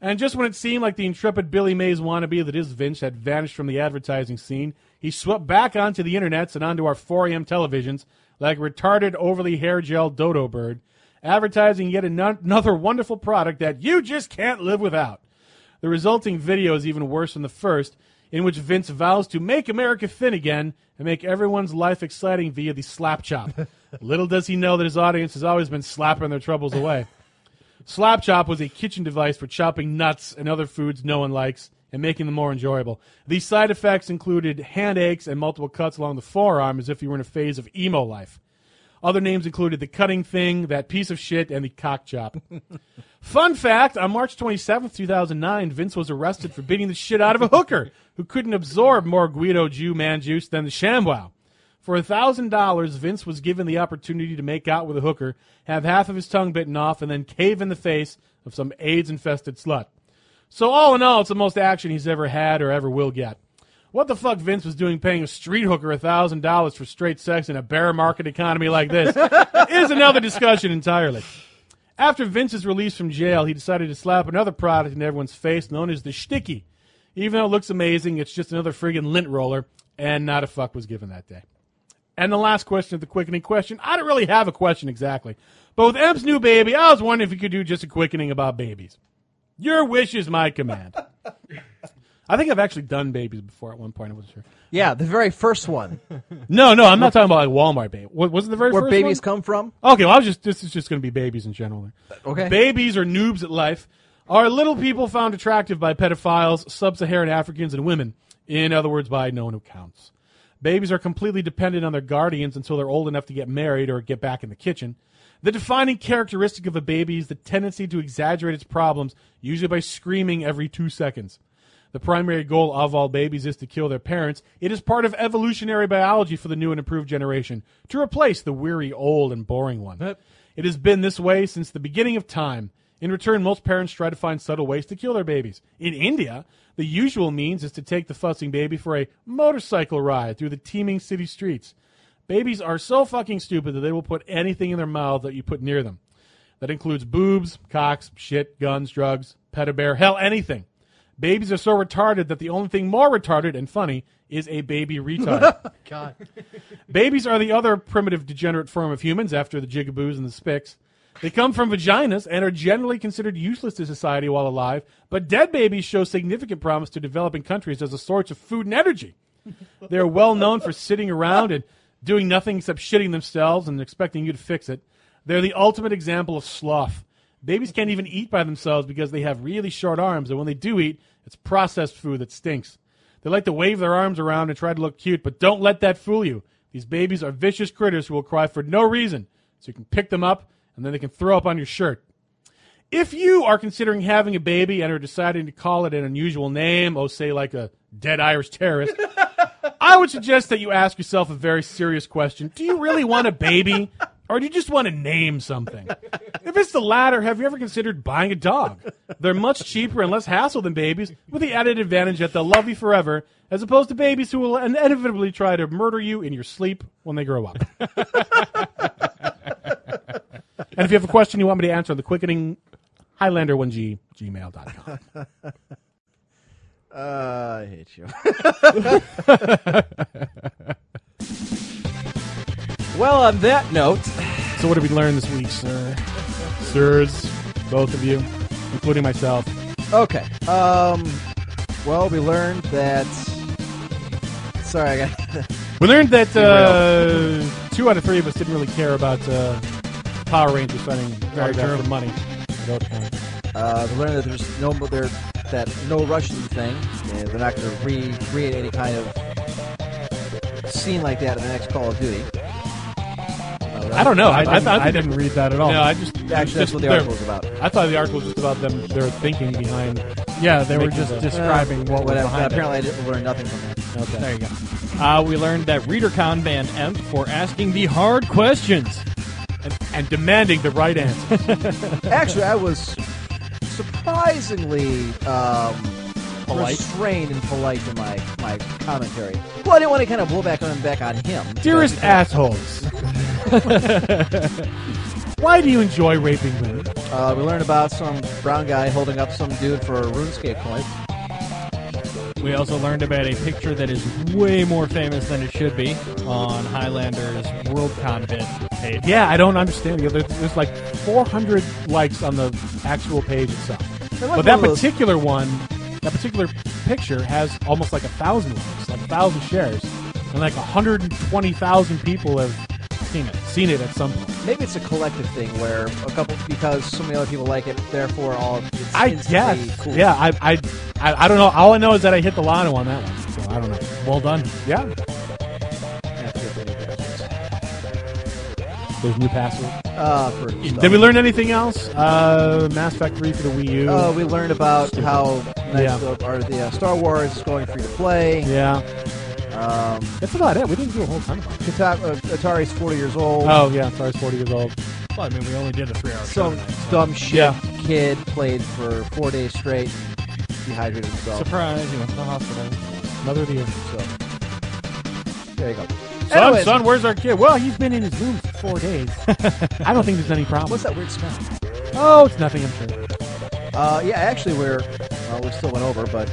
And just when it seemed like the intrepid Billy Mays wannabe that is Vince had vanished from the advertising scene, he swept back onto the internets and onto our 4 a.m. televisions like a retarded, overly hair gel dodo bird, advertising yet ano- another wonderful product that you just can't live without. The resulting video is even worse than the first, in which Vince vows to make America thin again and make everyone's life exciting via the slap chop. Little does he know that his audience has always been slapping their troubles away. Slap chop was a kitchen device for chopping nuts and other foods no one likes and making them more enjoyable. These side effects included hand aches and multiple cuts along the forearm as if you were in a phase of emo life. Other names included the cutting thing, that piece of shit, and the cock chop. Fun fact on March 27th, 2009, Vince was arrested for beating the shit out of a hooker who couldn't absorb more Guido Jew man juice than the ShamWow. For $1,000, Vince was given the opportunity to make out with a hooker, have half of his tongue bitten off, and then cave in the face of some AIDS infested slut. So, all in all, it's the most action he's ever had or ever will get. What the fuck Vince was doing paying a street hooker $1,000 for straight sex in a bear market economy like this is another discussion entirely. After Vince's release from jail, he decided to slap another product in everyone's face known as the Sticky. Even though it looks amazing, it's just another friggin' lint roller, and not a fuck was given that day. And the last question of the quickening question. I don't really have a question exactly. But with Emp's new baby, I was wondering if you could do just a quickening about babies. Your wish is my command. I think I've actually done babies before at one point. I wasn't sure.
Yeah, the very first one.
No, no, I'm not talking about like Walmart baby. Wa- Was it the very
Where
first
babies
one?
come from?
Okay, well, I was just this is just going to be babies in general.
Okay.
babies are noobs at life. Are little people found attractive by pedophiles, sub-Saharan Africans, and women? In other words, by no one who counts. Babies are completely dependent on their guardians until they're old enough to get married or get back in the kitchen. The defining characteristic of a baby is the tendency to exaggerate its problems, usually by screaming every two seconds. The primary goal of all babies is to kill their parents. It is part of evolutionary biology for the new and improved generation to replace the weary, old, and boring one. It has been this way since the beginning of time. In return, most parents try to find subtle ways to kill their babies. In India, the usual means is to take the fussing baby for a motorcycle ride through the teeming city streets. Babies are so fucking stupid that they will put anything in their mouth that you put near them. That includes boobs, cocks, shit, guns, drugs, pet a bear, hell, anything. Babies are so retarded that the only thing more retarded and funny is a baby retard.
God.
Babies are the other primitive degenerate form of humans after the jigaboos and the spics. They come from vaginas and are generally considered useless to society while alive, but dead babies show significant promise to developing countries as a source of food and energy. They are well known for sitting around and doing nothing except shitting themselves and expecting you to fix it. They're the ultimate example of sloth. Babies can't even eat by themselves because they have really short arms, and when they do eat, it's processed food that stinks. They like to wave their arms around and try to look cute, but don't let that fool you. These babies are vicious critters who will cry for no reason, so you can pick them up and then they can throw up on your shirt. If you are considering having a baby and are deciding to call it an unusual name, oh, say like a dead Irish terrorist, I would suggest that you ask yourself a very serious question. Do you really want a baby? Or do you just want to name something? If it's the latter, have you ever considered buying a dog? They're much cheaper and less hassle than babies, with the added advantage that they'll love you forever, as opposed to babies who will inevitably try to murder you in your sleep when they grow up. and if you have a question you want me to answer, the quickening Highlander1G gmail.com.
Uh, I hate you.
Well, on that note,
So, what did we learn this week, sir? Sirs, both of you, including myself.
Okay. Um. Well, we learned that. Sorry, I got.
We learned that uh, two out of three of us didn't really care about uh, Power Rangers fighting very
true.
for money. I don't count.
Uh, we learned that there's no there that no Russian thing. and they're not going to re create any kind of scene like that in the next Call of Duty. Uh,
I don't know. I,
I
I,
didn't,
I,
I didn't read that at all.
No, I just
Actually, that's
just
what the
their-
article was about.
I thought the article was just about them. Their thinking behind.
yeah, they were
Making
just
the-
describing what was
Uh, Whatever.
behind it.
apparently, I didn't learn nothing from that.
There you go. Uh, we learned that ReaderCon banned Emp for asking the hard questions.
And, and demanding the right answer.
Actually, I was surprisingly um, restrained and polite in my, my commentary. Well, I didn't want to kind of blow back on back on him.
Dearest assholes, why do you enjoy raping women?
Uh, we learned about some brown guy holding up some dude for a RuneScape point.
We also learned about a picture that is way more famous than it should be on Highlander's Worldcon bit page.
Yeah, I don't understand. There's, there's like 400 likes on the actual page itself,
like
but that
one of those-
particular one, that particular picture has almost like a thousand likes, like a thousand shares, and like 120,000 people have seen it, seen it at some point.
Maybe it's a collective thing where a couple because so many other people like it, therefore all. It's
I
instantly
guess.
Cool.
Yeah, I, I, I, I don't know. All I know is that I hit the lotto on that one. So I don't know. Well done. Yeah. There's new password.
Uh, for
Did we learn anything else? Uh, Mass Effect 3 for the Wii U.
Uh, we learned about how nice
Yeah.
the, or the uh, Star Wars is going free to play.
Yeah.
Um,
That's about it. We didn't do a whole ton about it.
Kata- uh, Atari's 40 years old.
Oh, yeah. Atari's 40 years old.
Well, I mean, we only did a three-hour show.
Some dumb shit
Yeah.
kid played for four days straight and dehydrated himself.
Surprise! You went to the hospital.
Mother of the Year.
There you go.
Son,
Anyways,
son, where's our kid? Well, he's been in his room for four days. I don't think there's any problem.
What's that weird smell?
Oh, it's nothing, I'm sure.
Uh, yeah, actually, we're uh, we still went over, but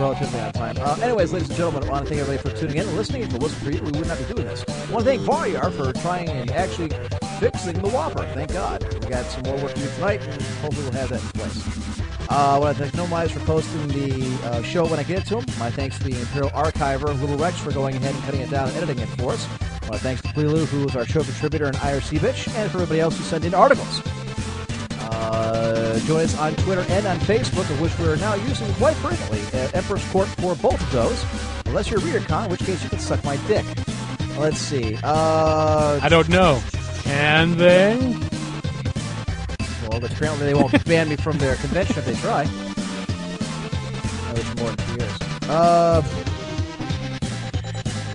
relatively on time. Uh, anyways, ladies and gentlemen, I want to thank everybody for tuning in and listening. If it wasn't for you, we would not be doing this. I want to thank Varyar for trying and actually fixing the Whopper. Thank God. We got some more work to do tonight, and hopefully we'll have that in place. Uh, I want to thank Nomize for posting the uh, show when I get it to him. My thanks to the Imperial Archiver, Little Rex, for going ahead and cutting it down and editing it for us. I want to thanks to Plilu, who is our show contributor and IRC bitch, and for everybody else who sent in articles. Uh, join us on Twitter and on Facebook, of which we're now using quite frequently. Uh, Emperor's Court for both of those, unless you're ReaderCon, in which case you can suck my dick. Let's see. Uh,
I don't know. And then.
well, apparently they won't ban me from their convention if they try. I wish more than two years. Uh,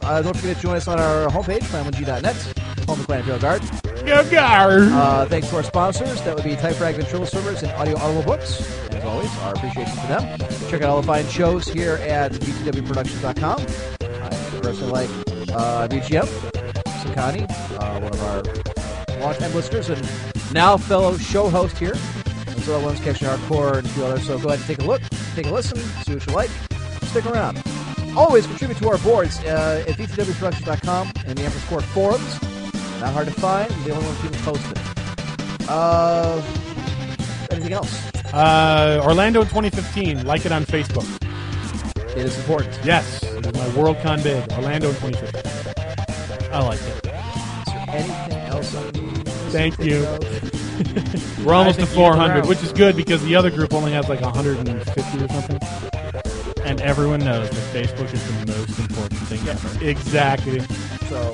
uh, don't forget to join us on our homepage, clanwg.net, home of Clan Imperial Guard.
Go, go.
Uh, thanks to our sponsors. That would be Type Rag Ventrilo Servers and Audio Audible Books. And as always, our appreciation for them. Check out all the fine shows here at VTWProductions.com. I personally like uh, VGM, Sakani, uh, one of our longtime listeners and now fellow show host here. And so that one's catching hardcore and a few others. So go ahead and take a look, take a listen, see what you like. Stick around. Always contribute to our boards uh, at VTWProductions.com and the Empress Court forums. Not hard to find. The only one people posted. Uh, anything else?
Uh, Orlando 2015. Like it on Facebook.
It is important.
Yes, it is my Worldcon bid. Orlando 2015. I like it.
Anything else? on this
Thank
video?
you. We're almost
I
to
think you hit the
400,
round.
which is good because the other group only has like 150 or something.
And everyone knows that Facebook is the most important thing ever.
Exactly.
So,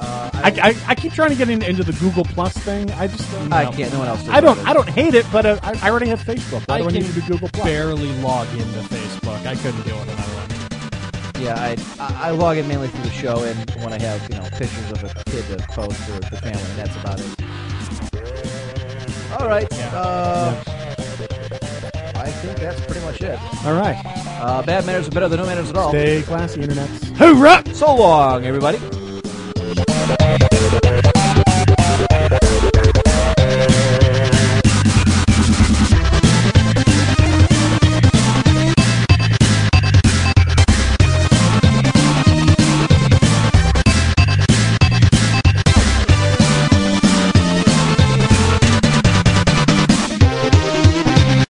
uh,
I,
I,
I, I keep trying to get in, into the Google Plus thing. I just don't.
I can't. No one else.
I don't. I don't hate it, but uh, I, I already have Facebook. Why do I need to do Google Plus?
barely log into Facebook. I couldn't deal with another one.
Yeah, I, I I log in mainly through the show and when I have you know pictures of a kid to post or the family, and that's about it. All right. Uh, I think that's pretty much it.
All right.
Uh, bad manners are better than no manners at all.
Stay classy, internets.
So long, everybody.